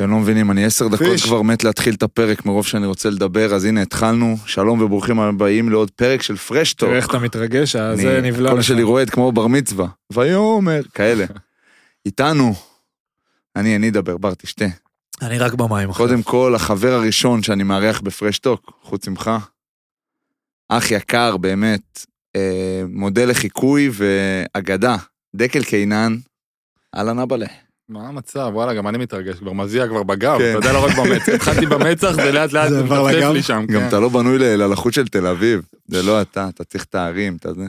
לא מבינים, אני עשר דקות פיש. כבר מת להתחיל את הפרק מרוב שאני רוצה לדבר, אז הנה התחלנו, שלום וברוכים הבאים לעוד פרק של פרשטוק. תראה איך אתה מתרגש, אה, זה נבלע הקול לך. שלי רועד כמו בר מצווה, ויאמר, כאלה. איתנו, אני, אני אדבר, בר תשתה. אני רק במים אחר. קודם כל, החבר הראשון שאני מארח בפרשטוק, חוץ ממך, אח יקר, באמת, אה, מודל לחיקוי ואגדה, דקל קינן, אהלן אבאלה. מה המצב? וואלה, גם אני מתרגש, כבר מזיע כבר בגב, כן. אתה יודע, לא רק במצח. התחלתי במצח, זה לאט לאט זה עבר מטפטף לגב? לי שם. גם כן. אתה לא בנוי ל- ללחות של תל אביב, זה לא אתה, אתה צריך את הערים, אתה זה.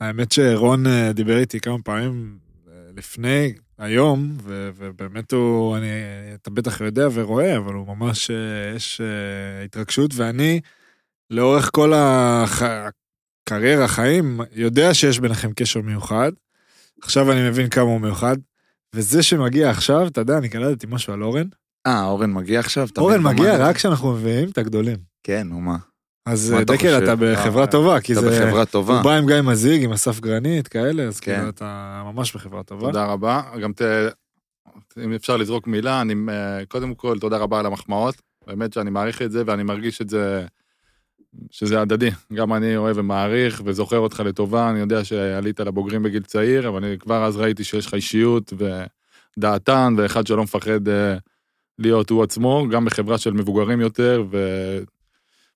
האמת שרון אה, דיבר איתי כמה פעמים אה, לפני, היום, ו- ובאמת הוא, אני, אתה בטח יודע ורואה, אבל הוא ממש, אה, יש אה, התרגשות, ואני, לאורך כל הח- הקריירה, החיים, יודע שיש ביניכם קשר מיוחד. עכשיו אני מבין כמה הוא מיוחד. וזה שמגיע עכשיו, אתה יודע, אני קלטתי משהו על אורן. אה, אורן מגיע עכשיו? אתה אורן מבין מה מגיע אמרת? רק כשאנחנו מביאים את הגדולים. כן, נו מה. אז אה, מה אתה דקל, חושב? אה, אתה בחברה טובה, כי אתה זה... בחברה טובה. הוא בא עם גיא מזיג, עם אסף גרנית, כאלה, אז כן. כאילו אתה ממש בחברה טובה. תודה רבה. גם ת... אם אפשר לזרוק מילה, אני אה, קודם כל, תודה רבה על המחמאות. באמת שאני מעריך את זה, ואני מרגיש את זה, שזה הדדי. גם אני אוהב ומעריך וזוכר אותך לטובה. אני יודע שעלית לבוגרים בגיל צעיר, אבל אני כבר אז ראיתי שיש לך אישיות ודעתן, ואחד שלא מפחד אה, להיות הוא עצמו, גם בחברה של מבוגרים יותר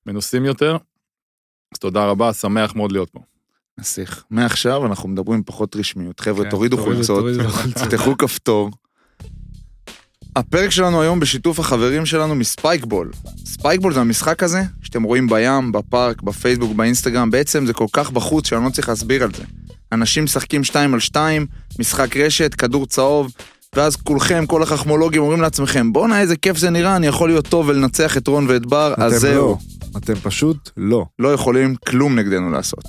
ומנוסים יותר. אז תודה רבה, שמח מאוד להיות פה. נסיך. מעכשיו אנחנו מדברים פחות רשמיות. חבר'ה, כן, תורידו חולצות, תורידו חולצות. תפתחו כפתור. הפרק שלנו היום בשיתוף החברים שלנו מספייקבול. ספייקבול זה המשחק הזה שאתם רואים בים, בפארק, בפייסבוק, באינסטגרם, בעצם זה כל כך בחוץ שאני לא צריך להסביר על זה. אנשים משחקים שתיים על שתיים, משחק רשת, כדור צהוב, ואז כולכם, כל החכמולוגים אומרים לעצמכם, בואנה איזה כיף זה נראה, אני יכול להיות טוב ולנצח את רון ואת בר, אז אתם זהו. לא, אתם פשוט לא. לא יכולים כלום נגדנו לעשות.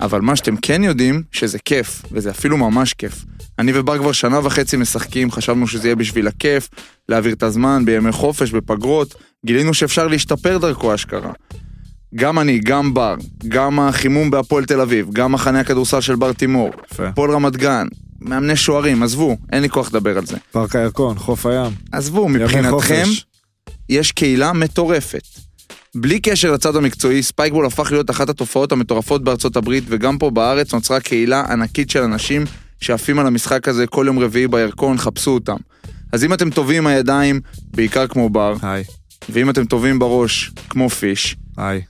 אבל מה שאתם כן יודעים, שזה כיף, וזה אפילו ממש כיף. אני ובר כבר שנה וחצי משחקים, חשבנו שזה יהיה בשביל הכיף, להעביר את הזמן בימי חופש, בפגרות, גילינו שאפשר להשתפר דרכו אשכרה. גם אני, גם בר, גם החימום בהפועל תל אביב, גם מחנה הכדורסל של בר תימור, יפה. הפועל רמת גן, מאמני שוערים, עזבו, אין לי כוח לדבר על זה. פארק הירקון, חוף הים, עזבו, ימי מבחינתכם, חופש. יש קהילה מטורפת. בלי קשר לצד המקצועי, ספייקבול הפך להיות אחת התופעות המטורפות בארצות הברית, וגם פה בארץ נוצרה קהילה ענקית של אנשים שעפים על המשחק הזה כל יום רביעי בירקון, חפשו אותם. אז אם אתם טובים עם הידיים, בעיקר כמו בר, היי, ואם אתם טובים בראש, כמו פיש, היי.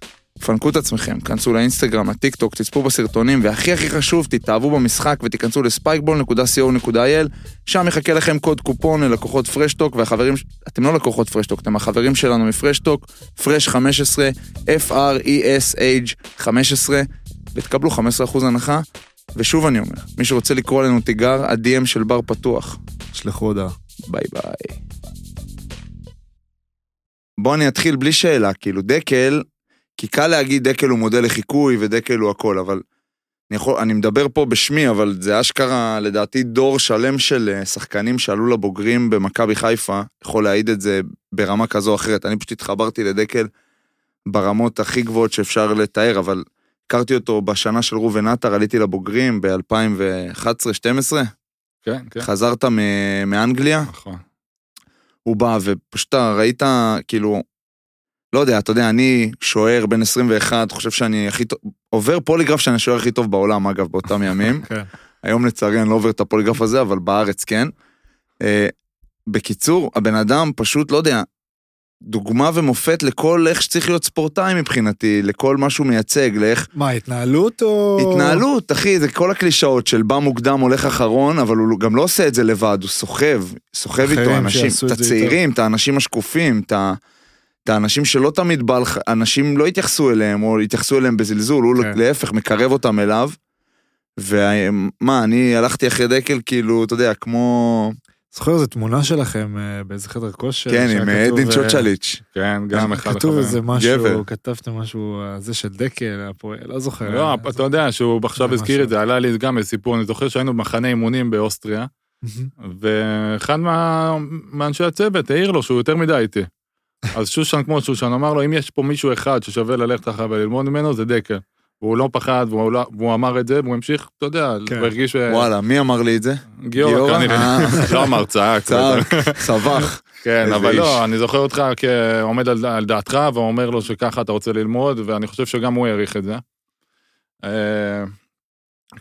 פנקו את עצמכם, כנסו לאינסטגרם, לטיק טוק, תצפו בסרטונים, והכי הכי חשוב, תתאהבו במשחק ותיכנסו לספייקבול.co.il, שם יחכה לכם קוד קופון ללקוחות פרשטוק, והחברים, ש- אתם לא לקוחות פרשטוק, אתם החברים שלנו מפרשטוק, פרש 15, E F-R-E-S-H 15, ותקבלו 15% הנחה. ושוב אני אומר, מי שרוצה לקרוא לנו תיגר, ה-DM של בר פתוח. שלחו הודעה. ביי ביי. בוא אני אתחיל בלי שאלה, כאילו דקל, כי קל להגיד דקל הוא מודל לחיקוי ודקל הוא הכל, אבל אני, יכול, אני מדבר פה בשמי, אבל זה אשכרה לדעתי דור שלם של אה, שחקנים שעלו לבוגרים במכבי חיפה, יכול להעיד את זה ברמה כזו או אחרת. אני פשוט התחברתי לדקל ברמות הכי גבוהות שאפשר לתאר, אבל הכרתי אותו בשנה של ראובן עטר, עליתי לבוגרים ב-2011-2012, כן, כן. חזרת מ- מאנגליה. נכון. הוא בא ופשוט אתה ראית, כאילו, לא יודע, אתה יודע, אני שוער בן 21, חושב שאני הכי טוב, עובר פוליגרף שאני השוער הכי טוב בעולם, אגב, באותם ימים. כן. היום לצערי אני לא עובר את הפוליגרף הזה, אבל בארץ כן. אה, בקיצור, הבן אדם פשוט, לא יודע, דוגמה ומופת לכל איך שצריך להיות ספורטאי מבחינתי, לכל מה שהוא מייצג, לאיך... מה, התנהלות או... התנהלות, אחי, זה כל הקלישאות של בא מוקדם, הולך אחרון, אבל הוא גם לא עושה את זה לבד, הוא סוחב, סוחב אחרים איתו אנשים, שיעשו את את זה הצעירים, את האנשים השקופים, את ה- את האנשים שלא תמיד בא לך, אנשים לא התייחסו אליהם, או התייחסו אליהם בזלזול, הוא כן. להפך, מקרב אותם אליו. ומה, אני הלכתי אחרי דקל, כאילו, אתה יודע, כמו... זוכר איזו תמונה שלכם אה, באיזה חדר כושר? כן, שהיה עם כתוב, עדין אה, צ'וצ'ליץ'. כן, גם אחד כתוב אחד. איזה משהו, גבר. כתבתם משהו, אה, זה של דקל, הפועל, לא זוכר. לא, אה, אתה יודע שהוא עכשיו זה הזכיר משהו. את זה, עלה לי גם איזה סיפור, אני זוכר שהיינו במחנה אימונים באוסטריה, ואחד מה- מאנשי הצוות העיר לו שהוא יותר מדי איטי. אז שושן כמו שושן אמר לו, אם יש פה מישהו אחד ששווה ללכת אחריו וללמוד ממנו, זה דקל. והוא לא פחד, והוא לא- והוא אמר את זה, והוא המשיך, אתה יודע, כן. הוא הרגיש... אה, וואלה, מי אמר לי את זה? גיורא גיורא? כנראה. אה. לא אמר, צעק. צעק, סבח. כן, איזה אבל איש. לא, אני זוכר אותך כעומד על, על דעתך ואומר לו שככה אתה רוצה ללמוד, ואני חושב שגם הוא העריך את זה. אה,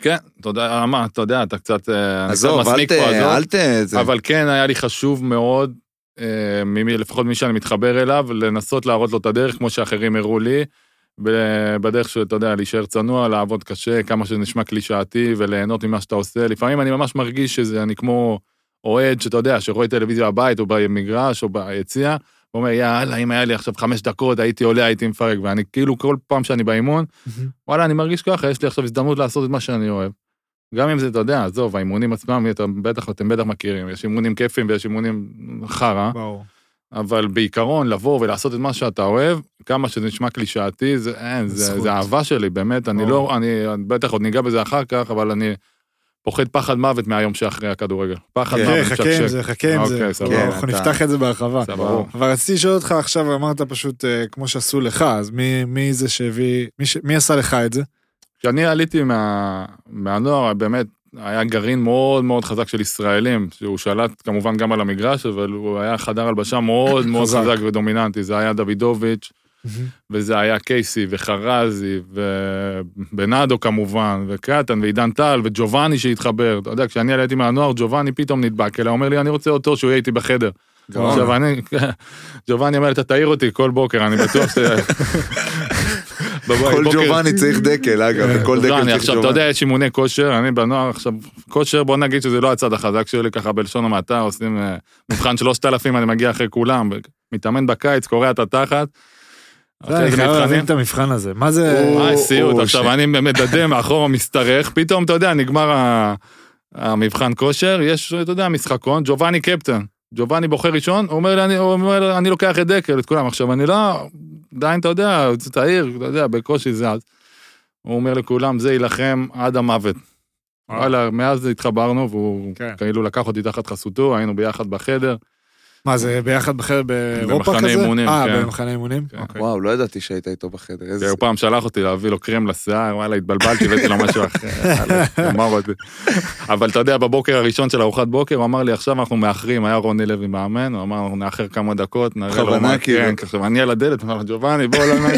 כן, תודה, מה, אתה יודע, אתה קצת... אה, אני עזוב, קצת אל מסמיק ת... פה, עזוב. אל ת... זה- אבל כן, היה לי חשוב מאוד, אה, ממי- לפחות מי שאני מתחבר אליו, לנסות להראות לו את הדרך, כמו שאחרים הראו לי, ב- בדרך שאתה יודע, להישאר צנוע, לעבוד קשה, כמה שזה נשמע קלישאתי, וליהנות ממה שאתה עושה. לפעמים אני ממש מרגיש שזה, אני כמו אוהד, שאתה יודע, שרואה טלוויזיה בבית, או במגרש, או ביציע, ואומר, יאללה, אם היה לי עכשיו חמש דקות, הייתי עולה, הייתי מפרק, ואני כאילו, כל פעם שאני באימון, וואלה, אני מרגיש ככה, יש לי עכשיו הזדמנות לעשות את מה שאני אוהב. גם אם זה, אתה יודע, עזוב, האימונים עצמם, אתם בטח, אתם בטח מכירים, יש אימונים כיפים ויש אימונים חרא, ברור. אבל בעיקרון, לבוא ולעשות את מה שאתה אוהב, כמה שזה נשמע קלישאתי, זה אין, זה, זכות. זה אהבה שלי, באמת, אני ברור. לא, אני בטח עוד ניגע בזה אחר כך, אבל אני פוחד פחד מוות מהיום שאחרי הכדורגל. פחד כן, מוות, חכה, חכה עם שקשק. זה, חכה עם זה. אה, אוקיי, סבבה. כן, אנחנו אתה- נפתח את זה בהרחבה. סבבה. ברור. אבל רציתי לשאול אותך עכשיו, אמרת פשוט אה, כמו שעשו לך, אז מי- מי זה שהביא, מי ש- מי עשה לך את זה? כשאני עליתי מה, מהנוער, באמת, היה גרעין מאוד מאוד חזק של ישראלים, שהוא שלט כמובן גם על המגרש, אבל הוא היה חדר הלבשה מאוד מאוד חזק. חזק ודומיננטי. זה היה דוידוביץ', וזה היה קייסי וחרזי ובנאדו כמובן, וקטן ועידן טל וג'ובאני שהתחבר. אתה יודע, כשאני עליתי מהנוער, ג'ובאני פתאום נדבק אליה, אומר לי, אני רוצה אותו שהוא יהיה איתי בחדר. גאון. עכשיו אני, ג'ובאני אומר, אתה תעיר אותי כל בוקר, אני בטוח ש... בבוקר- כל ג'ובאני צריך דקל, אגב, בכל דקל כן. לא, אני צריך עכשיו, אתה ג'ובאני. יודע, יש אימוני כושר, אני בנוער עכשיו, כושר, בוא נגיד שזה לא הצד החזק שלי, ככה בלשון המעטה, עושים אה, מבחן 3,000, אני מגיע אחרי כולם, מתאמן בקיץ, קורע את התחת. זה, אחרי אה, אני אוקיי, זה אה, חייב מתחנן, להבין את המבחן הזה. מה זה... הוא- מה הסיוט, או, ש- אה, עכשיו אני מדדה מאחורה, משתרך, פתאום, אתה יודע, נגמר ה- המבחן כושר, יש, אתה יודע, משחקון, ג'ובאני קפטן. ג'ובאני בוחר ראשון, הוא אומר לי, אני, הוא אומר, לי, אני לוקח את דקל, את כולם. עכשיו, אני לא, עדיין, אתה יודע, זה צעיר, אתה יודע, בקושי זה אז. הוא אומר לכולם, זה יילחם עד המוות. וואלה, מאז התחברנו, והוא כן. כאילו לקח אותי תחת חסותו, היינו ביחד בחדר. מה זה, ביחד בחדר באירופה כזה? במחנה אימונים, כן. אה, במחנה אימונים? כן. אוקיי. וואו, לא ידעתי שהיית איתו בחדר, איזה... הוא פעם שלח אותי להביא לו קרם לשיער, וואלה, התבלבלתי, הבאתי לו משהו אחר. וואלה, גמר אותי. אבל אתה יודע, בבוקר הראשון של ארוחת בוקר, הוא אמר לי, עכשיו אנחנו מאחרים, היה רוני לוי מאמן, הוא אמר, אנחנו נאחר כמה דקות, נראה לו בכוונה, מה כאילו. כן, עכשיו אני על הדלת, אמר לו, ג'ובאני, בוא, לא, לא."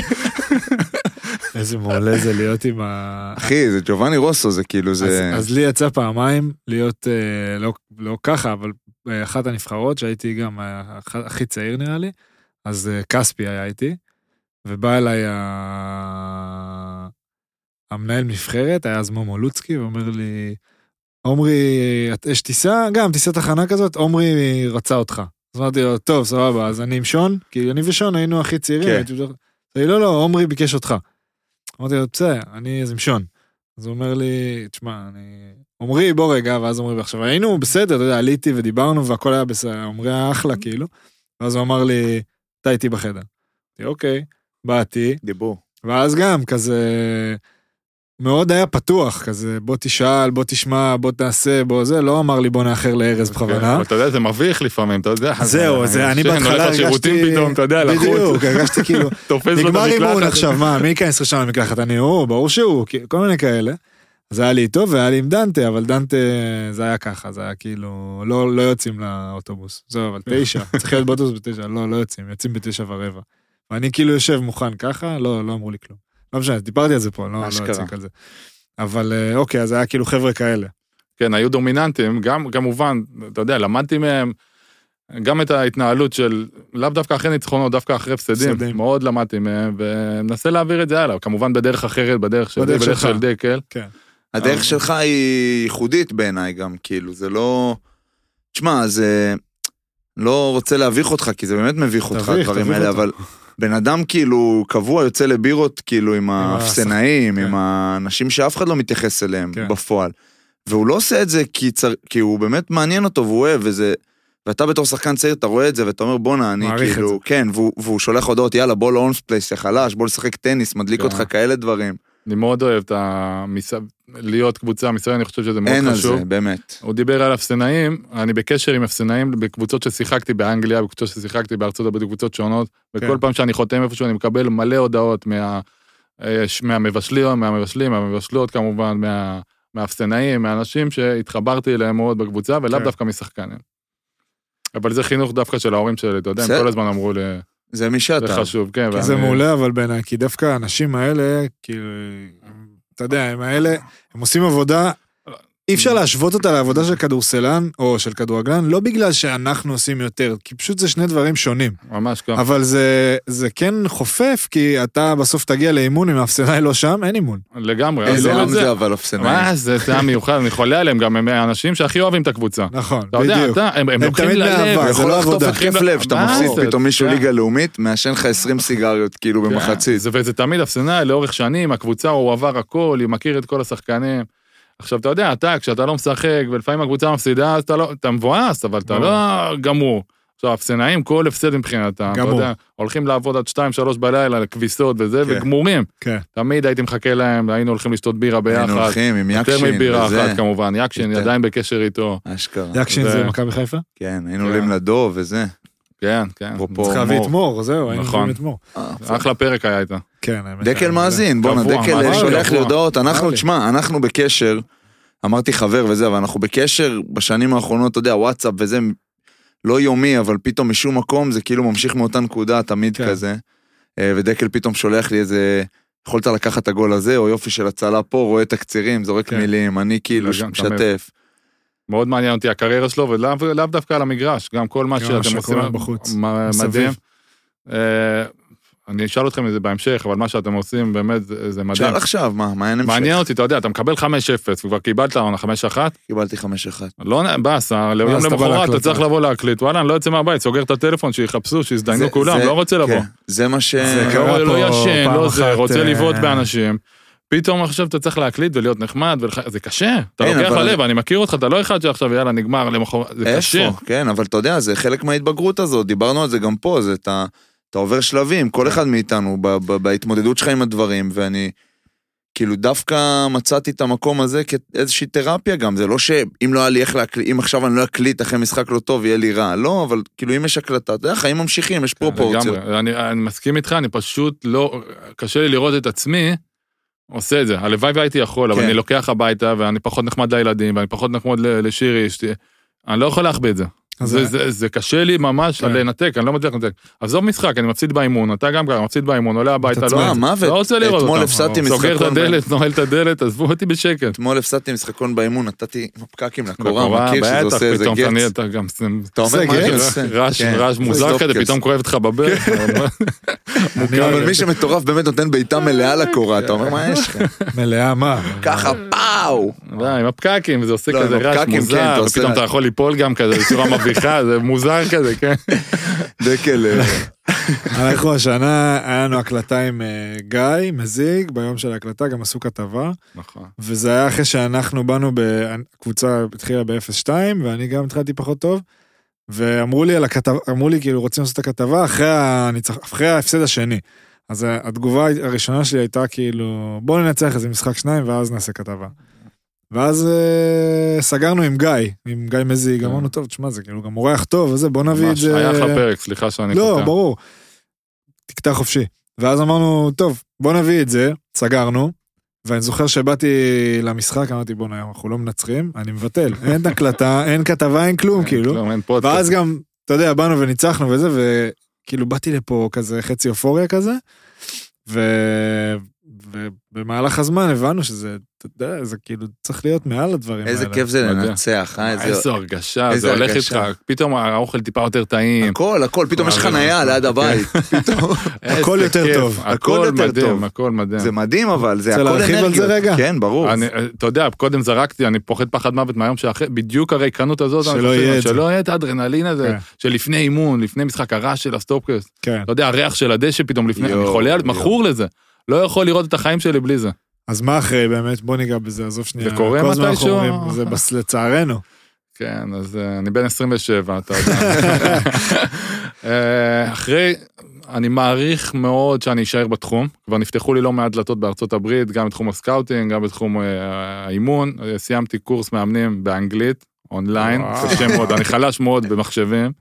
איזה מעולה זה להיות עם ה... אחי, זה ג'ובאני רוסו, זה כאילו, זה... אז, אז לי יצא פעמיים להיות, אה, לא, לא ככה, אבל אה, אחת הנבחרות שהייתי גם אה, אח- הכי צעיר נראה לי, אז אה, כספי היה איתי, ובא אליי ה... המנהל נבחרת, היה אז מומו לוצקי, ואומר לי, עומרי, את- יש טיסה? גם טיסת תחנה כזאת, עומרי רצה אותך. אז אמרתי לו, טוב, סבבה, אז אני עם שון, כי אני ושון היינו הכי צעירים. כן. הייתי בדרך- אמר לי, לא, לא, עומרי ביקש אותך. אמרתי לו, בסדר, אני אז עם שון. אז הוא אומר לי, תשמע, אני... עמרי, בוא רגע, ואז עמרי, ועכשיו היינו בסדר, אתה יודע, עליתי ודיברנו והכל היה בסדר, עמרי היה אחלה, כאילו. ואז הוא אמר לי, אתה איתי בחדר. אמרתי, אוקיי, באתי, דיבור. ואז גם כזה, מאוד היה פתוח, כזה, בוא תשאל, בוא תשמע, בוא תעשה, בוא זה, לא אמר לי בוא נאחר לארז בכוונה. אבל אתה יודע, זה מביך לפעמים, אתה יודע. זהו, זה, אני ישן, בהתחלה הולך הרגשתי- לשירותים פתאום, אתה יודע, לחוץ, בדיוק, הרגשתי כאילו, תופס לו את נגמר אימון המקלחת. עכשיו, מה, מי ייכנס ראשון למקלחת? אני, הוא, ברור שהוא, כי- כל מיני כאלה. אז היה לי איתו והיה לי עם דנטה, אבל דנטה זה היה ככה, זה היה כאילו, לא, לא יוצאים לאוטובוס. זהו, אבל תשע, צריך להיות באוטובוס בתשע, לא, לא יוצאים, יוצאים בתשע ורבע. ואני כאילו יושב מוכן ככה, לא, לא אמרו לי כלום. לא משנה, דיברתי על זה פה, לא, לא אשכרה. יוצאים על זה. אבל אה, אוקיי, אז היה כאילו חבר'ה כאלה. כן, היו דומיננטים, גם כמובן, אתה יודע, למדתי מהם גם את ההתנהלות של, לאו דווקא אחרי ניצחונות, דווקא אחרי הפסדים, הפסדים. מאוד למדתי מהם, ומנסה להעביר את זה הלאה, כמובן בדרך אחרת, בדרך שלי, בדרך בדרך שלך. של דקל. כן. הדרך אבל- שלך היא ייחודית בעיניי גם, כאילו, זה לא... תשמע, זה... לא רוצה להביך אותך, כי זה באמת מביך אותך, תביך, הדברים תביך האלה, אותו. אבל בן אדם כאילו קבוע יוצא לבירות, כאילו, עם השחק- האפסנאים, כן. עם האנשים שאף אחד לא מתייחס אליהם כן. בפועל. והוא לא עושה את זה כי, צר... כי הוא באמת מעניין אותו והוא אוהב, וזה... ואתה בתור שחקן צעיר, אתה רואה את זה ואתה אומר, בואנה, אני מעריך את כאילו... כן, והוא, והוא שולח הודעות, יאללה, בוא לאונס פלייס, יא חלש, בוא לשחק טניס, מדליק כן. אותך כאלה דברים. אני מאוד אוהב את המס... להיות קבוצה מסוימת, אני חושב שזה מאוד אין על חשוב. זה, באמת. הוא דיבר על אפסנאים, אני בקשר עם אפסנאים בקבוצות ששיחקתי באנגליה, בקבוצות ששיחקתי בארצות הברית, בקבוצות שונות, וכל כן. פעם שאני חותם איפשהו אני מקבל מלא הודעות מה, אה, ש- מהמבשלים, מהמבשלים, מהמבשלות כמובן, מה, מהאפסנאים, מהאנשים שהתחברתי אליהם מאוד בקבוצה, ולאו כן. דווקא משחקנים. אבל זה חינוך דווקא של ההורים שלי, אתה יודע, הם בסדר. כל הזמן אמרו לי, זה מי זה שאתה. חשוב, כן. כי זה ואני- מעולה, אבל בעיניי, כי דווקא האנשים האלה, כאילו, הם- אתה יודע, הם האלה, הם עושים עבודה, אי אפשר להשוות אותה לעבודה של כדורסלן או של כדורגלן, לא בגלל שאנחנו עושים יותר, כי פשוט זה שני דברים שונים. ממש ככה. אבל זה, זה כן חופף, כי אתה בסוף תגיע לאימון, אם האפסנאי לא שם, אין אימון. לגמרי. איזה עזוב את עם זה אה, לא אבל אופסנאי. מה זה, זה המיוחד, אני חולה עליהם גם, הם האנשים שהכי אוהבים את הקבוצה. נכון, אתה יודע, בדיוק. אתה, הם- הם הם לוקחים תמיד ללב. באהבה. הוא זה יכול לא לחטוף עבודה. התקף לב, שאתה מה מפסיד זה? פתאום מישהו כן. ליגה לאומית, מעשן לך 20 סיגריות כאילו כן, במחצית. זה- וזה תמיד אפסנאי לאורך שנים, הקבוצה, הוא עבר הכל, הוא מכיר את כל השחקנים. עכשיו, אתה יודע, אתה, כשאתה לא משחק, ולפעמים הקבוצה מפסידה, אז אתה לא, אתה מבואס, אבל אתה ברור. לא גמור. עכשיו, האפסנאים, כל הפסד מבחינתם, אתה גמור. יודע, הולכים לעבוד עד 2-3 בלילה, לכביסות וזה, כן. וגמורים. כן. תמיד הייתי מחכה להם, היינו הולכים לשתות בירה היינו ביחד. הולכים עם יותר יקשין, מבירה וזה, אחת כמובן, יקשין יותר. עדיין בקשר איתו. אשכרה. יקשין זה- זה מכבי חיפה? כן, היינו כן. עולים לדוב וזה. כן, כן. אפרופו צריך להביא את מור. מור, זהו, היינו נכון. יכולים את מור. אה, אחלה פרק היה איתה. כן, האמת. דקל היה- מאזין, בואנה, קבוע, דקל מאזין שולח לי קבוע. הודעות, אנחנו, וואלה. תשמע, אנחנו בקשר, אמרתי חבר וזה, אבל אנחנו בקשר בשנים האחרונות, אתה יודע, וואטסאפ וזה, לא יומי, אבל פתאום משום מקום זה כאילו ממשיך מאותה נקודה, תמיד כן. כזה. אה, ודקל פתאום שולח לי איזה, יכולת לקחת את הגול הזה, או יופי של הצלה פה, רואה תקצירים, זורק כן. מילים, אני כאילו לגמרי. משתף. מאוד מעניין אותי הקריירה שלו, ולאו לאו דווקא על המגרש, גם כל מה גם שאתם שקורה עושים בחוץ, מ- מסביב. מדהים. אה, אני אשאל אתכם את זה בהמשך, אבל מה שאתם עושים באמת זה זה מדהים. שאל עכשיו, מה, מה אין המשך? מעניין אותי, אתה יודע, אתה מקבל 5-0, וכבר קיבלת עונה 5-1, קיבלתי 5-1. לא נ- באס, ה- ליום אתה בא אה. למחרת אתה להקלטה. צריך לבוא להקליט, וואלה, אני לא יוצא מהבית, סוגר את הטלפון, שיחפשו, זה- שיזדיינו כולם, זה- לא רוצה לבוא. כן, זה מה ש... זה לא- קרה לא פה ישן, פעם לא זה, אחת, רוצה אה, לבעוט באנשים. פתאום עכשיו אתה צריך להקליט ולהיות נחמד, ולח- זה קשה, אתה אין, לוקח אבל- ללב, אני מכיר אותך, אתה לא אחד שעכשיו יאללה נגמר למחרת, זה קשה. איפה? כן, אבל אתה יודע, זה חלק מההתבגרות הזאת, דיברנו על זה גם פה, זה אתה, אתה עובר שלבים, כל אחד מאיתנו, ב, ב, בהתמודדות שלך עם הדברים, ואני כאילו דווקא מצאתי את המקום הזה כאיזושהי תרפיה גם, זה לא שאם לא היה לי איך להקליט, אם עכשיו אני לא אקליט אחרי משחק לא טוב, יהיה לי רע, לא, אבל כאילו אם יש הקלטה, אתה יודע, חיים ממשיכים, יש פרופורציות. כן, לגמרי. אני, אני מסכים איתך, אני פשוט לא, קשה לי לראות את עצמי עושה את זה. הלוואי והייתי יכול, אבל כן. אני לוקח הביתה ואני פחות נחמד לילדים ואני פחות נחמד ל- לשירי, אשתי. אני לא יכול להחביא את זה. אז זה, זה, זה קשה לי ממש כן. לנתק, אני לא מצליח לנתק. עזוב משחק, אני מפסיד באימון, אתה גם ככה מפסיד באימון, עולה הביתה, עצמך. לא, מה, מוות? לא רוצה לראות אתמול אותם. הפסדתי סוגר את משחקון, ב- הדלת, נועל את הדלת, עזבו אותי בשקט. אתמול הפסדתי משחקון באימון, נתתי פקקים לקורה, בקורה, מכיר שזה בטח, עושה איזה פתאום אתה נהיה- גץ. אתה גם... אתה אומר, זה מה אני גץ. עושה? רעש, כן, רעש זה מוזר כזה, דופקס. פתאום כואב לך בברך. אני- אבל מי שמטורף באמת נותן בעיטה מלאה לקורה, אתה אומר, מה יש לך? מלאה מה? ככה פאו! לא, עם הפקקים, זה עושה לא, כזה עם רעש הפקקים, כן, אתה מוזר, עושה ופתאום רעש. אתה יכול ליפול גם כזה בצורה מביכה, זה מוזר כזה, כן. דקל, אה, אנחנו השנה, היה לנו הקלטה עם אה, גיא, מזיג, ביום של ההקלטה גם עשו כתבה, נכון. וזה היה אחרי שאנחנו באנו, ב- הקבוצה התחילה ב-0-2, ואני גם התחלתי פחות טוב, ואמרו לי על הכתבה, אמרו לי כאילו רוצים לעשות את הכתבה אחרי, הניצח, אחרי ההפסד השני. אז ה- התגובה הראשונה שלי הייתה כאילו, בואו ננצח איזה משחק שניים ואז נעשה כתבה. ואז אה, סגרנו עם גיא, עם גיא מזיג, כן. אמרנו, טוב, תשמע, זה כאילו גם אורח טוב, וזה, בוא נביא את ממש, זה. היה לך פרק, סליחה שאני אה, לא, קוטע. ברור. תקטע חופשי. ואז אמרנו, טוב, בוא נביא את זה, סגרנו, ואני זוכר שבאתי למשחק, אמרתי, בוא'נה, אנחנו לא מנצחים, אני מבטל. אין הקלטה, אין כתבה, אין כלום, כאילו. כלום, אין פודקאסט. ואז גם, אתה יודע, באנו וניצחנו וזה, וכאילו באתי לפה כזה חצי אופוריה כזה, ו... ובמהלך הזמן הבנו שזה, אתה יודע, זה כאילו צריך להיות מעל הדברים איזה האלה. כיף זה מדהים. לנצח, אה? איזה... איזו הרגשה, איזה זה הולך איתך, הרגשה. פתאום האוכל טיפה יותר טעים. הכל, הכל, פתאום יש חנייה ליד כן. הבית. פתאום. איזה הכל יותר כיף, טוב. הכל הכל יותר מדהים, טוב. הכל מדהים. זה מדהים אבל, זה רוצה הכל להרחיב על זה אנרגיות. רגע? כן, ברור. אני, אה, אתה יודע, קודם זרקתי, אני פוחד פחד מוות מהיום שאחרי, בדיוק הריקנות הזאת, שלא אני חושב, יהיה את זה. שלא יהיה את האדרנלין הזה, כן. שלפני אימון, לפני משחק הרעש של הסטופקאסט, כן. אתה יודע, הריח של הדשא פתאום לפני, יואו, אני חולה, על- יואו. מכור לזה, לא יכול לראות את החיים שלי בלי זה. אז מה אחרי באמת? בוא ניגע בזה, עזוב שנייה. זה קורה כל הזמן אנחנו מתישהו? אומרים, זה בס... לצערנו. כן, אז אה, אני בן 27, אתה יודע. אה, אחרי, אני מעריך מאוד שאני אשאר בתחום. כבר נפתחו לי לא מעט דלתות בארצות הברית, גם בתחום הסקאוטינג, גם בתחום אה, האימון. אה, סיימתי קורס מאמנים באנגלית, אונליין, וואו. קשה מאוד, אני חלש מאוד במחשבים.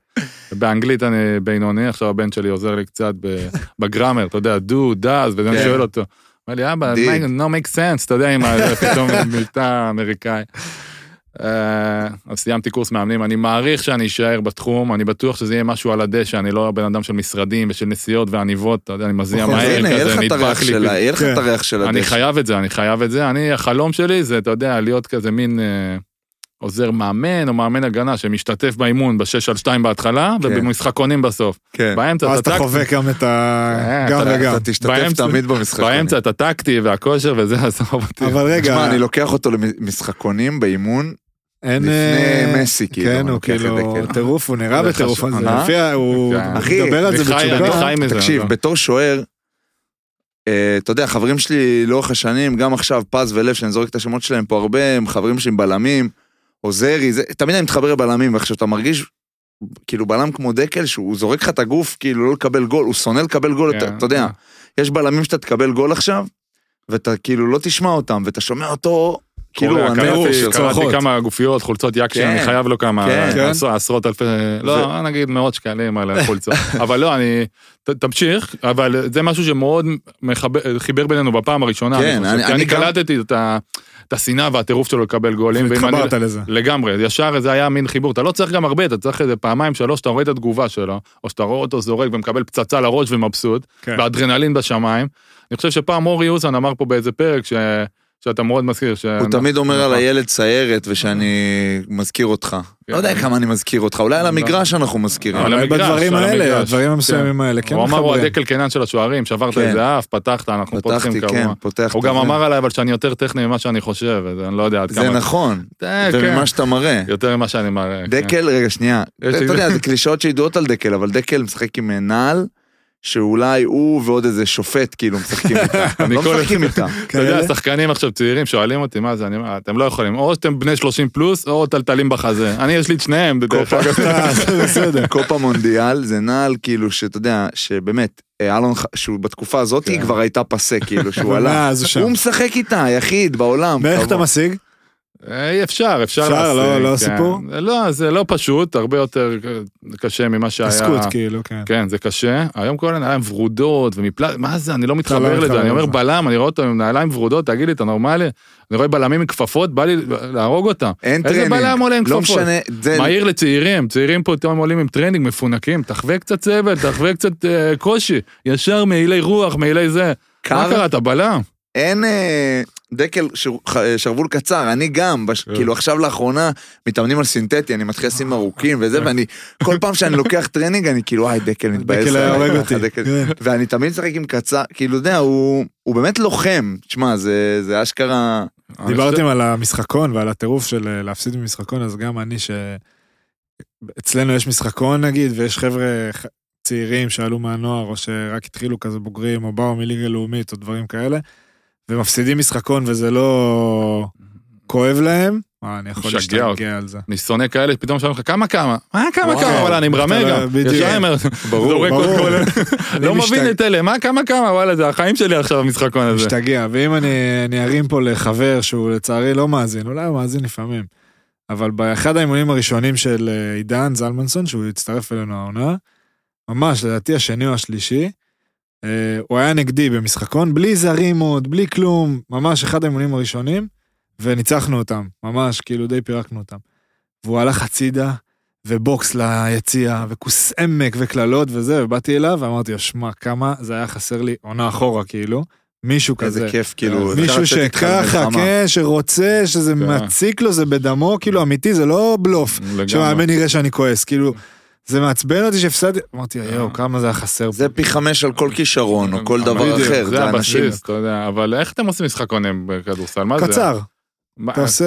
באנגלית אני בינוני, עכשיו הבן שלי עוזר לי קצת ב- בגראמר, אתה יודע, do, does, וזה אני כן. שואל אותו. אומר לי, אבא, Did. no make sense, אתה יודע, עם ה- פתאום מבטא אמריקאי. אה, אז סיימתי קורס מאמנים, אני מעריך שאני אשאר בתחום, אני בטוח שזה יהיה משהו על הדשא, אני לא בן אדם של משרדים ושל נסיעות ועניבות, אתה יודע, אני מזיע נכון, מהר הנה, יהיה כזה, לך את הריח נדבק לי. שלה, יהיה לך את כן. הריח שלה. אני חייב את זה, אני חייב את זה. אני, החלום שלי זה, אתה יודע, להיות כזה מין אה, עוזר מאמן או מאמן הגנה שמשתתף באימון בשש על שתיים בהתחלה, כן. ובמשחק עונים בסוף. כן. באמצע ואז אתה אתה טקטי, חווה גם את ה... אה, גם אתה- וגם. אתה תשתתף באמצע- תמיד במשחקים. באמצע אתה טקטי והכושר וזה, עזוב אותי. אבל רגע, תשמע, אני לא- לוקח אותו למשחקונים באימון כן. אין... לפני אה, מסי, כאילו. כן, אני הוא לוקח את זה, כאילו כן. טירוף, הוא נראה זה בטירוף על חשוב. זה. אה? לפי ה... הוא אחי, מדבר על זה אני חי- אני בתשובה. חי מזה. תקשיב, אבל- בתור שוער, אה, אתה יודע, חברים שלי לאורך השנים, גם עכשיו פז ולב, שאני זורק את השמות שלהם פה הרבה, הם חברים שלי עם בלמים, עוזרי, זה, תמיד אני מתחבר לבלמים, ועכשיו אתה מרגיש כאילו בלם כמו דקל, שהוא זורק לך את הגוף כאילו לא לקבל גול, הוא שונא לקבל גול, כן. אתה, אתה יודע, יש בלמים שאתה תקבל גול עכשיו, ואתה כאילו לא תשמע אותם, ואתה שומע אותו, כאילו, קורע, הנפש קראתי- שלו. קראתי צרחות. כמה גופיות, חולצות יק כן. שאני חייב לו כמה, כן. אה, עשו- עשרות אלפי, לא, נגיד מאות שקלים על החולצות. אבל לא, אני, ת- תמשיך, אבל זה משהו שמאוד מחבר- חיבר בינינו בפעם הראשונה, כן, אני אני- חושב, כי אני אני גם- קלטתי את ה- את השנאה והטירוף שלו לקבל גולים. ואם אני- התחברת לזה. לגמרי, ישר זה היה מין חיבור, אתה לא צריך גם הרבה, אתה צריך איזה פעמיים, שלוש, אתה רואה את התגובה שלו, או שאתה רואה אותו זורק ומקבל פצצה לראש ומבסוט, כן. ואדרנלין בשמיים. אני חושב שפעם אורי אוזן אמר פה באיזה פרק, ש... שאתה מאוד מזכיר, ש... הוא תמיד אומר נכון. כן. על הילד סיירת ושאני מזכיר אותך. לא יודע כמה אני מזכיר אותך, אולי לא. על המגרש אנחנו מזכירים. על אולי המגרש, בדברים על האלה, המגרש. הדברים כן. המסוימים האלה, כן הוא אמר, הוא מחברים. הדקל קנן של השוערים, שברת כן. איזה אף, פתחת, אנחנו פתחתי, פותחים כן, כמוה. פותח. הוא את גם זה. אמר עליי, אבל שאני יותר טכני ממה שאני חושב, אז אני לא יודע עד זה כמה... נכון, אה, כן. וממה שאתה מראה. יותר ממה שאני מראה. כן. דקל, רגע, שנייה. יש אתה לי- יודע, זה קלישאות שידועות על דקל, אבל דקל משחק עם אה, נעל, שאולי הוא ועוד איזה שופט כאילו משחקים איתה. אני לא כל- משחקים איתה. אתה יודע, כאלה. שחקנים עכשיו צעירים שואלים אותי מה זה, אני אומר, אתם לא יכולים, או שאתם בני 30 פלוס, או טלטלים בחזה. אני, יש לי את שניהם, בדרך קופה- כלל. קופה מונדיאל זה נעל כאילו שאתה יודע, שבאמת, אה, אלון, ח- שהוא בתקופה הזאת כן. היא כבר הייתה פסה כאילו, שהוא עלה. ומאז אה, הוא שם. הוא משחק איתה, היחיד בעולם. ואיך אתה כבוד. משיג? אה, אפשר, אפשר אפשר, להשיג. לא- לא כן. סיפור? לא, זה לא פשוט, הרבה יותר אה, קשה ממה שהיה. עסקות, כאילו, כן. כן, זה קשה. היום כל הנעליים ורודות ומפלט, מה זה, אני לא מתחבר מתחבר לזה. אני אומר לזה. בלם, אני רואה אותו עם נעליים ורודות, תגיד לי, אתה נורמלי? אני רואה בלמים עם כפפות, בא לי להרוג אותם. אין איזה טרנינג. בלם עולה עם לא כפפות? משנה, זה- מהיר לצעירים, צעירים פה פתאום עולים עם טרנינג מפונקים, תחווה קצת סבל, תחווה קצת אה, קושי, ישר מעילי רוח, מעילי זה. מה קר קרה, אתה בלם? אין אה, דקל שר- ח- אה, שרוול קצר, אני גם, בש- כן. כאילו עכשיו לאחרונה מתאמנים על סינתטי, אני מתחיל לשים ארוכים וזה, ואני, כל פעם שאני לוקח טרנינג אני כאילו, היי, דקל כן, מתבאס. כן. דקל היה עליי, הורג ככה, אותי. דקל." כן. ואני תמיד משחק עם קצר, כאילו, אתה יודע, הוא הוא באמת לוחם. תשמע, זה זה אשכרה... דיברתם על המשחקון ועל הטירוף של אה, להפסיד במשחקון, אז גם אני ש... אצלנו יש משחקון נגיד, ויש חבר'ה ח- צעירים שעלו מהנוער, או שרק התחילו כזה בוגרים, או באו מליגה לאומית, או דברים כאלה, ומפסידים משחקון וזה לא כואב להם, מה, אני יכול משגע אותי. להשתגע על זה. אני שונא כאלה, פתאום שואלים לך, כמה כמה? מה כמה וואו. כמה? וואלה, אני מרמה אתה לא- גם. בדיוק. ישר אני אומר, לא, זורק ברור. עוד גול. אני לא מבין משתגע. את אלה, מה כמה כמה? וואלה, זה החיים שלי עכשיו, המשחקון הזה. משתגע, ואם אני, אני ארים פה לחבר שהוא לצערי לא מאזין, אולי הוא מאזין לפעמים, אבל באחד האימונים הראשונים של אה, עידן זלמנסון, שהוא הצטרף אלינו העונה, ממש, לדעתי השני או השלישי, אה, הוא היה נגדי במשחקון, בלי זרים עוד, בלי כלום, ממש אחד האימונים הראשונים, וניצחנו אותם, ממש, כאילו די פירקנו אותם. והוא הלך הצידה, ובוקס ליציע, וכוס עמק וקללות וזה, ובאתי אליו ואמרתי לו, שמע, כמה זה היה חסר לי עונה אחורה, כאילו, מישהו כזה. כן. איזה כיף, כאילו... אפשר מישהו לצאת איתך שככה, למלחמה. כן, שרוצה, שזה מציק לו, זה בדמו, כאילו, אמיתי, זה לא בלוף. לגמרי. שמאמן יראה שאני כועס, כאילו, זה מעצבן אותי שהפסדתי, אמרתי, יואו, כמה זה היה חסר. זה פי חמש על כל כישרון, או כל דבר כן, בדיוק, אחר. זה זה אנשים... הבסיס, אתה יודע, אבל איך אתם עושים משחקונים בכדורסל? מה זה? קצר, מה- אתה עושה...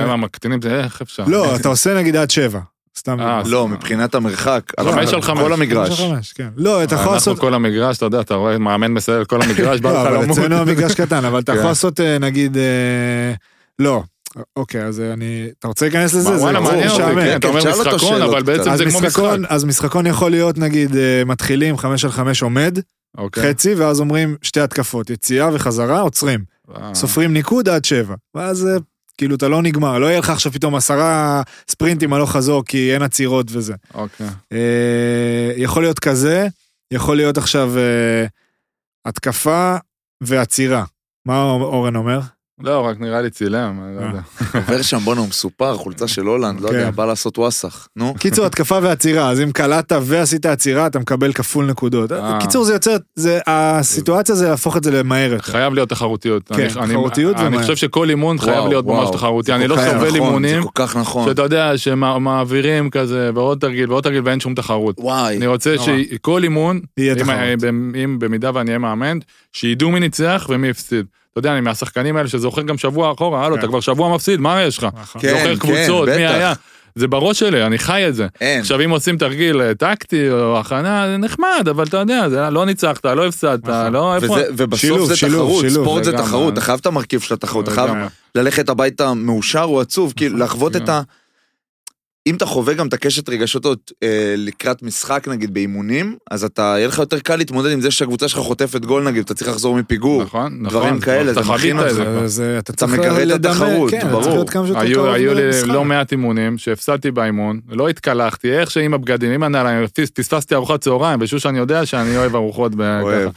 אה, מה, מקטינים את זה? איך אפשר? לא, אתה עושה נגיד עד שבע. סתם. אה, דוגמה. לא, מבחינת המרחק. לא, לא, אבל חמש על חמש. אה, כל המגרש. חמש על חמש, כן. לא, אתה יכול אנחנו לעשות... כל המגרש, אתה יודע, אתה רואה מאמן מסייע כל המגרש, בא לא, לך אבל למות. אצלנו המגרש קטן, אבל אתה כן. יכול לעשות אה, נגיד... אה, לא. אוקיי, אז אה, אני... אתה רוצה להיכנס לזה? מה, זה וואלה, ברור, מעניין אותי, משעמם. כן, אתה אומר תשאל אותו משחקון, שאלות כן. אבל קצת. בעצם אז זה כמו משחק. משחקון, אז משחקון יכול להיות נגיד אה, מתחילים חמש על חמש עומד, אוקיי. חצי, ואז אומרים שתי התקפות, יציאה וחזרה, עוצרים. אה, סופרים ניקוד עד שבע. ואז אה, כאילו אתה לא נגמר, לא יהיה לך עכשיו פתאום עשרה ספרינטים הלוך חזור כי אין עצירות וזה. אוקיי. אה, יכול להיות כזה, יכול להיות עכשיו אה, התקפה ועצירה. מה אורן אומר? לא, רק נראה לי צילם, אני לא אה. יודע. עובר שם, בואנה, הוא מסופר, חולצה של הולנד, לא כן. יודע, בא לעשות וואסאך. נו, קיצור, התקפה ועצירה, אז אם קלעת ועשית עצירה, אתה מקבל כפול נקודות. אה. קיצור, זה יוצר, זה- הסיטואציה זה להפוך את זה למהר יותר. חייב להיות תחרותיות. כן, אני- אני- תחרותיות אני ומהר. חושב שכל אימון חייב וואו, להיות ממש וואו. תחרותי. זה אני כל לא כך סובל נכון, אימונים, זה כל כך נכון. שאתה יודע שמעבירים כזה, ועוד תרגיל ועוד תרגיל, ואין שום תחרות. וואי, אני רוצה נורא. שכל אימון, יהיה אם- תחרות. אם- אם במידה ואני אהיה מאמן, שידעו מי ניצח ומי הפסיד. אתה יודע, אני מהשחקנים האלה שזוכר גם שבוע אחורה, הלו, כן. אתה כבר שבוע מפסיד, מה יש לך? נכון. כן, זוכר כן, קבוצות, מי בטח. היה? זה בראש שלי, אני חי את זה. אין. עכשיו אם עושים תרגיל אה, טקטי או הכנה זה נחמד אבל אתה יודע זה לא ניצחת לא הפסדת נכון. לא איפה וזה, ובסוף שילוב, זה שילוב, תחרות, שילוב, ספורט זה לגמרי. תחרות, אתה חייב את המרכיב של התחרות, אתה חייב לגמרי. ללכת הביתה מאושר או עצוב, כאילו לחוות את לגמרי. ה... אם אתה חווה גם את הקשת רגשות הזאת אה, לקראת משחק נגיד באימונים, אז אתה, יהיה לך יותר קל להתמודד עם זה שהקבוצה שלך חוטפת גול נגיד, אתה צריך לחזור מפיגור. נכון נכון דברים כאלה, אתה זה מכין חווית את אותך. זה כבר. זה- זה- אתה צריך מגרה את לדבר, התחרות, כן, אתה ברור. צריך להיות כמה שיותר היו קרוב היו לי למשחק. לא מעט אימונים שהפסדתי באימון לא התקלחתי איך שעם הבגדים עם הנעליים פס- פספסתי ארוחת צהריים בשוש אני יודע שאני אוהב ארוחות. ב- אוהב.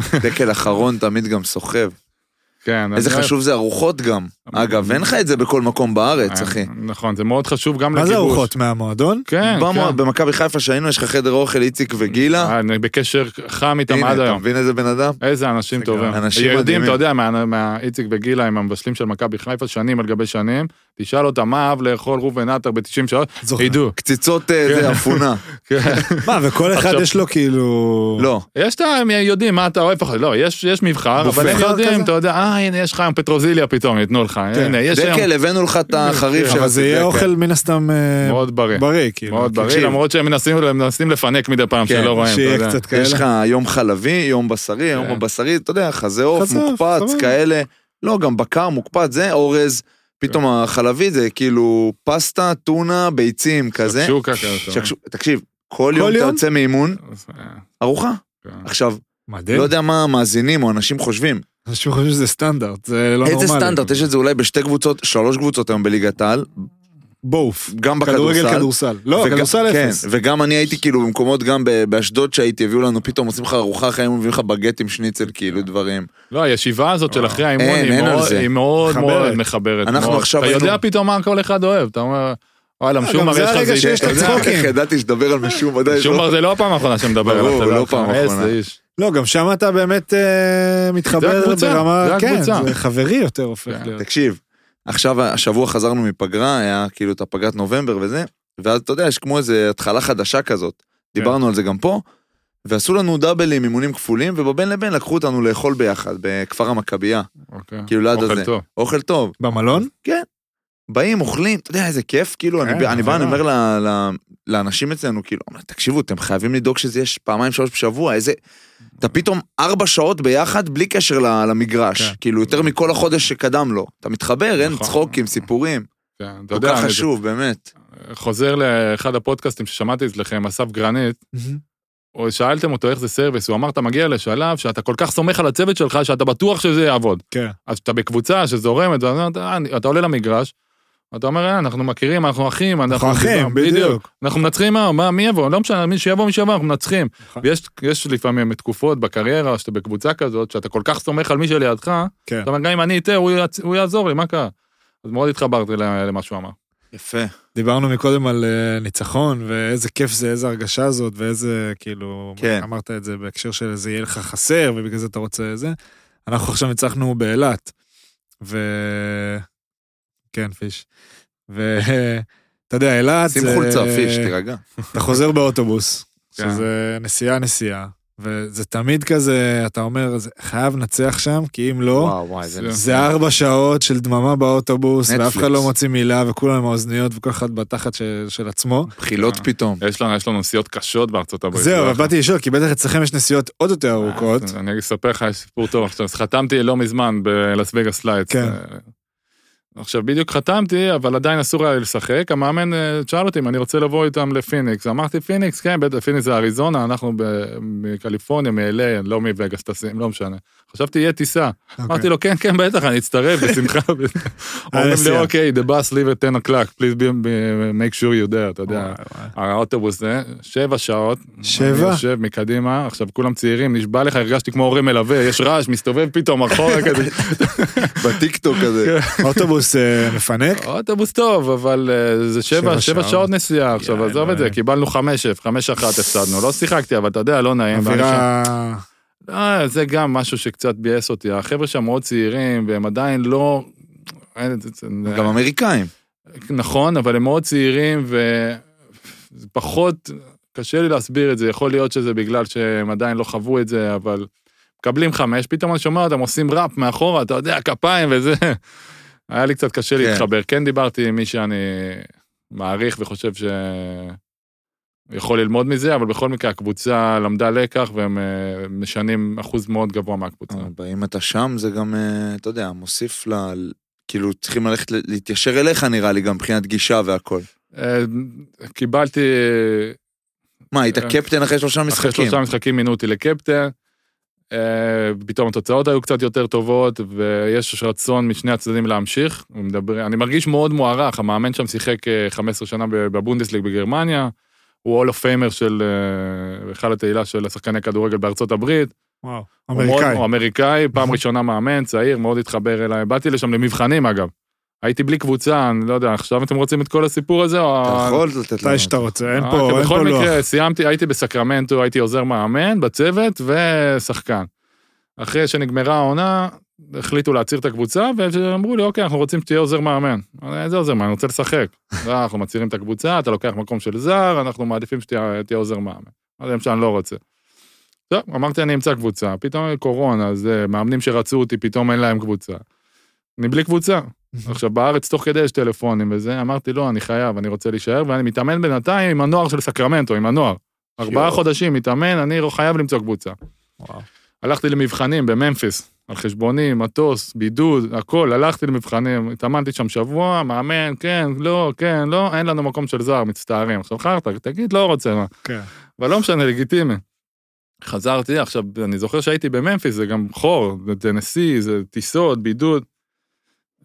ככה. דקל אחרון תמיד גם סוחב. כן. איזה אני אוהב. חשוב זה ארוחות גם. אגב, אין לך את זה בכל מקום בארץ, אחי. נכון זה מאוד חשוב גם מה לגיבוש. זה ארוחות מהמועדון? כן. במוע- כן. במכבי חיפה שהיינו, יש לך חדר אוכל, איציק וגילה. אה, אני בקשר חם איתם הנה, עד אתה היום. מבין איזה בן אדם? איזה אנשים זה טובים. גם אנשים יודעים, מדהימים. אתה יודע, מה- מהאיציק וגילה עם המבשלים של מכבי חיפה שנים על גבי שנים, תשאל אותם מה אהב לאכול ראובן עטר ב-90 שעות, זוכר. ידעו. קציצות אה, כן. זה אפונה. מה, וכל אחד עכשיו- יש לו כאילו... לא. יש את ה... הם יודעים מה אתה אוהב, אחרי- לא, יש יש מבחר, בופה. אבל הם מבחר יודעים, כזה? אתה יודע, אה, הנה יש לך היום פטרוזיליה פתאום, ייתנו לך, הנה, יש היום. כן. דקל, הבאנו לך את החריף של אבל זה יהיה אוכל מן הסתם אה, מאוד בריא. בריא, כאילו. מאוד בריא, תקשיב. למרות שהם מנסים- הם מנסים לפנק מדי פעם, כן, שלא רואים, אתה שיהיה יודע. קצת כאלה. יש לך יום חלבי, יום בשרי, יום כן. הבשרי, אתה יודע, חזה עוף, חזה עוף, מוקפץ, סבבה. כאלה. לא, גם בקר, מוקפץ, זה אורז. פתאום כן. החלבי זה כאילו פסטה, טונה, ביצים, כזה. שקשוקה כזה, אתה שקשוק. תקשיב, כל כל יום אתה יום? יוצא מאימון, אומר. אז, אה, ארוחה. כן. עכשיו, מדהים. לא יודע מה המאזינים או אנשים חושבים. אנשים חושבים שזה סטנדרט, זה לא נורמלי. איזה סטנדרט? יש את זה אולי בשתי קבוצות, שלוש קבוצות היום בליגת העל, בוף. גם כדורגל, בכדורסל. כדורסל. לא, וגם- כדורסל כן, אפס. וגם אני הייתי כאילו במקומות, גם ב- באשדוד שהייתי, הביאו לנו, פתאום עושים לך ארוחה אחרי היום, מביאים לך בגט עם שניצל, כאילו דברים. אה, לא, הישיבה הזאת של אחרי האימון אין, היא אין על מאוד- זה. היא מאוד מחברת. מאוד מחברת. אנחנו מאוד. עכשיו אתה היינו- יודע פתאום מה כל אחד אוהב, אתה אומר, וואלה, אה, משום גם מה זה יש לך הרגע זה- שיש אתה אתה את יודע, יודע, צחוקים. איך ידעתי שתדבר על משום, עדיין שום לא. דבר זה לא הפעם האחרונה שמדבר עליו. ברור, אתה יודע, לא פעם איזה אחרונה. איש. לא, גם שם אתה באמת אה, מתחבר הקבוצה, ברמה... זה הקבוצה. כן, זה חברי יותר הופך כן. להיות. תקשיב, עכשיו השבוע חזרנו מפגרה, היה כאילו את הפגרת נובמבר וזה, ואז אתה יודע, יש כמו איזה התחלה חדשה כזאת. דיברנו על זה גם פה, ועשו לנו דאבלים, אימונים כפולים, ובין לבין לקחו אותנו לאכול ביחד, בכפר המכבייה, אוקיי. כאילו ליד אוכל הזה. טוב. אוכל טוב. במלון? באים, אוכלים, אתה יודע איזה כיף, כאילו, כן, אני, אני זה בא, אני רע. אומר לא- ל, ל, לאנשים אצלנו, כאילו, אומר, תקשיבו, אתם חייבים לדאוג שזה יש פעמיים שלוש בשבוע, איזה... אתה פתאום ארבע שעות ביחד בלי קשר ל- למגרש, כן. כאילו, יותר מכל החודש שקדם לו. אתה מתחבר, אין נכון. צחוקים, סיפורים. כן, אתה כל יודע, כך אני חשוב, באמת. חוזר לאחד הפודקאסטים ששמעתי אצלכם, אסף גרנית, או שאלתם אותו איך זה סרוויס, הוא אמר, אתה מגיע לשלב שאתה כל כך סומך על הצוות שלך, שאתה בטוח שזה יעבוד. כן. אז אתה בקבוצה שזורמת, ואז אתה- אה, אתה עולה למגרש, אתה אומר, "אה, אנחנו מכירים, אנחנו אחים, אנחנו אחים, בדיוק. אנחנו מנצחים, מה, מה, מי יבוא? לא משנה, מי שיבוא, מי שיבוא, אנחנו מנצחים. נכון. ויש יש לפעמים תקופות בקריירה, שאתה בקבוצה כזאת, שאתה כל כך סומך על מי שלידך, כן. אתה אומר, גם אם אני אטעה, הוא, יעצ- הוא יעזור לי, מה קרה? אז מאוד התחברתי ל- למה שהוא אמר. יפה. דיברנו מקודם על אה, ניצחון, ואיזה כיף זה, איזה הרגשה זאת, ואיזה, כאילו, כן. אמרת את זה בהקשר של זה יהיה לך חסר, ובגלל זה אתה רוצה זה. אנחנו עכשיו ניצחנו באילת, ו... כן, פיש. ו... אתה יודע, אילת... שים זה- חולצה, פיש, תירגע. אתה חוזר באוטובוס, כן. שזה נסיעה נסיעה, וזה תמיד כזה, אתה אומר, "זה- חייב לנצח שם, כי אם לא, וואו, וואי, זה... זה- נס- זה ארבע שעות של דממה באוטובוס, ואף נטפליקס. אחד לא מוציא מילה, וכולם עם האוזניות, וכל אחד בתחת של- של עצמו. בחילות אה. פתאום. יש לנו, יש לנו נסיעות קשות בארצות הברית. זהו, לא אבל יכול. באתי לשאול, כי בטח אצלכם יש נסיעות עוד אה, יותר ארוכות. אז אני אספר לך, יש סיפור טוב. עכשיו, אז חתמתי לא מזמן בלס וגאס לייטס. כן. עכשיו, בדיוק חתמתי, אבל עדיין אסור היה לשחק. המאמן אה, שאל אותי אם אני רוצה לבוא איתם לפיניקס. אמרתי, פיניקס, כן, בטח, פיניקס זה אריזונה, אנחנו ב- מקליפורניה, מ-LA, לא מווגאס טסים, לא משנה. חשבתי, יהיה טיסה. אוקיי. אמרתי לו, כן, כן, בטח, אני אצטרף, בשמחה. אומרים לי, הנסיעה. אוקיי, the bus leave at 10 o'clock, please be- be- make sure you there, אתה יודע. האוטובוס זה, שבע שעות. שבע? אני יושב מקדימה, עכשיו כולם צעירים, נשבע לך, הרגשתי כמו הורה מלווה, יש רעש, מסתובב פתאום אחורה כזה. בטיקטוק הזה. אוטובוס אה, מפנק? אוטובוס טוב, אבל אה, זה שבע, שבע שבע שעות. שעות נסיעה עכשיו, יאללה. עזוב את זה, קיבלנו חמש אפ, חמש אחת הפסדנו, לא שיחקתי, אבל אתה יודע, לא נעים. ואני אווירה... שם- אה, זה גם משהו שקצת ביאס אותי, החבר'ה שם מאוד צעירים, והם עדיין לא... אין- כן. גם אמריקאים. נכון, אבל הם מאוד צעירים ופחות, קשה לי להסביר את זה, יכול להיות שזה בגלל שהם עדיין לא חוו את זה, אבל מקבלים חמש, פתאום אני שומע אותם עושים ראפ מאחורה, אתה יודע, כפיים וזה. היה לי קצת קשה כן. להתחבר. כן דיברתי עם מי שאני מעריך וחושב ש... יכול ללמוד מזה, אבל בכל מקרה הקבוצה למדה לקח והם אה, משנים אחוז מאוד גבוה מהקבוצה. אבל אם אתה שם, זה גם, אה, אתה יודע, מוסיף ל... כאילו, צריכים ללכת ל- להתיישר אליך, נראה לי, גם מבחינת גישה והכל. אה, קיבלתי מה, היית קפטן אחרי שלושה אחרי משחקים? שלושה משחקים מינו אותי לקפטן. אה, פתאום התוצאות היו קצת יותר טובות, ויש רצון משני הצדדים להמשיך. הוא מדבר, אני מרגיש מאוד מוערך, המאמן שם שיחק אה, 15 שנה ב- בבונדסליג בגרמניה, הוא הול אוף פיימר של אה, היכל התהילה של השחקני כדורגל בארצות הברית. וואו. הוא מאוד- אמריקאי. הוא אמריקאי, פעם נכון. ראשונה מאמן, צעיר, מאוד התחבר אליי. באתי לשם למבחנים אגב. הייתי בלי קבוצה, אני לא יודע, עכשיו אתם רוצים את כל הסיפור הזה? או- אתה יכול לתת לנו. מתי שאתה רוצה, אין אה, פה אוקיי, אין פה בכל לוח. מקרה, סיימתי, הייתי בסקרמנטו, הייתי עוזר מאמן בצוות ושחקן. אחרי שנגמרה העונה, החליטו להצהיר את הקבוצה, ואמרו לי, אוקיי, אנחנו רוצים שתהיה עוזר מאמן. אני, איזה עוזר מאמן? אני רוצה לשחק. "לא, אנחנו מצהירים את הקבוצה, אתה לוקח מקום של זר, אנחנו מעדיפים שתהיה תהיה עוזר מאמן. אמרתי להם שאני לא רוצה. טוב, אמרתי, אני אמצא קבוצה. פתאום קורונה, אז אה, מאמנים שרצו אותי, פתאום אין להם קבוצה. אני בלי קבוצה. עכשיו בארץ תוך כדי יש טלפונים וזה, אמרתי לא, אני חייב, אני רוצה להישאר, ואני מתאמן בינתיים עם הנוער של סקרמנטו, עם הנוער. ארבעה יואו. חודשים מתאמן, אני לא חייב למצוא קבוצה. וואו. הלכתי למבחנים בממפיס, על חשבוני, מטוס, בידוד, הכל, הלכתי למבחנים, התאמנתי שם שבוע, מאמן, כן, לא, כן, לא, אין לנו מקום של זר, מצטערים. עכשיו חרטא, תגיד, לא רוצה, מה. כן. אבל לא משנה, לגיטימי. חזרתי, עכשיו, אני זוכר שהייתי בממפיס, זה גם חור, זה טנסי, זה טיסות, בידוד.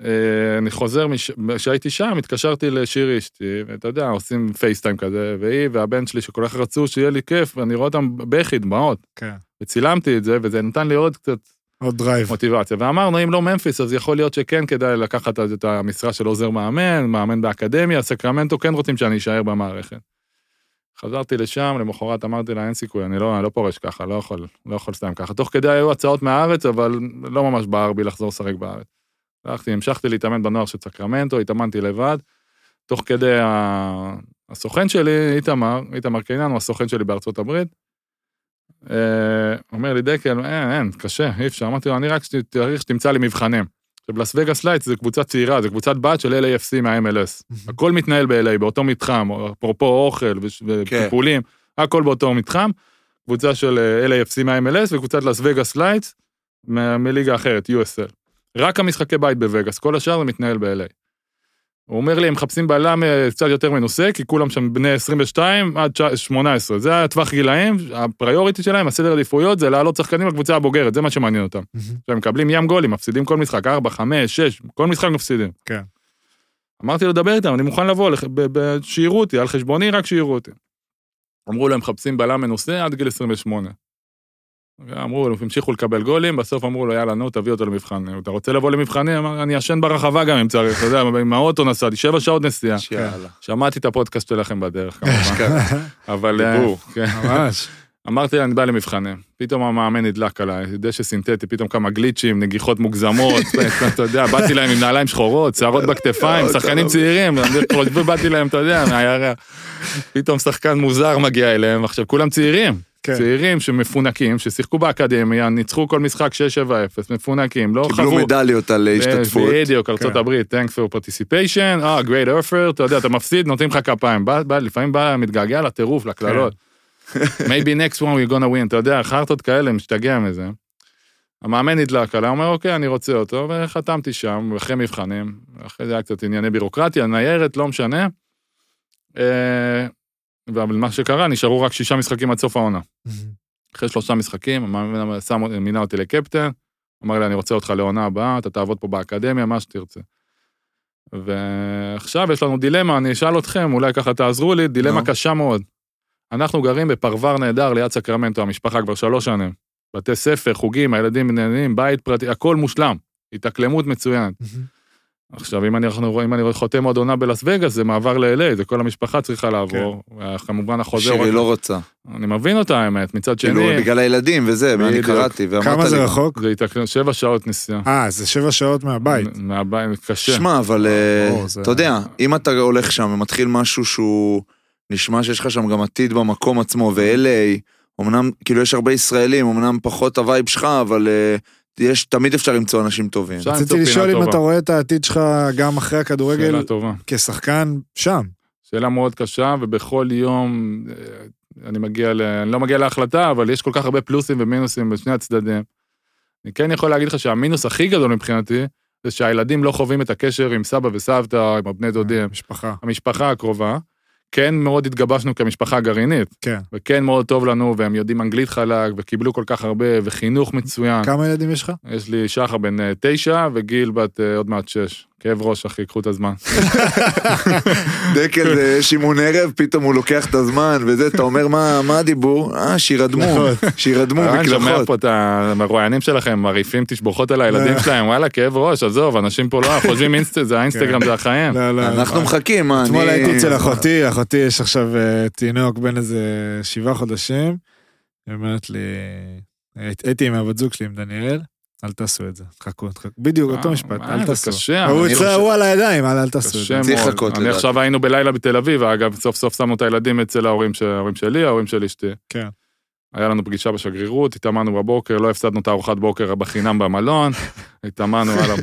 אה, אני חוזר, כשהייתי שם, התקשרתי לשירי אשתי, ואתה יודע, עושים פייסטיים כזה, והיא והבן שלי, שכל כך רצו שיהיה לי כיף, ואני רואה אותם בכי, דמעות. כן. וצילמתי את זה, וזה נתן לי עוד קצת עוד דרייב. מוטיבציה. ואמרנו, אם לא ממפיס, אז יכול להיות שכן כדאי לקחת אז את המשרה של עוזר מאמן, מאמן באקדמיה, סקרמנטו כן רוצים שאני אשאר במערכת. חזרתי לשם, למחרת אמרתי לה, אין סיכוי, אני לא, אני לא פורש ככה, לא יכול, לא יכול סתם ככה. תוך כדי היו הצעות מהארץ, אבל לא ממש בער בי לחזור לשחק בארץ. הלכתי, המשכתי להתאמן בנוער של סקרמנטו, התאמנתי לבד. תוך כדי ה... הסוכן שלי, איתמר, איתמר קינן, הוא הסוכן שלי בארצות הברית, אה, אומר לי, דקל, אין, אין, קשה, אי אפשר. אמרתי לו, אני רק שת- צריך שתמצא לי מבחנים. עכשיו, לס וגאס לייטס זה קבוצה צעירה, זה קבוצת בת של LAFC מה-MLS. הכל מתנהל ב-LA, באותו מתחם, אפרופו אוכל וש- וטיפולים, הכל באותו מתחם. קבוצה של אה, LAFC מה-MLS וקבוצת לס וגאס לייטס מה- מליגה אחרת, USL. רק המשחקי בית בווגאס, כל השאר זה מתנהל ב-LA. הוא אומר לי, הם מחפשים בלם אה, קצת יותר מנוסה, כי כולם שם בני 22 עד תשע- 18. זה הטווח גילאים, הפריוריטי שלהם, הסדר עדיפויות, זה להעלות שחקנים לקבוצה הבוגרת, זה מה שמעניין אותם. עכשיו, הם מקבלים ים גולים, מפסידים כל משחק, 4, 5, 6, כל משחק מפסידים. כן. אמרתי לו, דבר איתם, אני מוכן לבוא, לח- ב- ב- שיראו אותי, על חשבוני, רק שיראו אותי. אמרו לו, הם מחפשים בלם מנוסה עד גיל 28. אמרו לו, המשיכו לקבל גולים, בסוף אמרו לו, יאללה, נו, תביא אותו למבחן. אתה רוצה לבוא למבחנים? אמר, אני ישן ברחבה גם אם צריך, אתה יודע, עם האוטו נסעתי, שבע שעות נסיעה. יאללה. שמעתי את הפודקאסט שלכם בדרך, כמובן. אבל... אה, כן. דיבור. כן. ממש. אמרתי לה, אני בא למבחנים. פתאום המאמן נדלק עליי, דשא סינתטי, פתאום כמה גליצ'ים, נגיחות מוגזמות, אתה יודע, באתי להם עם נעליים שחורות, שערות בכתפיים, שחקנים צעירים, באתי להם, אתה יודע, מהירח. פתאום שחקן מוזר מגיע אליהם, עכשיו כולם צעירים. כן. צעירים שמפונקים, ששיחקו באקדמיה, ניצחו כל משחק 6-7-0, מפונקים, לא קיבלו חוו... מדליות על אה, השתתפות. בדיוק, ארצות כן. הברית, Thanks for participation, אה, great offer, אתה יודע, אתה מפסיד, נותנים לך כפיים. בא- בא- לפעמים בא, מתגעגע לטירוף, לקללות. Maybe next one we're gonna win, אתה יודע, חרטות כאלה, משתגע מזה. המאמן נדלק עליי, הוא אומר, אוקיי, אני רוצה אותו, וחתמתי שם, אחרי מבחנים, אחרי זה היה קצת ענייני בירוקרטיה, ניירת, לא משנה. אה, אבל מה שקרה, נשארו רק שישה משחקים עד סוף העונה. Mm-hmm. אחרי שלושה משחקים, המאמן שם- מינה אותי לקפטן, אמר לי, אני רוצה אותך לעונה הבאה, אתה תעבוד פה באקדמיה, מה שתרצה. ועכשיו יש לנו דילמה, אני אשאל אתכם, אולי ככה תעזרו לי, דילמה נו. קשה מאוד. אנחנו גרים בפרבר נהדר ליד סקרמנטו, המשפחה כבר שלוש שנים. בתי ספר, חוגים, הילדים נהנים, בית פרטי, הכל מושלם. התאקלמות מצוינת. עכשיו, אם אני, אנחנו, אם אני חותם עוד עונה בלאס וגאס, זה מעבר ל-LA, זה כל המשפחה צריכה לעבור. כן. כמובן, החוזר... שירי לא רוצה. אני מבין אותה, האמת. מצד שני, כאילו, בגלל הילדים וזה, אני בדיוק. קראתי, ואמרת לי... כמה זה רחוק? זה התאקלמות, שבע שעות נסיעה. אה, זה שבע שעות מהבית. אה, מהבית, קשה. שמע, אבל אה, ברור, זה- אתה יודע, אם אתה הולך שם ומתחיל משהו שהוא... נשמע שיש לך שם גם עתיד במקום עצמו, ו-LA, אמנם, כאילו, יש הרבה ישראלים, אמנם פחות הווייב שלך, אבל אה, יש, תמיד אפשר למצוא אנשים טובים. אפשר למצוא רציתי פינה לשאול אם טובה. אתה רואה את העתיד שלך גם אחרי הכדורגל שאלה טובה. כשחקן שם. שאלה מאוד קשה, ובכל יום אה, אני מגיע ל... אני לא מגיע להחלטה, אבל יש כל כך הרבה פלוסים ומינוסים בשני הצדדים. אני כן יכול להגיד לך שהמינוס הכי גדול מבחינתי, זה שהילדים לא חווים את הקשר עם סבא וסבתא, עם הבני דודים, משפחה. המשפחה הקרובה. כן מאוד התגבשנו כמשפחה גרעינית, כן. וכן מאוד טוב לנו, והם יודעים אנגלית חלק, וקיבלו כל כך הרבה, וחינוך מצוין. כמה ילדים יש לך? יש לי שחר בן אה, תשע, וגיל בת אה, עוד מעט שש. כאב ראש, אחי, קחו את הזמן. אה, דקל זה שימון ערב, פתאום הוא לוקח את הזמן, וזה, אתה אומר, "מה- מה הדיבור? אה, שירדמו, נכון. שירדמו אני שומע מקלחות. פה את המרואיינים שלכם, מרעיפים תשבוכות על הילדים אה. שלהם, וואלה, כאב ראש, עזוב, אנשים פה לא, חושבים אינסטגרם, זה האינסטגרם, זה החיים. לא, לא. אנחנו מחכים, מה, אני... אתמול הייתי אצל אחותי, אחותי יש עכשיו אה, תינוק בן איזה שבעה חודשים. היא אומרת לי, הייתי- הייתי עם הבת זוג שלי, עם דניאל, אל תעשו את זה, תחכו, תחכו. בדיוק, לא, אותו אה, משפט, מה, אל זה תעשו. קשה, הוא אני אצל- חושב- הוא על הידיים, אל אל תעשו את זה. קשה צריך מאוד. לחכות, אני לדעתי. עכשיו היינו בלילה בתל אביב, אגב, סוף סוף שמנו את הילדים אצל ההורים של- ההורים שלי, ההורים של אשתי. כן. היה לנו פגישה בשגרירות, התאמנו בבוקר, לא הפסדנו את הארוחת בוקר בחינם במלון, התאמנו, יאללה.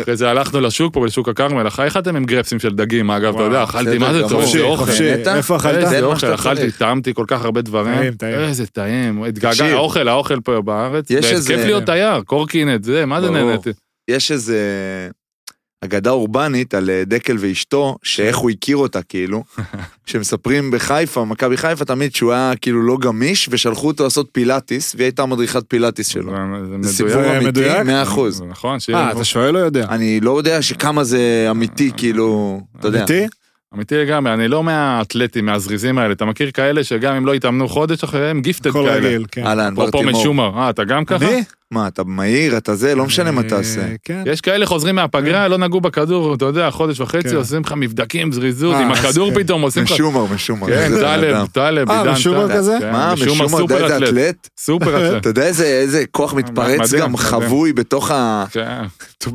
אחרי זה הלכנו לשוק פה, לשוק הכרמל, אחי, אכלתם עם גרפסים של דגים, אגב, אתה וואו, יודע, אכלתי, בסדר מה זה גמור. טוב, חופשי, זה אוכל. חופשי. נהנית? איפה אכלת? זה איזה מה אוכל, שאתה אכלתי, צריך. טעמתי כל כך הרבה דברים. טעים, טעים. איזה טעים, התגעגע, תקשיב. האוכל, האוכל פה בארץ. יש וכיף איזה- להיות תייר, קורקינט, זה, מה זה ברור. נהניתי. יש איזה אגדה אורבנית על אה, דקל ואשתו, שאיך הוא הכיר אותה, כאילו. שמספרים בחיפה, מכבי חיפה, תמיד שהוא היה כאילו לא גמיש, ושלחו אותו לעשות פילאטיס, והיא הייתה מדריכת פילאטיס שלו. זה זה מדויק. סיפור אמיתי, מדויק? 100 אחוז. זה נכון, שירי. אה, אתה שואל לא יודע. אני לא יודע שכמה זה אמיתי, כאילו, אתה יודע. אה, אמיתי? אמיתי לגמרי, אני לא מהאתלטים, מהזריזים האלה. אתה מכיר כאלה שגם אם לא התאמנו חודש אחרי, הם גיפטד הכל כאלה. רגיל, כן. אהלן, אפרופו ברטימור. משומר, אה, אתה גם ככה? אני? מה, אתה מהיר, אתה זה, לא משנה מה תעשה. אה, כן. יש כאלה חוזרים מהפגרה, לא נגעו בכדור, אתה יודע, חודש וחצי, כן. עושים לך מבדקים, זריזות, אה, עם אז הכדור כן. פתאום עושים לך... משומר, משומר. כן, זה בן טלב, אדם. טלב, אה, עידן, משומר טלב. כזה? כן, מה, משומר משומר, די סופר איזה אתלט. אתלט? סופר אתלט. אתה יודע איזה- איזה כוח מתפרץ מדהים, גם מדהים. חבוי בתוך ה... כן.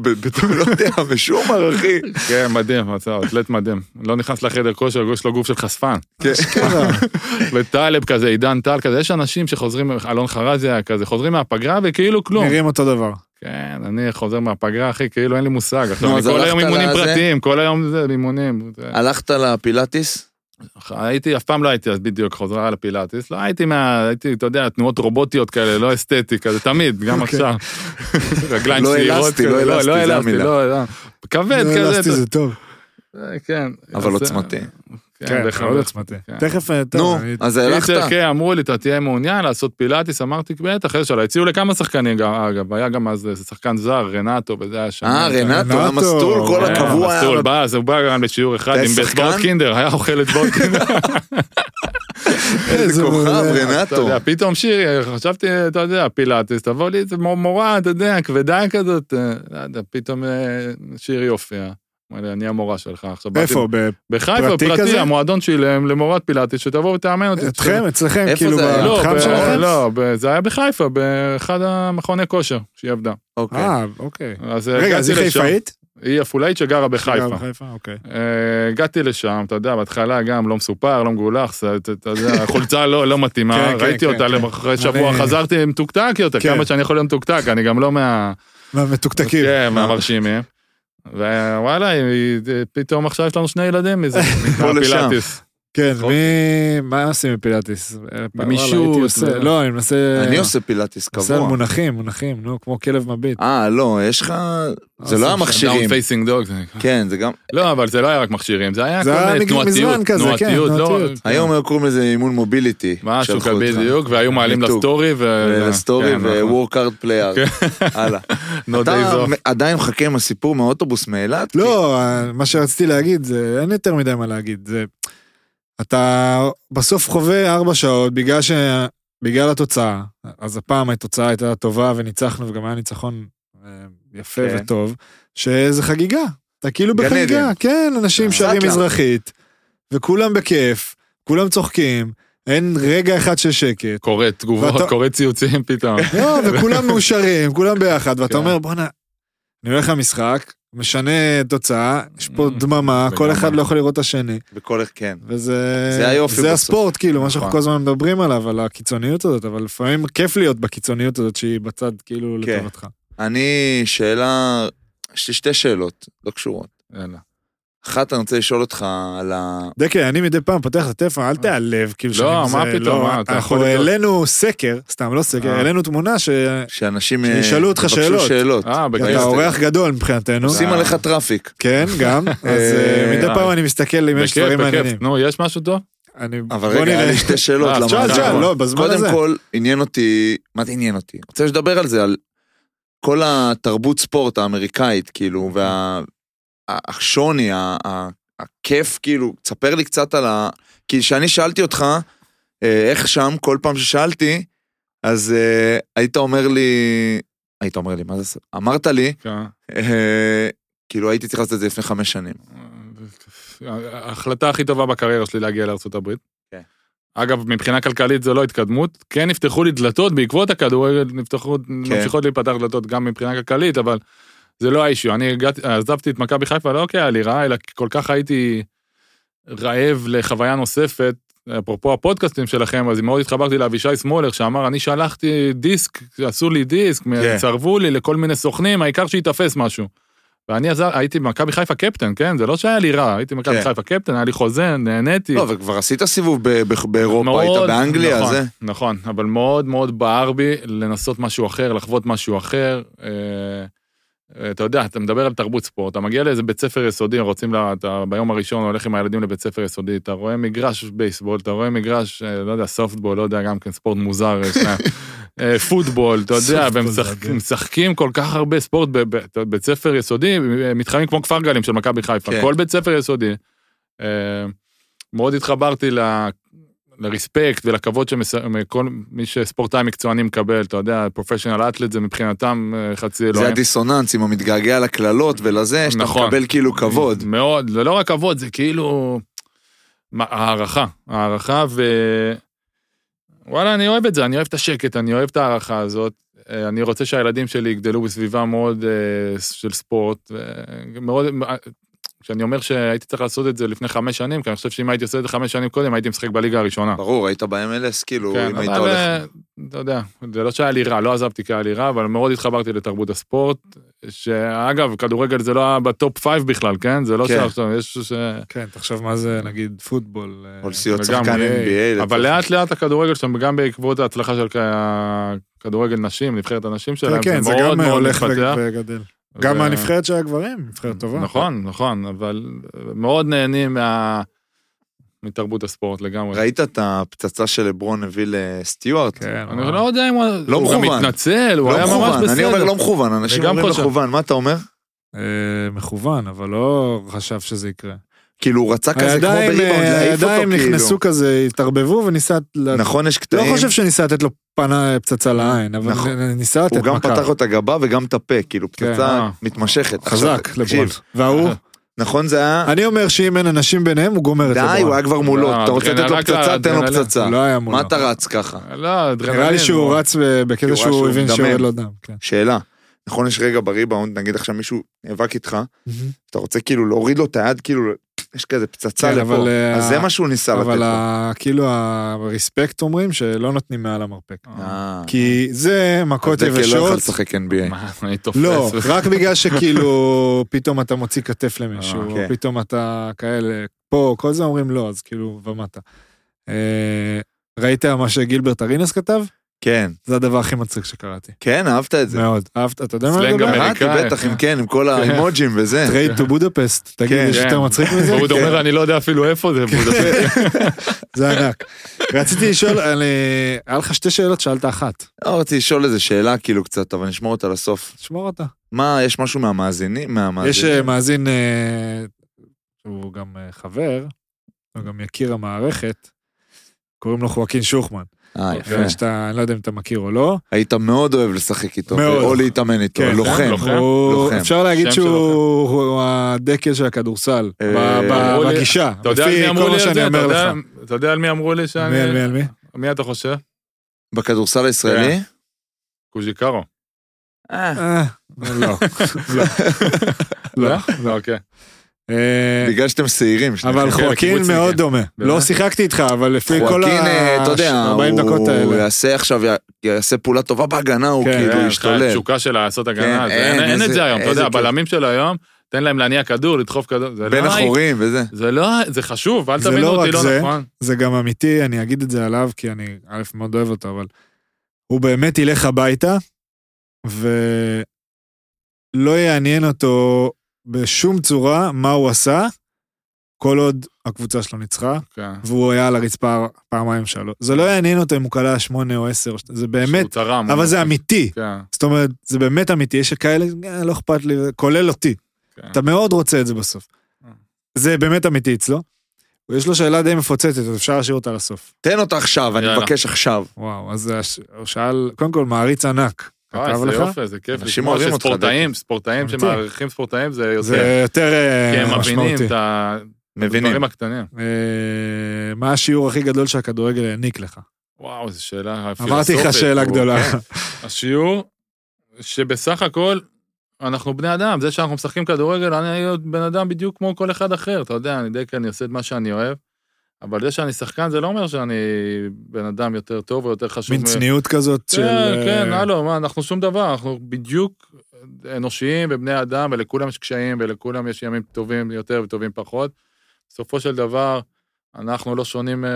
בתור, לא יודע, משומר, אחי. כן, מדהים, אתה אתלט מדהים. לא נכנס לחדר כושר, יש לו גוף של חשפן. כן. אשכרה. וטלב כזה, עידן טל כזה, יש אנשים שחוזרים, אלון חרזי היה כזה, חוזרים מהפגרה וכאילו כלום. נראים אותו דבר. כן, אני חוזר מהפגרה, אחי, כאילו אין לי מושג. עכשיו, נו, אני אז כל הלכת היום אימונים לזה? אה. פרטיים, כל היום זה אימונים. זה- הלכת לפילאטיס? הייתי, אף פעם לא הייתי, אז בדיוק, חוזרה לפילאטיס. לא הייתי מה... הייתי, אתה יודע, תנועות רובוטיות כאלה, לא אסתטי כזה, תמיד, גם עכשיו. רגליים אוקיי. לא צעירות אלסטי, כזה, לא אלסטי, זה המילה. לא, לא. כבד לא, כזה. אלסטי זה טוב. אתה- כן. אבל אז- עוצמתי. כן, כן, בכבוד. מאוד עוצמתי. כן. תכף, אה, טוב, נו, אני- אז הלכת? קיצר, כן, אמרו לי, אתה תהיה מעוניין לעשות פילאטיס, אמרתי, בטח, יש עליי. הציעו לכמה שחקנים, גם, אגב, היה גם אז איזה שחקן זר, רנטו, וזה היה שם. כן, אה, רנטו, רנטו. המסטול, כל כן, הקבוע היה... מסטול אה, בא, אז הוא בא גם לשיעור אחד אתה עם שחקן? בטבורט קינדר, היה אוכל את בורט קינדר. איזה כוכב, מעולה. אתה רנטו. יודע, פתאום שירי, חשבתי, אתה יודע, פילאטיס, תבוא לי איזה מור- מורה, אתה יודע, כבדה כזאת, אה, לא יודע, פתאום אה, שירי הופיע. אמר לי, אני המורה שלך עכשיו. באתי- איפה? ב- בחיפה, פרטי פרטי, כזה? המועדון שילם למורת פילאטיס, שתבוא ותאמן אותי. אתכם, אצלכם, איפה כאילו, זה היה? לא, במתחם ב- שלכם? לא, ב- זה היה בחיפה, באחד המכוני כושר שהיא עבדה. אוקיי. אה, אוקיי. אז רגע, הגעתי אז היא לשם. חיפאית? היא עפולאית שגרה בחיפה. גם חיפה, אוקיי. אה, הגעתי לשם, אתה יודע, בהתחלה גם לא מסופר, לא מגולח, זה- אתה אתה יודע, החולצה לא לא מתאימה, כן, כן, ראיתי כן, אותה כן. למח- אחרי שבוע, אני- חזרתי מתוקתק יותר, כן. כמה שאני יכול להיות מתוקתק, אני גם לא מה... מהמתוקתקים. כן, מהמרשימים. ווואלה, היא- היא- פתאום עכשיו יש לנו שני ילדים מזה, פה לשם. מהפילאטיס. כן, צחוק. אוקיי. מי... מה עושים עם פילאטיס? גמישות, וואלה, הייתי עושה- וזה. לא, אני מנסה... אני עושה פילאטיס עושה על קבוע. מונחים, מונחים, נו, כמו כלב מביט. אה, לא, יש לך... זה עושה לא שם המכשירים. דאון פייסינג דוג. כן, זה גם... לא, אבל זה לא היה רק מכשירים, זה היה זה כל היה מיני מג- מזמן תנועתיות. כזה, כן, תנועתיות, לא... תנועתיות. היום היו קוראים לזה אימון מוביליטי. משהו שלחו אותך. בדיוק, והיו מעלים מיתוג. לסטורי. ו- אה, לסטורי כן, אנחנו- ו-work hard player. הלאה. No days אתה off. עדיין מחכה עם הסיפור מהאוטובוס מאילת? לא, מה שרציתי להגיד, זה אין יותר מדי מה להגיד. זה... אתה בסוף חווה ארבע שעות בגלל ש... בגלל התוצאה. אז הפעם התוצאה הייתה טובה וניצחנו, וגם היה ניצחון אה, יפה כן. וטוב, שזה חגיגה. אתה כאילו גן בחגיגה. עדן. אה, כן, אנשים שרים סאטלה. מזרחית, וכולם בכיף, כולם צוחקים, אין רגע אחד של שקט. קורא תגובות, ואתה- קורא ציוצים פתאום. לא, וכולם מאושרים, כולם ביחד, ואתה כן. אומר, בואנה, אני הולך למשחק, משנה תוצאה, יש פה Mm, דממה, כל דממה. אחד לא יכול לראות את השני, בכל איך כן. וזה... זה היופי זה בסוף. הספורט, כאילו, מה שאנחנו נכון. כל הזמן מדברים עליו, על הקיצוניות הזאת, אבל לפעמים כיף להיות בקיצוניות הזאת שהיא בצד, כאילו, כן. לטובתך. אני, שאלה... יש לי שתי שאלות, לא קשורות. יאללה. אחת, אני רוצה לשאול אותך על ה... דקל, אני מדי פעם פותח את הטלפון, אל תיעלב, כאילו, לא, שאני מה זה- פתאום, לא, מה, אתה אנחנו יכול לבדוק. העלינו סקר, סתם, לא סקר, אה. העלינו תמונה ש... שאנשים... שישאלו אה, אותך יבקשו שאלות. שאלות. אה, כי בגלל אתה זה. בגלל אורח גדול מבחינתנו. עושים אה. עליך טראפיק. כן, גם. אז אה, מדי פעם אני מסתכל אם יש בכיף, דברים מעניינים. בכיף. נו, יש משהו טוב? אני... בוא אבל רגע, נראה. היה לי שתי שאלות. אה, למה- שאל, שאל, לא, בזמן קודם הזה. כל, עניין אותי, מה זה עניין אותי? רוצה שתדבר על זה, על כל התרבות ספורט האמריקאית, אוקיי. כאילו, והשוני, הכיף, כאילו, תספר לי קצת על ה... כי כשאני שאלתי אותך, אה, איך שם, כל פעם ששאלתי, אז אה, היית אומר לי, היית אומר לי, מה זה, אמרת לי, כן. אה, כאילו הייתי צריך לעשות את זה לפני חמש שנים. ההחלטה הכי טובה בקריירה שלי להגיע לארה"ב. כן. אגב, מבחינה כלכלית זו לא התקדמות, כן נפתחו לי דלתות בעקבות הכדורגל, נפתחו, כן. ממשיכות להיפתח דלתות גם מבחינה כלכלית, אבל זה לא האישיו. אני הגעתי, עזבתי את מכבי חיפה לא כי היה לי רע, אלא כי כל כך הייתי רעב לחוויה נוספת, אפרופו הפודקאסטים שלכם, אז מאוד התחברתי לאבישי סמולר שאמר, אני שלחתי דיסק, עשו לי דיסק, כן. צרבו לי לכל מיני סוכנים, העיקר שייתפס משהו. ואני עזר, הייתי במכבי חיפה קפטן, כן? זה לא שהיה לי רע, הייתי במכבי כן. חיפה קפטן, היה לי חוזה, נהניתי. לא, וכבר עשית סיבוב ב- ב- באירופה, היית כן. מאוד- באנגליה, נכון, זה. נכון, אבל מאוד מאוד בער בי לנסות משהו אחר, לחוות משהו אחר. אה, אה, אתה יודע, אתה מדבר על תרבות ספורט, אתה מגיע לאיזה בית ספר יסודי, רוצים, לה, אתה ביום הראשון הולך עם הילדים לבית ספר יסודי, אתה רואה מגרש בייסבול, אתה רואה מגרש, אה, לא יודע, סופטבול, לא יודע, גם כן ספורט מוזר, יש להם. אה, פוטבול, אתה יודע, סופטבול והם זה משחק- הגן. משחקים כל כך הרבה ספורט בב- בב- בית ספר יסודי, אה, מתחרים כמו כפר גלים של מכבי חיפה, כן. כל בית ספר יסודי. אה, מאוד התחברתי ל- לרספקט ולכבוד שכל מי שספורטאי מקצועני מקבל, אתה יודע, פרופשיונל אטלט זה מבחינתם אה, חצי אלוהים. זה הדיסוננס עם המתגעגע לקללות ולזה, שאתה נכון. מקבל כאילו כבוד. מאוד, זה לא רק כבוד, זה כאילו... מה, הערכה, הערכה ו... וואלה, אני אוהב את זה, אני אוהב את השקט, אני אוהב את ההערכה הזאת. אה, אני רוצה שהילדים שלי יגדלו בסביבה מאוד אה, של ספורט. אה, מאוד, כשאני אומר שהייתי צריך לעשות את זה לפני חמש שנים, כי אני חושב שאם הייתי עושה את זה חמש שנים קודם, הייתי משחק בליגה הראשונה. ברור, היית ב-MLS, כאילו, כן, אם אבל היית הולך... אתה יודע, זה לא שהיה לי רע, לא עזבתי כי היה לי רע, אבל מאוד התחברתי לתרבות הספורט, שאגב, כדורגל זה לא היה בטופ פייב בכלל, כן? זה לא כן. שעכשיו, יש ש... כן, תחשוב מה זה, נגיד, פוטבול. אה, או לסיעות וגם, שחקן אה, NBA. אבל לצורך- לאט לאט הכדורגל שם, גם בעקבות ההצלחה של כ- כדורגל נשים, נבחרת הנשים כן, שלהם, כן, זה מאוד גם מאוד הולך מתפתח. ו- וגדל. גם ו- הנבחרת של הגברים, נבחרת טובה. נכון, נכון, אבל מאוד נהנים מה... מתרבות הספורט לגמרי. ראית את הפצצה שלברון הביא לסטיוארט? כן, אני לא יודע אם הוא... לא הוא גם מכוון. התנצל, הוא לא היה ממש מכוון, בסדר. אני אומר לא מכוון, אנשים וגם אומרים חושב. מכוון, מה אתה אומר? אה, מכוון, אבל לא חשב שזה יקרה. כאילו, הוא רצה כזה כמו הידיים, בריבאונד, אה, להעיף אותו הידיים נכנסו כאילו. כזה, התערבבו וניסה... ל- נכון, יש לא קטעים, חושב שניסה לתת לו פנה אה, פצצה לעין, אבל נכון. נ- ניסה לתת הוא גם מכה. פתח לו את הגבה וגם את הפה, כאילו, כן, פצצה אה. מתמשכת. עכשיו, חזק, תקשיב, לברון. וההוא, נכון זה היה, אני אומר שאם אין אנשים ביניהם, הוא גומר את די, הוא לברון. היה כבר מולו, אה, לא, אתה רוצה לתת לו אדרנלין, פצצה, תן לו אדרנלין. פצצה. הוא לא היה מולו. מה אתה רץ ככה? לא, אדרנלין. נראה לי שהוא הוא- רץ ב- בקטע הוא ראה שהוא שהוא הבין מדמם. שיורד לו דם. כן. שאלה, נכון יש רגע בריבאונד, נגיד עכשיו מישהו נאבק איתך, אתה רוצה כאילו להוריד לו את היד, כאילו יש כזה פצצה כן, לפה. אבל, אה, אז זה מה שהוא ניסה לתת אבל לו. ה- כאילו הרספקט אומרים שלא נותנים מעל המרפק. אה. כי זה מכות אז דקל לא יכל יבשות. לשחק NBA. מה, אני תופס. לא, רק בגלל שכאילו פתאום אתה מוציא כתף למישהו, אה, או כן. פתאום אתה כאלה, פה, כל זה אומרים לא, אז כאילו, ומטה. אה, ראית מה שגילברט ארינס כתב? כן. זה הדבר הכי מצחיק שקראתי. כן, אהבת את זה. מאוד. אהבת, אתה יודע מה אני סלנג מדבר? אמריקאי. אמרתי, בטח, אם כן, עם כל האימוג'ים וזה. טרייד טו בודפסט, תגיד, כן, יש יותר כן. מצחיק מזה? הוא אומר, אני לא יודע אפילו איפה זה. בודפשט." זה ענק. רציתי לשאול, אני- היה לך שתי שאלות, שאלת אחת. לא, רציתי לשאול איזה שאלה כאילו קצת, אבל נשמור אותה לסוף. תשמור אותה. מה, יש משהו מהמאזינים? יש מהמאזינים? אה, מאזין, אה, שהוא גם אה, חבר, הוא גם יקיר המערכת, קוראים לו חואקין שוחמן. אה, כן. יפה. שאתה, אני לא יודע אם אתה מכיר או לא. היית מאוד אוהב לשחק איתו, מאוד. כן, או להתאמן איתו, לוחם. לוחם. הוא- לוחם. אפשר להגיד שם שהוא הוא הדקל של הכדורסל, אה, ב- ב- אמרו לי- בגישה, אתה יודע על לפי מי אמרו כל לי מה את זה? שאני אתה אומר יודע- לך. אתה יודע על מי אמרו לי שאני... מי על מי על מי? מי אתה חושב? בכדורסל הישראלי? קוז'יקרו. כן. אה, אה, לא. לא. לא? לא, אוקיי. אה, בגלל שאתם שעירים. אבל שניכם. כן, חואקין לקיבוצניקים. מאוד דומה. לא באמת? שיחקתי איתך, אבל לפי כל חואקין, אה, אתה יודע, ה-40 דקות הוא האלה. יעשה עכשיו, יעשה פעולה טובה בהגנה, הוא כן, כאילו כן, ישתולל. התשוקה של לעשות הגנה. כן, זה- אין אין, אין את איזה- זה היום, אתה איזה יודע, כיף. הבלמים של היום, תן להם להניע כדור, לדחוף כדור. זה בין לא- החורים וזה. זה לא, זה חשוב, אל זה תבינו לא אותי רק לא זה. נכון. זה גם אמיתי, אני אגיד את זה עליו, כי אני, א', מאוד אוהב אותו, אבל הוא באמת ילך הביתה, ולא יעניין אותו בשום צורה מה הוא עשה, כל עוד הקבוצה שלו ניצחה, כן. והוא היה על הרצפה פעמיים שלוש. זה לא יעניין אותו אם הוא קלע שמונה או עשר, או שת- זה באמת, שהוא תרם. אבל הוא- זה אמיתי. כן, זאת אומרת, זה באמת אמיתי, יש כאלה, "אה, לא אכפת לי, כולל אותי. כן. אתה מאוד רוצה את זה בסוף. אה. זה באמת אמיתי אצלו. יש לו שאלה די מפוצצת, אז אפשר להשאיר אותה לסוף. תן אותה עכשיו, אני יאללה. מבקש עכשיו. וואו, אז הש- הוא שאל, קודם כל, מעריץ ענק. אה, כתב זה לך? יופי, זה כיף. אנשים לשמוע אוהבים אותך, שספורטאים, ספורטאים אמיתי. שמעריכים ספורטאים, זה יותר. זה יותר אה, כי הם מבינים משמעותי. את ה- מבינים. הדברים הקטנים. אה, מה השיעור הכי גדול שהכדורגל העניק לך? וואו, זו שאלה פילוסופית. אמרתי לך שאלה הוא- גדולה. כן. השיעור, שבסך הכל, אנחנו בני אדם, זה שאנחנו משחקים כדורגל, אני עוד בן אדם בדיוק כמו כל אחד אחר, אתה יודע, אני די כאן, אני עושה את מה שאני אוהב, אבל זה שאני שחקן זה לא אומר שאני בן אדם יותר טוב או יותר חשוב. מין צניעות כזאת של... כן, כן, אה, הלו, מה, אנחנו שום דבר, אנחנו בדיוק אנושיים ובני אדם, ולכולם יש קשיים, ולכולם יש ימים טובים יותר וטובים פחות. בסופו של דבר, אנחנו לא שונים אה,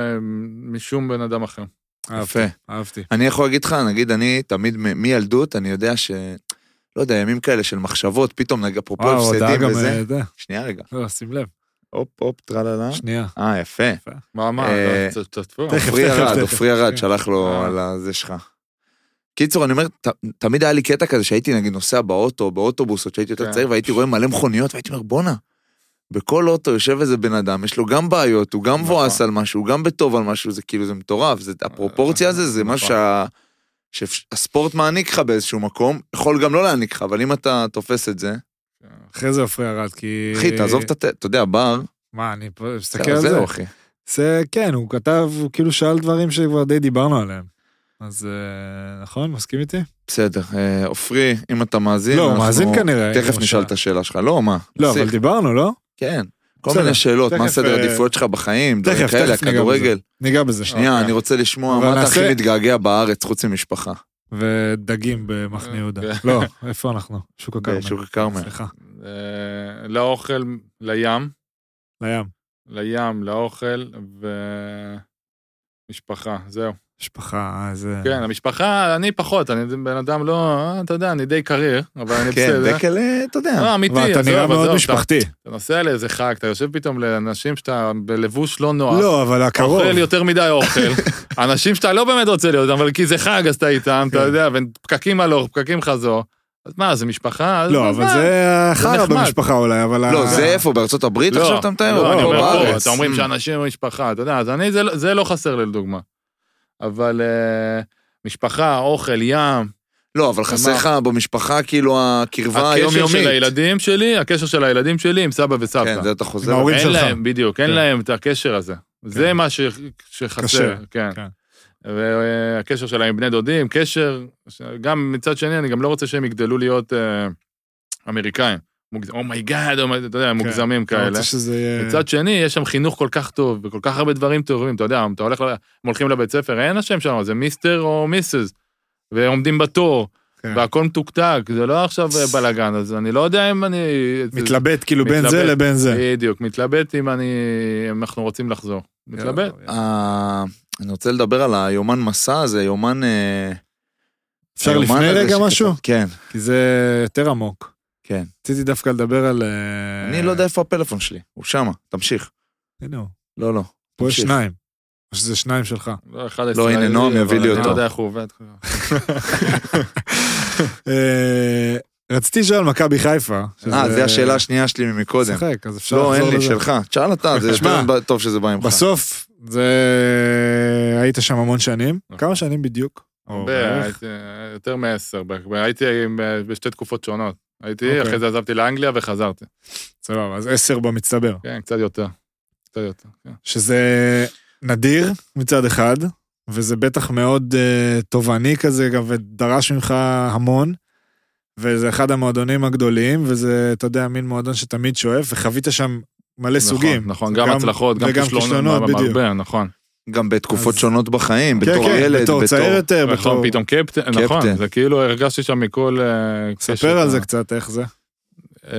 משום בן אדם אחר. אהבתי, יפה. אהבתי. אני יכול להגיד לך, נגיד, אני תמיד מ- מילדות, אני יודע ש... לא יודע, ימים כאלה של מחשבות, פתאום נגיד, אפרופו וואו, הודעה הפסדים גם... וזה. אה, זה. שנייה רגע. לא, שים לב, הופ, הופ, טרללה. שנייה. אה, יפה. מה, מה, אה, לא, תשתפו. תכף, עופרי תכף, ארד, תכף. עופרי ארד כן. שלח לו אה. על הזה שלך. קיצור, אני אומר, ת- תמיד היה לי קטע כזה שהייתי נגיד נוסע באוטו, באוטובוס, עוד שהייתי יותר כן. צעיר, והייתי רואה מלא מכוניות, והייתי אומר, בואנה, בכל אוטו יושב איזה בן אדם, יש לו גם בעיות, הוא גם נכון. מבואס על משהו, הוא גם בטוב על משהו, זה כאילו, זה מטורף, זה, אה, הפרופורציה הזה, זה נכון. משהו שה- שהספורט מעניק לך באיזשהו מקום, יכול גם לא להעניק לך, אבל אם אתה תופס את זה, אחרי זה עופרי ארד, כי... אחי, תעזוב את ה... אתה יודע, בר, מה, אני פה מסתכל אה. על זהו, זה. זהו, אחי. זה כן, הוא כתב, הוא כאילו שאל דברים שכבר די דיברנו עליהם. אז אה, נכון, מסכים איתי? בסדר, אה, עופרי, אם אתה מאזין, לא, הוא אנחנו- מאזין כנראה. אם תכף הוא נשאל שאל. את השאלה שלך, לא, מה? לא, נפסיק. אבל דיברנו, לא? כן. כל בסדר, מיני שאלות, מה תכף, סדר אה, העדיפויות שלך בחיים, דברים תכף, כאלה, תכף ניגע כדורגל. ניגע בזה. שנייה, אוקיי. אני רוצה לשמוע אבל מה אתה נעשה- הכי מתגעגע בארץ, חוץ ממשפחה. ודגים במחנה יהודה. כן. לא, איפה אנחנו? שוק הכרמל. אה, אוקיי. בשוק הכרמל. סליחה, אה, לאוכל, לים, לים. לים, לאוכל ומשפחה, זהו. משפחה, אה, זה... כן, המשפחה, אני פחות, אני בן אדם לא, אה, אתה יודע, אני די קריר, אבל אני כן, בסדר. דקל, אה, אתה יודע. לא, אמיתי, אבל אתה עזוב, נראה מאוד עזוב, אתה- משפחתי. אתה נוסע לאיזה חג, אתה יושב פתאום לאנשים שאתה בלבוש לא נוח. לא, אבל הקרוב. אוכל יותר מדי אוכל, אנשים שאתה לא באמת רוצה להיות, אבל כי זה חג אז אתה איתם, אתה כן. יודע, ופקקים הלוך, פקקים חזור. אז מה, זה משפחה? אז לא, אז אבל מה? זה החרא נחמד. במשפחה אולי, אבל... לא, ה- זה איפה, בארצות הברית לא, עכשיו אתה מתאר? לא, או אני פה אומר פה, בארץ? אתה אומרים Hmm. Mm. שאנשים הם משפחה, אתה יודע, אז אני, זה לא- זה לא חסר לי לדוגמה. אבל אה, משפחה, אוכל, ים, לא, אבל חסר לך במשפחה, כאילו, הקרבה הקשר של היומיומית. הילדים שלי, הקשר של הילדים שלי עם סבא וסבתא. כן, זה אתה עם חוזר. ההורים. אין שלך. להם, בדיוק, אין כן. להם את הקשר הזה. זה מה ש- קשה, שחסר, כן. כן. והקשר שלהם עם בני דודים, קשר, ש- גם מצד שני, אני גם לא רוצה שהם יגדלו להיות אה, אמריקאים. אומייגאד, אתה יודע, מוגזמים כן. אתה כאלה. רוצה שזה יהיה... מצד שני, יש שם חינוך כל כך טוב, וכל כך הרבה דברים טובים, אתה יודע, אתה הולך, ל- הם הולכים לבית ספר, אין השם שם, זה מיסטר או מיסס, ועומדים בתור, כן. והכל מתוקתק, זה לא עכשיו אה, בלאגן, אז אני לא יודע אם אני... מתלבט כאילו בין זה מתלבט. לבין זה. בדיוק, מתלבט אם אני... אם אנחנו רוצים לחזור. מתלבט. אה, אני רוצה לדבר על היומן מסע הזה, יומן... אה, אפשר היומן לפני הזה רגע שכתב- משהו? כן. כי זה יותר עמוק. כן. רציתי דווקא לדבר על... אה, אני לא יודע איפה הפלאפון שלי, הוא שמה, תמשיך. הנה הוא. לא, לא. פה יש תמשיך. שניים. או שזה שניים שלך. לא, אחד הישראלי, הנה, נועם אבל יביא לי אני אותו. לא יודע איך הוא עובד. אוקיי. אה, רציתי לשאול על מכבי חיפה. אה, זו השאלה השנייה שלי ממקודם. שחק, אז אפשר לא, אין לחזור לי, לזה. שלך. תשאל אתה, זה תשמע, יותר טוב שזה בא ממך. בסוף, זה... היית שם המון שנים. נכון. כמה שנים בדיוק? או הרבה, בערך? הייתי, אה, יותר מעשר, בערך. הייתי עם, אה, בשתי תקופות שונות. הייתי, אוקיי. אחרי זה עזבתי לאנגליה וחזרתי. סבבה, אז עשר במצטבר. כן, קצת יותר. קצת יותר, כן. שזה נדיר מצד אחד, וזה בטח מאוד uh, תובעני כזה, גם ודרש ממך המון, וזה אחד המועדונים הגדולים, וזה, אתה יודע, מין מועדון שתמיד שואף, וחווית שם מלא נכון, סוגים. נכון, זה גם הצלחות, גם וגם כישלונות, בדיוק. הרבה, נכון. גם בתקופות אז- שונות בחיים, כן, בתור כן, ילד, בתור צעיר בתור... יותר, בתור... נכון, פתאום קפטן, נכון, קפטן. זה כאילו הרגשתי שם מכל... אה, ספר קשת, על זה אה, קצת, איך זה. אה,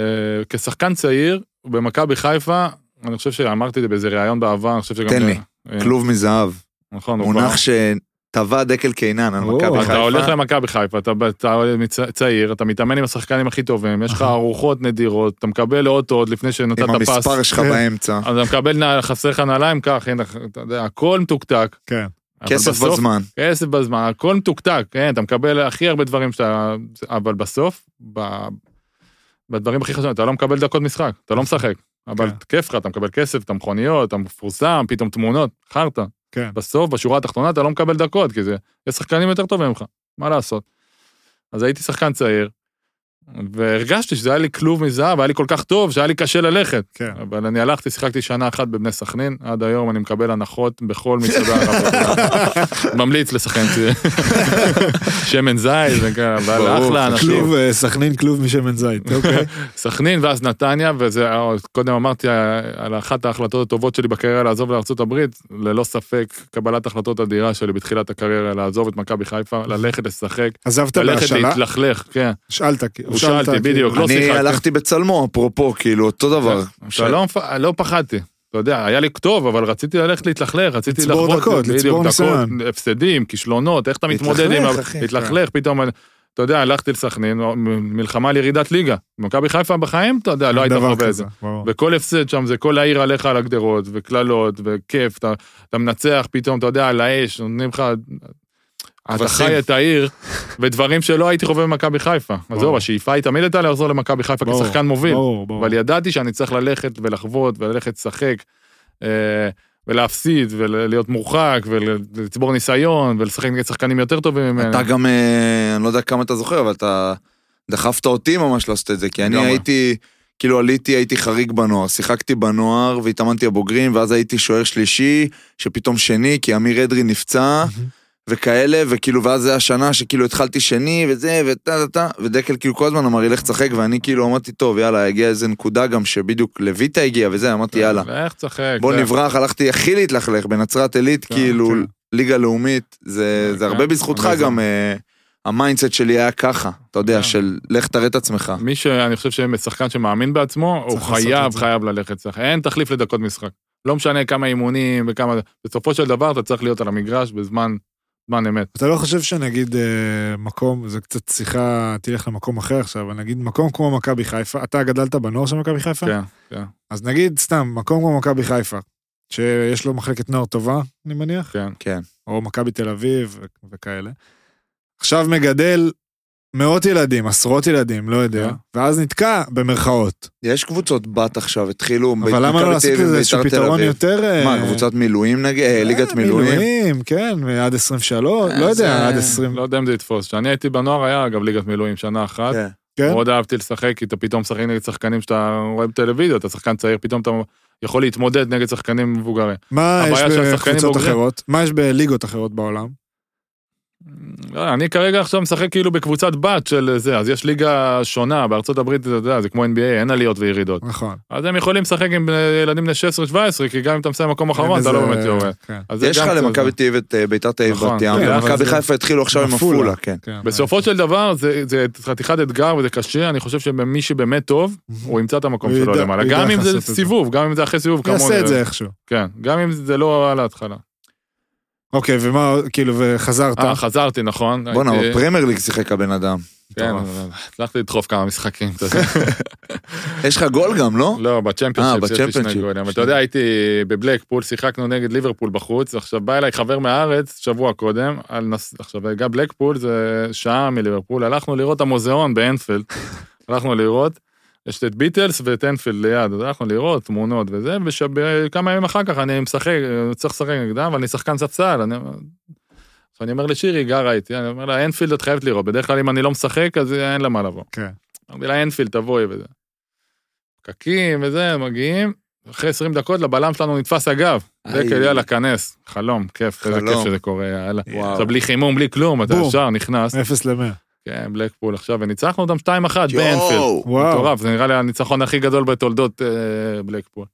כשחקן צעיר, במכבי חיפה, אני חושב שאמרתי את זה באיזה ראיון בעבר, אני חושב שגם... תן לי. אה, כלוב מזהב, נכון, הוא כבר- מונח שטבע דקל קינן על או, מכבי אתה חיפה. אתה הולך למכבי חיפה, אתה, אתה מצ- צעיר, אתה מתאמן עם השחקנים הכי טובים, יש לך אהה. ארוחות נדירות, אתה מקבל אוטו עוד לפני שנתת עם פס. המספר שלך כן. באמצע, אז אתה מקבל, נע- חסר לך נעליים, קח, הנה, אתה יודע, הכל מתוקתק. כן. אבל כסף בסוף- בזמן. כסף בזמן, הכל מתוקתק, כן, אתה מקבל הכי הרבה דברים שאתה... אבל בסוף, ב... בדברים הכי חשובים, אתה לא מקבל דקות משחק, אתה לא משחק. אבל כן. כיף לך, אתה מקבל כסף, אתה מכוניות, אתה מפורסם, פתאום תמונות, חרטא. כן. בסוף, בשורה התחתונה, אתה לא מקבל דקות, כי זה... יש שחקנים יותר טובים ממך, מה לעשות? אז הייתי שחקן צעיר, והרגשתי שזה היה לי כלוב מזהב, היה לי כל כך טוב, שהיה לי קשה ללכת. כן. אבל אני הלכתי, שיחקתי שנה אחת בבני סכנין, עד היום אני מקבל הנחות בכל מצעדה ערבית. ממליץ לשחקן צעיר. שמן זית, וכאלה, אבל ברור, אחלה אנשים. כלוב, אה, סכנין כלוב משמן זית, אוקיי. סכנין ואז נתניה, וזה, אה, קודם אמרתי אה, על אחת ההחלטות הטובות שלי בקריירה לעזוב לארה"ב, ללא ספק קבלת החלטות אדירה שלי בתחילת הקריירה, לעזוב את מכבי חיפה, ללכת לשחק, עזבת ללכת בהשאלה? להתלכלך, כן. שאלת, כאילו, הושאלתי, שאלת, בדיוק, כאילו. לא אני שיחקתי. הלכתי בצלמו, אפרופו, כאילו, אותו דבר. אתה לא, מפ- לא פחדתי, אתה יודע, היה לי טוב, אבל רציתי ללכת להתלכלך, רציתי לצבור לחוות, דקות, בדיוק, לצבור דקות, ניסיון. הפסדים, כישלונות, איך אתה מתמודד עם... להתלכלך, ה- אחי. להתלכלך, פתאום, אתה יודע, הלכתי לסכנין, מ- מלחמה על ירידת ליגה. במכבי חיפה בחיים, אתה יודע, לא היית דבר חווה את כזה, זה. ברור. וכל הפסד שם זה כל העיר עליך על הגדרות, וקללות, וכיף, אתה, אתה מנצח פתאום, אתה יודע, על האש, נותנים לך... אתה כבשים. חי את העיר, ודברים שלא הייתי חווה במכבי חיפה. עזוב, ברור. השאיפה היא תמיד הייתה לחזור למכבי חיפה ברור, כשחקן מוביל. ברור, ברור. אבל ידעתי שאני צריך ללכת ולחוות וללכת לשחק אה, ולהפסיד ולהיות מורחק ולצבור ניסיון ולשחק נגד שחקנים יותר טובים ממנו. אתה גם, אה, אני לא יודע כמה אתה זוכר, אבל אתה דחפת אותי ממש לעשות את זה, כי אני לגמרי. הייתי, כאילו עליתי, הייתי חריג בנוער, שיחקתי בנוער והתאמנתי בבוגרים, ואז הייתי שוער שלישי, שפתאום שני, כי אמיר אדרי נפצע, וכאלה, וכאילו, ואז זה השנה שכאילו התחלתי שני, וזה, וטה טה טה, ודקל כאילו כל הזמן אמר לי, לך תשחק, ואני כאילו אמרתי, טוב, יאללה, הגיע איזה נקודה גם שבדיוק לויטה הגיע וזה, אמרתי, יאללה. לך תשחק. אה, בוא זה- נברח, הלכתי הכי להתלכלך בנצרת עילית, כן, כאילו, כן. ליגה לאומית, זה, כן, זה הרבה כן, בזכותך אבל זה- גם, אה, המיינדסט שלי היה ככה, אתה יודע, כן. של לך תראה את עצמך. מי שאני חושב ששחקן שמאמין בעצמו, הוא צריך לעשות את חייב, זה. חייב ללכת. צריך- אין תחליף לדקות משחק. לא משנה כמה אימונים וכמה... בסופו של דבר אתה צריך להיות על המגרש בזמן זמן אמת. אתה לא חושב שנגיד אה, מקום, זה קצת שיחה, תלך למקום אחר עכשיו, אבל נגיד מקום כמו מכבי חיפה, אתה גדלת בנוער של מכבי חיפה? כן, כן, אז נגיד סתם, מקום כמו מכבי חיפה, שיש לו מחלקת נוער טובה, אני מניח, כן. כן. או מכבי תל אביב ו- וכאלה. עכשיו מגדל מאות ילדים, עשרות ילדים, לא יודע, אה. כן. ואז נתקע במרכאות. יש קבוצות בת עכשיו, התחילו, ב- אבל למה מכבי לא תל לעשות אביב לזה ובית"ר איזשהו תל פתרון אביב. יותר... אה, מה, קבוצת מילואים נגיד? אה, אה, ליגת מילואים? מילואים, כן, עד 23, לא אה, יודע, זה- עד 20, לא יודע אם זה יתפוס. כשאני הייתי בנוער היה אגב ליגת מילואים שנה אחת. כן. כן? מאוד אהבתי לשחק, כי אתה פתאום משחק נגד שחקנים שאתה רואה בטלוויזיה, אתה שחקן צעיר, פתאום אתה יכול להתמודד נגד שחקנים מבוגרים. מה יש הבעיה שהשחקנים בקבוצות בוגרים. אחרות? מה יש בליגות אחרות בעולם? לא, אני כרגע עכשיו משחק כאילו בקבוצת בת של זה, אז יש ליגה שונה, בארצות הברית אתה יודע, זה כמו NBA, אין עליות וירידות. נכון. אז הם יכולים לשחק עם אה, ילדים בני 16-17, כי גם אם אתה מסיים מקום אחרון, אתה לא איזה- באמת יורד. כן. אז זה יש גם לך קצת למכבי זה. תל אביב את אה, ביתר תל אביב נכון, בת ים, כן, אבל ומכבי זה- חיפה התחילו עכשיו עם עפולה. עפולה, כן. כן, בסופו של דבר זה, זה חתיכת אתגר וזה קשה, אני חושב שמי שבאמת טוב, הוא ימצא את המקום הוא שלו ידע- למעלה. הוא ידע גם איך אם זה לעשות את זה. סיבוב, גם אם זה אחרי סיבוב, הוא כמוני. יעשה את זה איכשהו. כן, גם אם זה לא על ההתחלה. אוקיי, ומה, כאילו, וחזרת. אה, חזרתי, נכון. בואנה, הייתי- בפרמייר ליג שיחק הבן אדם. כן, מטורף. אבל הצלחתי לדחוף כמה משחקים. אתה יודע. יש לך גול גם, לא? לא, אה, בצ'מפיונשיפ יש לי שני בצ'מפיונשיפ. גולים. אבל אתה שני. יודע, הייתי בבלקפול, שיחקנו נגד ליברפול בחוץ, עכשיו בא אליי חבר מהארץ שבוע קודם, על נס- עכשיו גם בלקפול זה שעה מליברפול, הלכנו לראות את המוזיאון באנפילד, הלכנו לראות. יש את ביטלס ואת אנפילד ליד, אז הלכנו לראות תמונות וזה, וכמה ימים אחר כך אני משחק, צריך לשחק נגדם, אבל אני שחקן ספסל, אני אומר- אז אני אומר לשירי, היא גרה איתי, אני אומר לה, אנפילד את חייבת לראות, בדרך כלל אם אני לא משחק, אז אין לה מה לבוא. כן. אמרתי לה, אנפילד, תבואי וזה. פקקים וזה, מגיעים, אחרי 20 דקות לבלם שלנו נתפס הגב. איי. דקל, כן, יאללה, כנס. חלום, כיף, איזה חלום. כיף שזה קורה, יאללה. וואו. עכשיו בלי חימום, בלי כלום, אתה בום. ישר נכנס. אפס למאה. כן, בלקפול עכשיו, וניצחנו אותם 2-1 באנפילד. יואו! וואו. מטורף, זה נראה לי הניצחון הכי גדול בתולדות אה, בלקפול.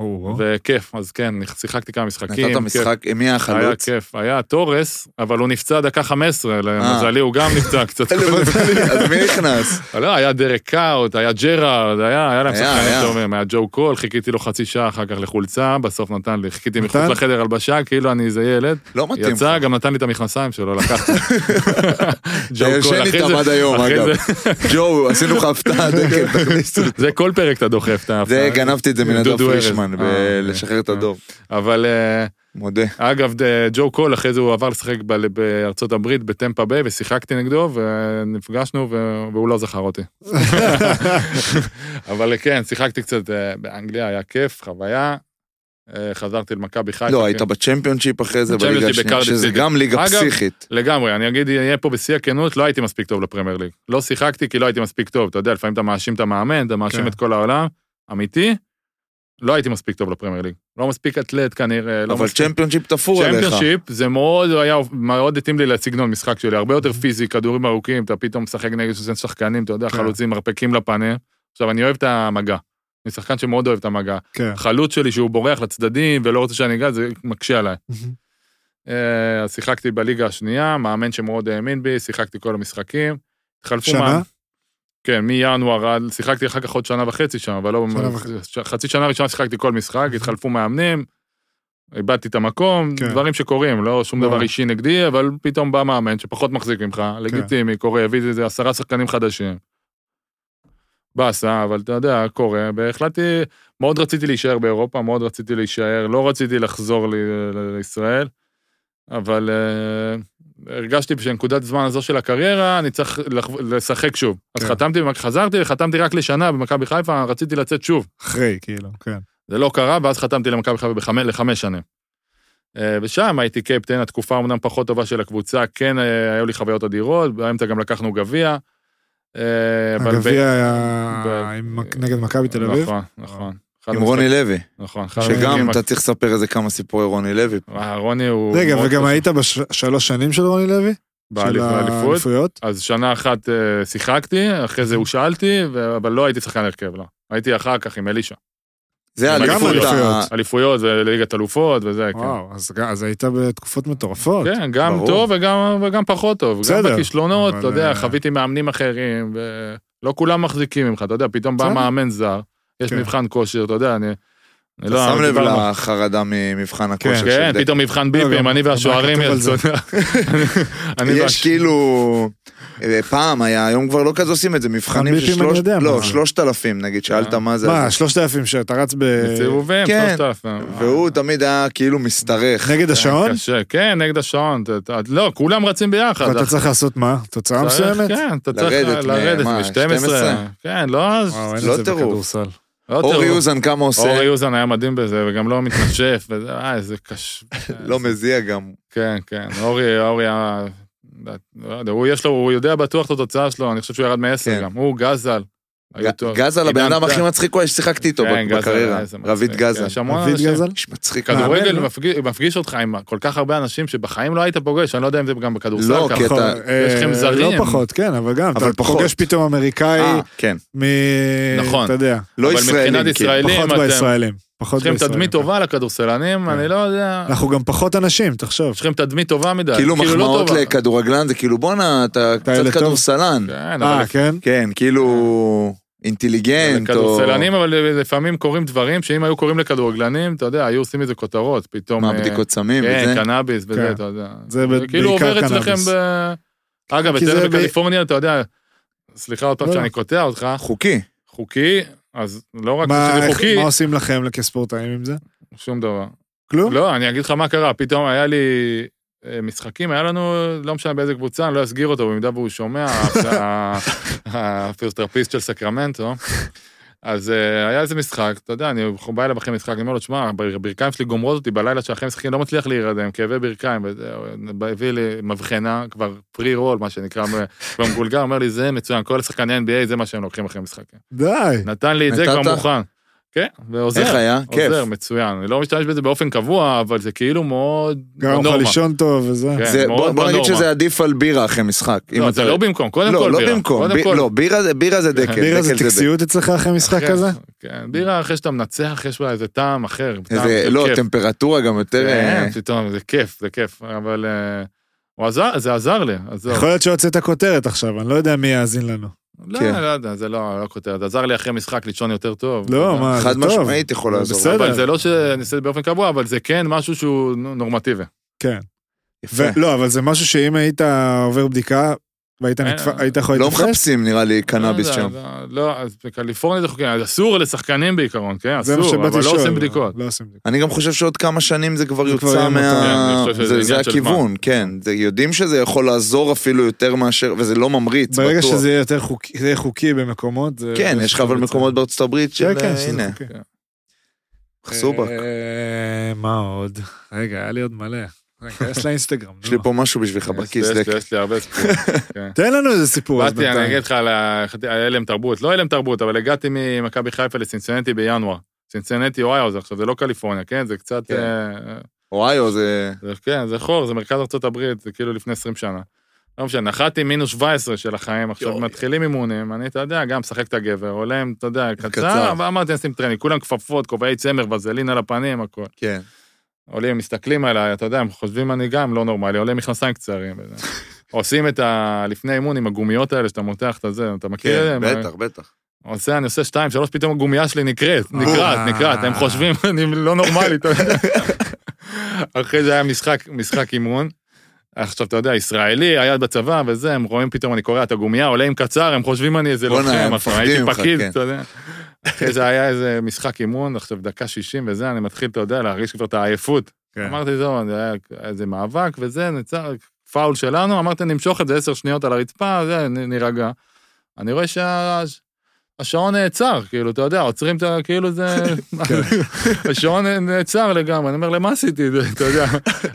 וואו. וכיף, אז כן, שיחקתי כמה משחקים. נתת כיף. משחק, מי היה החלוץ? כיף, היה תורס, אבל הוא נפצע דקה אה. 15, למזלי הוא גם נפצע קצת. אז מי נכנס? לא, היה דרק קאוט, היה ג'רארד, היה, היה להם היה, שחקנים היה. טובים, היה ג'ו קול, חיכיתי לו חצי שעה אחר כך לחולצה, בסוף נתן לי, חיכיתי מחוץ נתן? לחדר הלבשה, כאילו אני איזה ילד, לא מתאים. יצא, גם נתן לי את המכנסיים שלו, לקחתי. ג'ו אתה קול, ישן אחי, איתם זה- עד היום, אחי, אגב. זה- ג'ו, עשינו לך הפתעה, דקל, תכניס אותי. זה כל פרק אתה דוחף את ההפתעה. זה, גנבתי את זה מנדב דודו ארז. פרישמן, אה, אוקיי. בלשחרר את הדור. אבל אה, מודה. אגב, ד- ג'ו קול, אחרי זה הוא עבר לשחק ב- בארצות הברית, בטמפה ביי, ושיחקתי נגדו, ונפגשנו, ו- והוא לא זכר אותי. אבל כן, שיחקתי קצת אה, באנגליה, היה כיף, חוויה. אה, חזרתי למכבי חיפה. לא, היית בצ'מפיונשיפ אחרי זה, אוקיי. בצ'מפיונשיפ בליגה השנייה, בקרדיף שזה סיטי. גם ליגה אגב, פסיכית. לגמרי, אני אגיד, אהיה פה בשיא הכנות, לא הייתי מספיק טוב לפרמייר ליג. לא שיחקתי כי לא הייתי מספיק טוב, אתה יודע, לפעמים אתה מאשים את המאמן, אתה מאשים כן. את כל העולם. אמיתי, לא הייתי מספיק טוב לפרמייר ליג. לא מספיק אתלט כנראה, לא אבל מספיק... צ'מפיונשיפ תפור עליך. צ'מפיונשיפ זה מאוד היה, מאוד התאים לי לסגנון משחק שלי, הרבה יותר פיזי, כדורים ארוכים, אתה פתאום משחק נגד שזה שחקנים, אתה יודע, כן. חלוצים מרפקים לפנים. עכשיו, אני אוהב את המגע. אני שחקן שמאוד אוהב את המגע. כן. החלוץ שלי שהוא בורח לצדדים ולא רוצה שאני אגע, זה מקשה עליי. אה, אז שיחקתי בליגה השנייה, מאמן שמאוד האמין בי, שיחקתי כל המשחקים. התחלפו שנה? מאמן- כן, מינואר עד, שיחקתי אחר כך עוד שנה וחצי שם, אבל לא... שנה וחצי. ש- חצי שנה ראשונה שיחקתי כל משחק, התחלפו מאמנים, איבדתי את המקום, כן. דברים שקורים, לא שום ברור. דבר אישי נגדי, אבל פתאום בא מאמן שפחות מחזיק ממך, לגיטימי, קורה, הביא איזה עשרה שחקנים חדשים. באסה, אבל אתה יודע, קורה, והחלטתי, מאוד רציתי להישאר באירופה, מאוד רציתי להישאר, לא רציתי לחזור ל- ל- לישראל, אבל uh, הרגשתי שבנקודת זמן הזו של הקריירה, אני צריך לח- לשחק שוב. אז כן. חתמתי, במכ- חזרתי, חתמתי רק לשנה במכבי חיפה, רציתי לצאת שוב. אחרי, כאילו, כן. זה לא קרה, ואז חתמתי למכבי חיפה בחמש, לחמש שנים. אה, ושם הייתי קפטן, התקופה אמנם פחות טובה של הקבוצה, כן, אה, היו לי חוויות אדירות, באמצע גם לקחנו גביע. אה, אבל ב- הגביע היה ב- עם- נגד מכבי תל אביב. נכון, נכון. אחד עם רוני המשחק- לוי, נכון. אחד שגם המשחקים אתה צריך לספר איזה כמה סיפורי רוני לוי. אה, רוני הוא... רגע, מאוד וגם קשה. היית בשלוש שנים של רוני לוי? של באליפ- באליפות. האליפויות? אז שנה אחת אה, שיחקתי, אחרי זה הושאלתי, ו- אבל לא הייתי שחקן הרכב, לא. הייתי אחר כך עם אלישע. זה גם האליפות. ה- אליפויות. אליפויות וליגת אלופות וזה, כן. וואו, אז ג- אז היית בתקופות מטורפות. כן, גם ברור. טוב וגם, וגם פחות טוב. בסדר, גם בכישלונות, אבל, אתה יודע, אה, חוויתי מאמנים אחרים, ולא כולם מחזיקים ממך, אתה יודע, פתאום בא בסדר. מאמן זר, יש כן. מבחן כושר, אתה יודע, אני... אני אתה לא- שם לב דיברנו- לחרדה ממבחן כן. הכושר כן, של דקל. פתאום מבחן לא, גם- ביפים, אני גם והשוערים כתוב על זה. ירצו. אני יש והש- כאילו, אה, פעם היה, היום כבר לא כזה עושים את זה, מבחנים של חמישים אני שלוש, יודע לא, מה. שלושת אלפים נגיד, שאלת אה. מה זה, מה, אז- שלושת אלפים שאתה רץ ב... סיבובים, כן. 3,000. והוא תמיד היה כאילו משתרך. נגד השעון? קשה, כן, נגד השעון. ת- ת- לא, כולם רצים ביחד. ואתה אח- צריך לעשות מה? תוצאה צריך- מסוימת? כן, אתה צריך לרדת מ- לרדת מה, מ-12. 12? כן, לא... אז- וואו, אין לא את זה טירוף. בכדורסל. לא אורי טירוף. יוזן כמה עושה, אורי יוזן היה מדהים בזה, וגם לא מתנשף, וזה, אה, איזה קשה. לא מזיע גם. כן, כן, אורי, אורי היה... לא יודע, הוא יש לו, הוא יודע בטוח את התוצאה שלו, אני חושב שהוא ירד מעשר כן. גם. הוא, גזל, היו טוב. גזל, הבן עידן אדם טל. הכי מצחיק הוא ששיחקתי איתו כן, גזל, בקריירה, איזה מצחיק. כן, רביד גזל. יש המון רביד אנשים. גזל? איש מצחיק. כדורגל מאמן, מפגיש- מפגיש אותך עם כל כך הרבה אנשים שבחיים לא היית פוגש, אני לא יודע אם זה גם בכדורסל לא, כי ככה. אתה- נכון, יש לכם אה, זרים. לא פחות, כן, אבל גם, אבל אתה פחות. פוגש פתאום אמריקאי אה, כן. מ... נכון. אתה יודע, לא אבל ישראלים, מבחינת כאילו. ישראלים, פחות אתם בישראלים. פחות יש לכם בישראלים. כן. תדמית טובה לכדורסלנים, אני לא יודע. אנחנו גם פחות אנשים, תחשוב. יש לכם תדמית טובה מדי. אה. כאילו לא מחמאות טובה. לכדורגלן זה כאילו בואנה אתה ילד קצת טוב." כדורסלן. כן, אבל אה, כן? כן, כאילו אינטליגנט או... לכדורסלנים, אבל לפעמים קורים דברים שאם היו קוראים לכדורגלנים, אתה יודע, היו עושים איזה כותרות, פתאום... מה, אה, בדיקות סמים כן, וזה? קנאביס כן. וזה, אתה יודע. זה ב- כאילו בעיקר עובר אצלכם קנאביס. ב... אגב, כי זה אצלנו ב- בקליפורניה, אתה יודע, סליחה עוד פעם לא, שאני לא. קוטע אותך, חוקי. חוקי, אז לא רק מה- שזה איך- חוקי, מה עושים לכם כספורטאים עם זה? שום דבר. כלום? לא, אני אגיד לך מה קרה, פתאום היה לי אה, משחקים, היה לנו, לא משנה באיזה קבוצה, אני לא אסגיר אותו, במידה והוא שומע, ה- הפיזיותרפיסט של סקרמנטו. אז אה, היה איזה משחק, אתה יודע, אני בא אליו אחרי משחק, אני אומר לו, תשמע, הבר- הברכיים שלי גומרות אותי בלילה שאחרי משחקים, לא מצליח להירדם, כאבי ברכיים, וזהו, הביא לי מבחנה, כבר פרי רול, מה שנקרא, במגולגל, אומר לי, זה מצוין, כל השחקני NBA, זה מה שהם לוקחים אחרי משחקים. די. נתן לי את זה כבר נתת? מוכן. כן, ועוזר. איך היה? כיף. עוזר, מצוין. אני לא משתמש בזה באופן קבוע, אבל זה כאילו מאוד... גם מאוד יכול נורמה. לישון טוב וזה. כן, זה- מאוד בוא בוא נגיד בנורמה. שזה עדיף על בירה אחרי משחק. אם לא, אתה- זה לא במקום, קודם כל לא, בירה. לא במקום. קודם ב- כל- לא, בירה זה- בירה זה דקל. בירה זה דקל טקסיות אצלך אחרי משחק כן. אחרי- כזה? כן, בירה אחרי שאתה מנצח, יש בה איזה טעם אחר. טעם זה- של לא, כיף. טמפרטורה גם יותר... אה, כן, פתאום, זה כיף, זה כיף. אבל אה, הוא עזר, זה עזר לי. עזור. נכון, יכול להיות שהוצאת כותרת עכשיו, אני לא יודע מי יאזין לנו. לא, כן. לא יודע, זה לא לא כותרת. עזר לי אחרי משחק לישון יותר טוב. אתה לא, יודע. מה, זה חד טוב. משמעית יכול לעזור. בסדר. אבל זה לא שאני עושה את זה באופן קבוע, אבל זה כן משהו שהוא נורמטיבי. כן. יפה. ו- לא, אבל זה משהו שאם היית עובר בדיקה והיית אה, נתפ- היית יכול לא להתפרש, מחפשים נראה לי קנאביס לא, שם. לא, לא, אז בקליפורניה זה חוקי, אז אסור לשחקנים בעיקרון, כן? זה מה אסור, שבאתי אבל לא לשאול. עושים בדיקות. לא עושים בדיקות. אני גם חושב שעוד כמה שנים זה כבר זה כבר יוצא יהיה מותר. מה... כן, אני חושב שזה זה- זה עניין של הכיוון, כן. זה- יודעים שזה יכול לעזור אפילו יותר מאשר, וזה לא ממריץ, בטוח. ברגע שזה יהיה יותר חוקי- זה יהיה חוקי במקומות, זה... כן, יש לך אבל מקומות בארצות הברית של... אה, כן, כן, שזה הנה, חוקי. סובק. אה, מה עוד? רגע, היה לי עוד מלא. רגע, יש לה אינסטגרם, נו. יש לי פה משהו בשבילך בכיס, אה, יש לי- דק. יש לי הרבה סיפורים. כן. תן לנו איזה סיפור. אז באתי, אני בינתיים. אגיד לך על הלם תרבות, לא הלם תרבות, אבל הגעתי ממכבי חיפה לסינסנטי בינואר. סינסנטי אוהיו, זה עכשיו, זה לא קליפורניה, כן? זה קצת... כן. אה, אוהיו זה... זה- כן, זה חור, זה מרכז ארה"ב, זה כאילו לפני 20 שנה. לא משנה, נחתי מינוס 17 של החיים, עכשיו יואי. מתחילים אימונים, אני, אתה יודע, גם משחק את הגבר, עולה עם, אתה יודע, קצר. קצר, ואמרתי, נשים טרנינג, כולם כפפות, כובעי צמר, וזלין על הפנים, הכול. כן. עולים, מסתכלים עליי, אתה יודע, הם חושבים אני גם לא נורמלי, עולה עם מכנסיים קצרים. וזה. עושים את ה... לפני אימון עם הגומיות האלה שאתה מותח את הזה, אתה מכיר? כן, הם- בטח, בטח. עושה, אני עושה שתיים, שלוש, פתאום הגומייה שלי נקראת, נקרעת, אה. נקרעת, הם חושבים, אני לא נורמלי, אתה יודע. אחרי זה היה משחק, משחק אימון. עכשיו, אתה יודע, ישראלי, היה בצבא וזה, הם רואים פתאום, אני קורע את הגומייה, עולה עם קצר, הם חושבים אני איזה בואנה, לוחם, הם עכשיו, מפחדים הייתי ממך, פקיד, כן. אתה יודע. אחרי זה היה איזה משחק אימון, עכשיו דקה 60 וזה, אני מתחיל, אתה יודע, להרגיש כבר את העייפות. כן. אמרתי, זהו, זה היה איזה מאבק וזה, נצא, פאול שלנו, אמרתי, נמשוך את זה עשר שניות על הרצפה, זה, נ- נירגע. אני רואה שה... השעון נעצר, כאילו, אתה יודע, עוצרים את ה... כאילו זה... השעון נעצר לגמרי, אני אומר, למה עשיתי את זה, אתה יודע.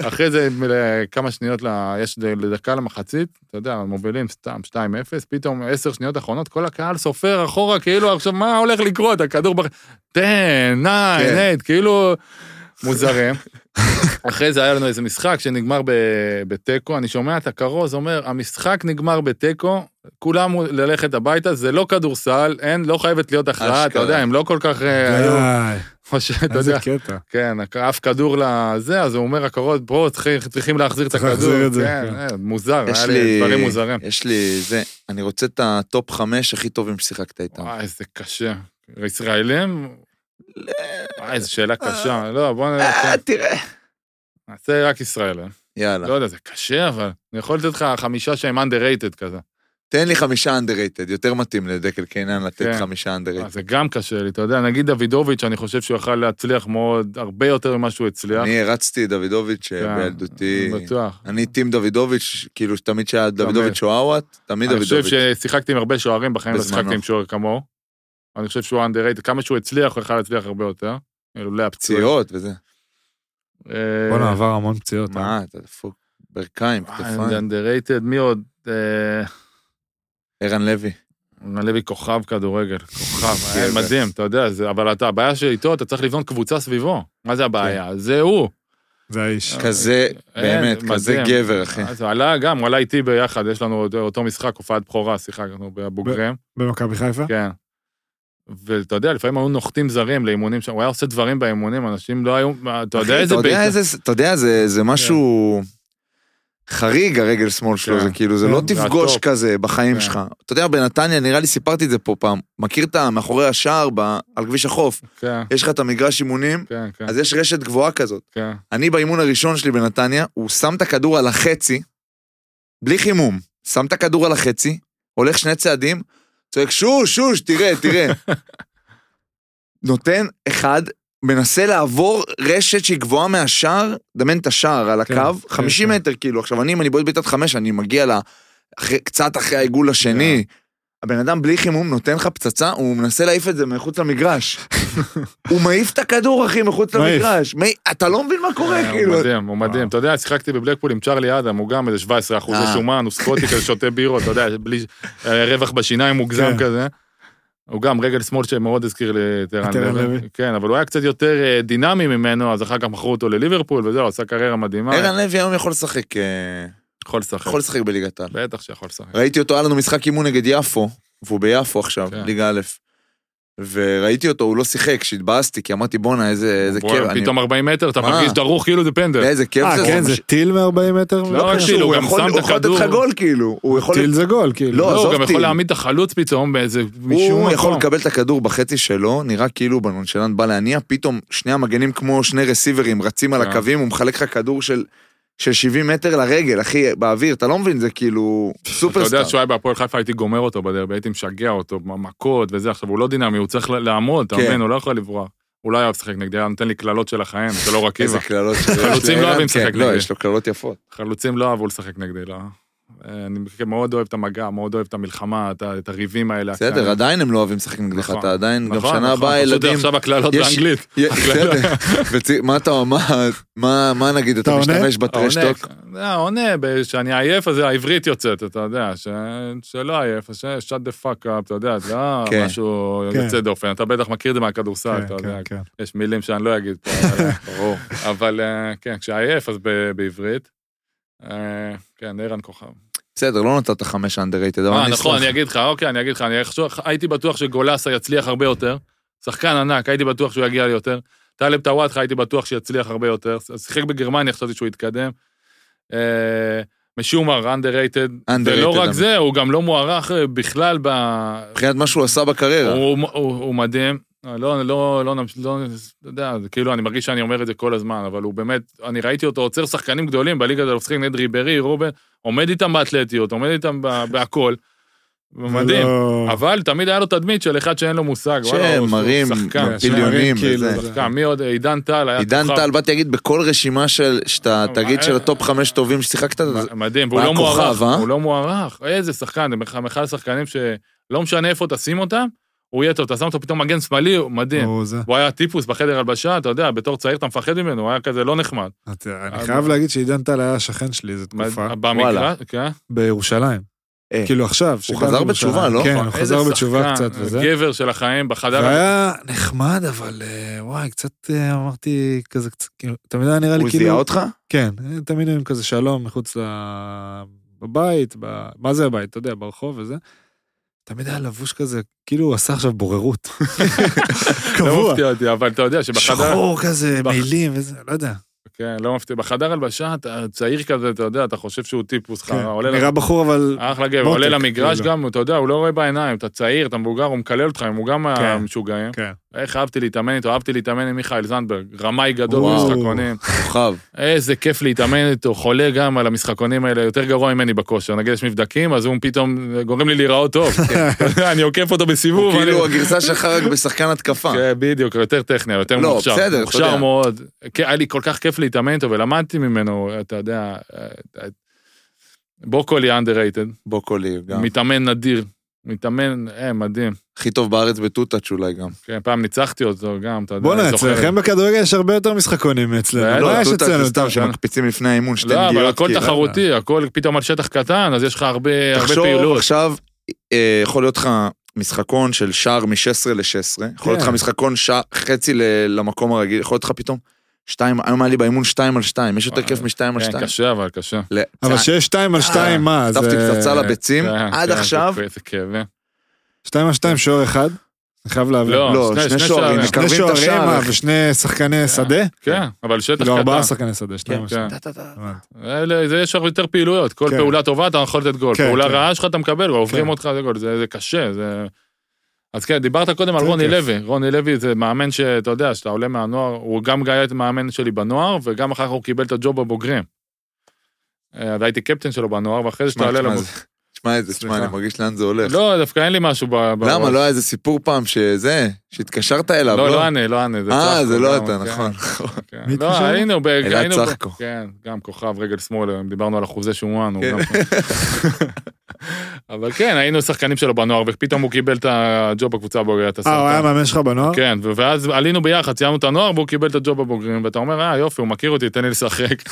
אחרי זה, ל- כמה שניות, ל- יש לדקה למחצית, אתה יודע, מובילים סתם 2-0, פתאום עשר שניות אחרונות, כל הקהל סופר אחורה, כאילו, עכשיו, מה הולך לקרות? הכדור בח... תן, כן. נאי, נט, כאילו... מוזרים. אחרי זה היה לנו איזה משחק שנגמר ב- בתיקו, אני שומע את הכרוז אומר, המשחק נגמר בתיקו, כולם ללכת הביתה, זה לא כדורסל, אין, לא חייבת להיות הכרעה, אתה אשכרה. יודע, הם לא כל כך אה, היו, די, כמו שאתה איזה יודע, קטע. כן, אף כדור לזה, אז הוא אומר הכרוז, בואו, צריכים- צריכים להחזיר את צריך הכדור, להחזיר את זה, כן, כן. אה, מוזר, יש היה לי... לי דברים מוזרים. יש לי זה, אני רוצה את הטופ חמש הכי טובים ששיחקת איתם. וואי, איזה קשה. ישראלים? וואי, איזו שאלה קשה, לא, בואו נ- אה, תראה. נעשה רק ישראלים. יאללה. לא יודע, זה קשה, אבל אני יכול לתת לך חמישה שהם underrated כזה. תן לי חמישה underrated, יותר מתאים לדקל קינן לתת כן. חמישה underrated. אה, זה גם קשה לי, אתה יודע, נגיד דוידוביץ', אני חושב שהוא יכל להצליח מאוד, הרבה יותר ממה שהוא הצליח. אני הרצתי את דוידוביץ' אה, כן, בילדותי. אני בטוח. אני טים דוידוביץ', כאילו תמיד שהיה דוידוביץ' או אאואט, תמיד אני חושב דוידוביץ'. ששיחקתי עם הרבה שוערים, בחיים לא בזמנו. שיחקתי עם שוער כמוהו. אני חושב שהוא underrated, כמה שהוא הצליח, הוא יכל להצליח הרבה יותר. אילולא הפציעות. פציעות וזה. אה, בואנה, עבר המון פציעות. אה? מה, אתה דפוק. ברכיים, וואי, כתפיים. underrated, מי עוד? אה, ערן לוי. לוי כוכב כדורגל, כוכב, היה גבר. מדהים, אתה יודע, זה, אבל אתה, הבעיה שאיתו, אתה צריך לבנות קבוצה סביבו. מה זה כן. הבעיה? זה הוא. זה האיש. כזה, באמת, אה, אין, כזה מדהים. אה, גבר, אחי. אז הוא עלה גם, הוא עלה איתי ביחד, יש לנו אותו- אותו משחק, הופעת בכורה, שיחקנו בבוגרים. במכבי חיפה? כן. ואתה יודע, לפעמים היו נוחתים זרים לאימונים שם, הוא היה עושה דברים באימונים, אנשים לא היו, אתה יודע אחי, איזה אתה בעיטה. כן. יודע איזה, אתה יודע, זה, זה משהו חריג הרגל שמאל שלו, כן. זה כאילו, זה כן, לא זה תפגוש הטופ. כזה בחיים כן. שלך. אתה יודע, בנתניה, נראה לי סיפרתי את זה פה פעם, מכיר את ה- מאחורי השער, ב- על כביש החוף, כן, יש לך את המגרש אימונים, כן, כן, אז יש רשת גבוהה כזאת. כן. אני באימון הראשון שלי בנתניה, הוא שם את הכדור על החצי, בלי חימום, שם את הכדור על החצי, הולך שני צעדים, צועק שוש, שוש, תראה, תראה. נותן אחד, מנסה לעבור רשת שהיא גבוהה מהשער, דמיין את השער על כן, הקו, כן, 50 כן. מטר כאילו. עכשיו, אני, אם אני בועט בעיטת חמש, אני מגיע לה, אחרי, קצת אחרי העיגול כן. השני. הבן אדם בלי חימום נותן לך פצצה, הוא מנסה להעיף את זה מחוץ למגרש. הוא מעיף את הכדור, אחי, מחוץ מעיף. למגרש. מעיף. אתה לא מבין מה קורה, כאילו. אה, הוא מדהים, הוא מדהים. וואו. אתה יודע, שיחקתי בבלקפול עם צ'רלי אדם, הוא גם איזה 17 אחוזי אה. שומן, הוא סקוטי כזה שותה בירות, אתה יודע, בלי אה, רווח בשיניים מוגזם כן. כזה. הוא גם רגל שמאל שמאוד הזכיר לי את את ערן ערן לוי. לוי. כן, אבל הוא היה קצת יותר אה, דינמי ממנו, אז אחר כך מכרו אותו לליברפול וזהו, עשה קריירה מדהימה. ערן לוי היום יכול לשחק, אה, יכול לשחק. יכול לשחק בליגת העל. בטח שיכול לשחק. ראיתי אותו, היה לנו משחק אימון נגד יפו, והוא ביפו עכשיו, כן. ליגה א', וראיתי אותו, הוא לא שיחק, שהתבאסתי, כי אמרתי, בואנה, איזה איזה הוא אה, כיף, אני- פתאום 40 מטר, אתה מה? מרגיש דרוך כאילו זה פנדל. איזה כיף אה, זה. כן, ממש- זה טיל מ-40 מטר? לא רק קשור, טיל, הוא הוא גם יכול שם את הוא יכול לתת לך הכדור. גול, כאילו. הוא יכול... טיל זה גול, כאילו. לא, לא, עזוב הוא גם טיל. יכול להעמיד את החלוץ פתאום באיזה משום מקום. הוא יכול לקבל את הכדור בחצי שלו, נראה כאילו בנונשלנט בא להניע, פתאום שני המגנים כמו שני רסיברים רצים על כן. הקווים, הוא מחלק לך כדור של... של 70 מטר לרגל, אחי, באוויר, אתה לא מבין, זה כאילו אתה סופרסטאר. יודע שהוא היה בהפועל חיפה, הייתי גומר אותו בדרבי, הייתי משגע אותו, מכות וזה, עכשיו הוא לא דינמי, הוא צריך לעמוד, אתה כן. מבין, הוא לא יכול לברוח. הוא לא היה אוהב לשחק נגדי, היה נותן לי קללות של החיים, זה לא רק עקיבא. איזה קללות. שיש חלוצים לא לערן, אוהבים כן, לשחק לא, נגדי. יש לו קללות יפות. חלוצים לא אהבו לשחק נגדי, לא. אני מאוד אוהב את המגע, מאוד אוהב את המלחמה, את ה- את הריבים האלה. בסדר, עדיין הם לא אוהבים לשחק נגדך, נכון. אתה עדיין, גם נכון, שנה נכון, הבאה פשוט ילדים... עכשיו הקללות יש- באנגלית. יה- בסדר. וצי- מה אתה מה- מה מה נגיד, אתה אתה עונה? משתמש בטרשטוק? העונה- אה, עונה, ב- שאני עייף, אז העברית יוצאת, אתה יודע, ש- שלא עייף, ש- shut the fuck up, אתה יודע, זה לא כן. משהו כן. יוצא דופן, אתה בטח מכיר את זה מהכדורסל, אתה כן, יודע, כן, כן. יש מילים שאני לא אגיד פה, אבל- ברור. אבל אה, כן, כשעייף אז ב- בעברית. אה, כן, ערן כוכב. בסדר, לא נתת חמש אנדררייטד, אבל אה, אני נכון, אסלח. אני אגיד לך, אוקיי, אני אגיד לך, אני אחשוב- הייתי בטוח שגולסה יצליח הרבה יותר. שחקן ענק, הייתי בטוח שהוא יגיע ליותר. טלב טוואטחה, הייתי בטוח שיצליח הרבה יותר. אז שיחק בגרמניה, חשבתי שהוא יתקדם. אה, משומר, underrated. ולא Underrated, רק אבל. זה, הוא גם לא מוערך אה, בכלל ב... מבחינת מה שהוא עשה בקריירה. הוא, הוא, הוא מדהים. לא, לא, לא, לא, נמש- לא, אתה יודע, זה כאילו, אני מרגיש שאני אומר את זה כל הזמן, אבל הוא באמת, אני ראיתי אותו עוצר שחקנים גדולים בליגה הזאת, משחק נגד ריברי, רובן, עומד איתם באתלטיות, עומד איתם ב- בהכל. הוא כן. מדהים. לא. ולא- אבל תמיד היה לו תדמית של אחד שאין לו מושג. וואלה, הוא- הוא שמרים, שחקן, פיליונים כאילו, וזה. זה- שחקן, מי עוד? עידן טל היה עידן כוכב טל, באתי להגיד, בכל רשימה של, שאתה תגיד אה, של הטופ חמש טובים ששיחקת, אז- מ- מדהים, והוא היה לא כוכב, מוערך, אה? הוא לא מוערך. איזה שחקן, זה אחד- אחד השחקנים שלא משנה איפה תשים אותם, הוא יהיה טוב. אתה שם אותו פתאום מגן שמאלי, הוא מדהים. הוא זה. הוא היה טיפוס בחדר הלבשה, אתה יודע, בתור צעיר אתה מפחד ממנו, הוא היה כזה לא נחמד. אתה- אני חייב להגיד שעידן טל היה שכן שלי איזה תקופה, וואלה. במקרא, כן. בירושלים. אה. כאילו עכשיו. שגרנו חזר בירושלים. בתשובה, לא? כן, הוא איזה חזר שחקן, כן, בתשובה קצת וזה. גבר של החיים בחדר, והיה נחמד, אבל אה, וואי, קצת אה, אמרתי כזה, קצת, כאילו, תמיד היה נראה לי הוא כאילו... זיהה אותך? כן, תמיד היינו כזה שלום מחוץ ל... בבית, ב... מה זה הבית, אתה יודע, ברחוב וזה. תמיד היה לבוש כזה, כאילו הוא עשה עכשיו בוררות. לא קבוע. מפתיע אותי, אבל אתה יודע שבחדר, שחור כזה, בח- מילים וזה, לא יודע. כן, לא מפתיע, בחדר הלבשה אתה צעיר כזה, אתה יודע, אתה חושב שהוא טיפוס כן. חרא, עולה נראה בחור, אבל... אחלה גבר, מותק, עולה למגרש כאילו. גם, אתה יודע, הוא לא רואה בעיניים, אתה צעיר, אתה מבוגר, הוא מקלל אותך, הם הוא גם כן. המשוגעים. כן. איך אהבתי להתאמן איתו, אהבתי להתאמן עם מיכאל זנדברג, רמאי גדול וואו. במשחקונים. כוכב. איזה כיף להתאמן איתו, חולה גם על המשחקונים האלה, יותר גרוע ממני בכושר. נגיד יש מבדקים, אז הוא פתאום גורם לי להיראות טוב. אני עוקף אותו הוא בסיבוב. כאילו אני- הגרסה שלך רק בשחקן התקפה. כן, בדיוק, יותר טכני, יותר לא, מוכשר. בסדר, אתה יודע. מוכשר מאוד. כן, היה לי כל כך כיף להתאמן איתו, ולמדתי ממנו, אתה יודע, אה, בוקולי underrated, בוקולי גם. מתאמן נדיר, מתאמן, אה, מדהים. הכי טוב בארץ בטוטאץ' אולי גם. כן, פעם ניצחתי אותו גם, אתה יודע, בואנה, אני זוכר. אצלכם בכדורגל יש הרבה יותר משחקונים מאצלנו. לא, לא לא, יש טוטאץ' אצלנו. זה סתם אתה- שמקפיצים לפני האימון שתי לא, אבל נגיעות. הכל כאילו. תחרותי, הכל פתאום על שטח קטן, אז יש לך הרבה הרבה תחשוב פעילות. עכשיו אה, יכול להיות לך משחקון של שער מ-16 ל-16, יכול להיות לך כן. משחקון שע- חצי ל- למקום הרגיל, יכול להיות לך פתאום שתיים, היום היה לי באימון שתיים על שתיים, יש יותר וואי, כיף משתיים על כן, שתיים. קשה, אבל קשה. ל- אבל צע- שיש שתיים על שתיים, אה, מה? חטפתי זה- פצצה לבטים, כן, עד כן, עכשיו, איזה כאב. שתיים על שתיים, שוער אחד? אני חייב להבין. לא, לא, שני- שני שני שוערים, שערים. שני מקרבים את שוערים, השער. מה, אחי. ושני שחקני שדה? כן, אבל שטח לא, קטן. ארבעה שחקני שדה, שתיים על כן, שתיים. אה, טה, טה, טה. הבנתי. אלה- זה יש הרבה יותר פעילויות. כל כן. פעולה טובה אתה יכול לתת גול. כן, פעולה כן. רעה שלך אתה מקבל, גול. עוברים כן. אותך זה גול. זה זה קשה, זה... אז כן, דיברת קודם על זה רוני כיף. לוי. רוני לוי זה מאמן שאתה יודע, שאתה עולה מהנוער, הוא גם היה את מאמן שלי בנוער, וגם אחר כך הוא קיבל את הג'וב בבוגרים. אה, אז הייתי קפטן שלו בנוער, ואחרי זה שאתה שמע, עולה תשמע, לבוגרים. זה- תשמע את זה, תשמע, סליחה. אני מרגיש לאן זה הולך. לא, דווקא אין לי משהו ב... למה, בראש. לא היה איזה סיפור פעם שזה, שהתקשרת אליו, לא, לא אני, לא אני. אה, צחקו, זה לא גם, אתה, כן. נכון. כן. מי לא, התקשר? היינו, ב- אלעד היינו... ב- צחקו. כן, גם כוכב, רגל שמאל, אם דיברנו על אחוזי שומן. הוא כן. גם- אבל כן, היינו שחקנים שלו בנוער, ופתאום הוא קיבל את הג'וב בקבוצה הבוגרת. אה, הוא היה הסרטן. מאמן שלך בנוער? כן, ו- ואז עלינו ביחד, סיימנו את הנוער, והוא קיבל את הג'וב בבוגרים, ואתה אומר, אה, יופי, הוא מכיר אותי, תן לי לשחק.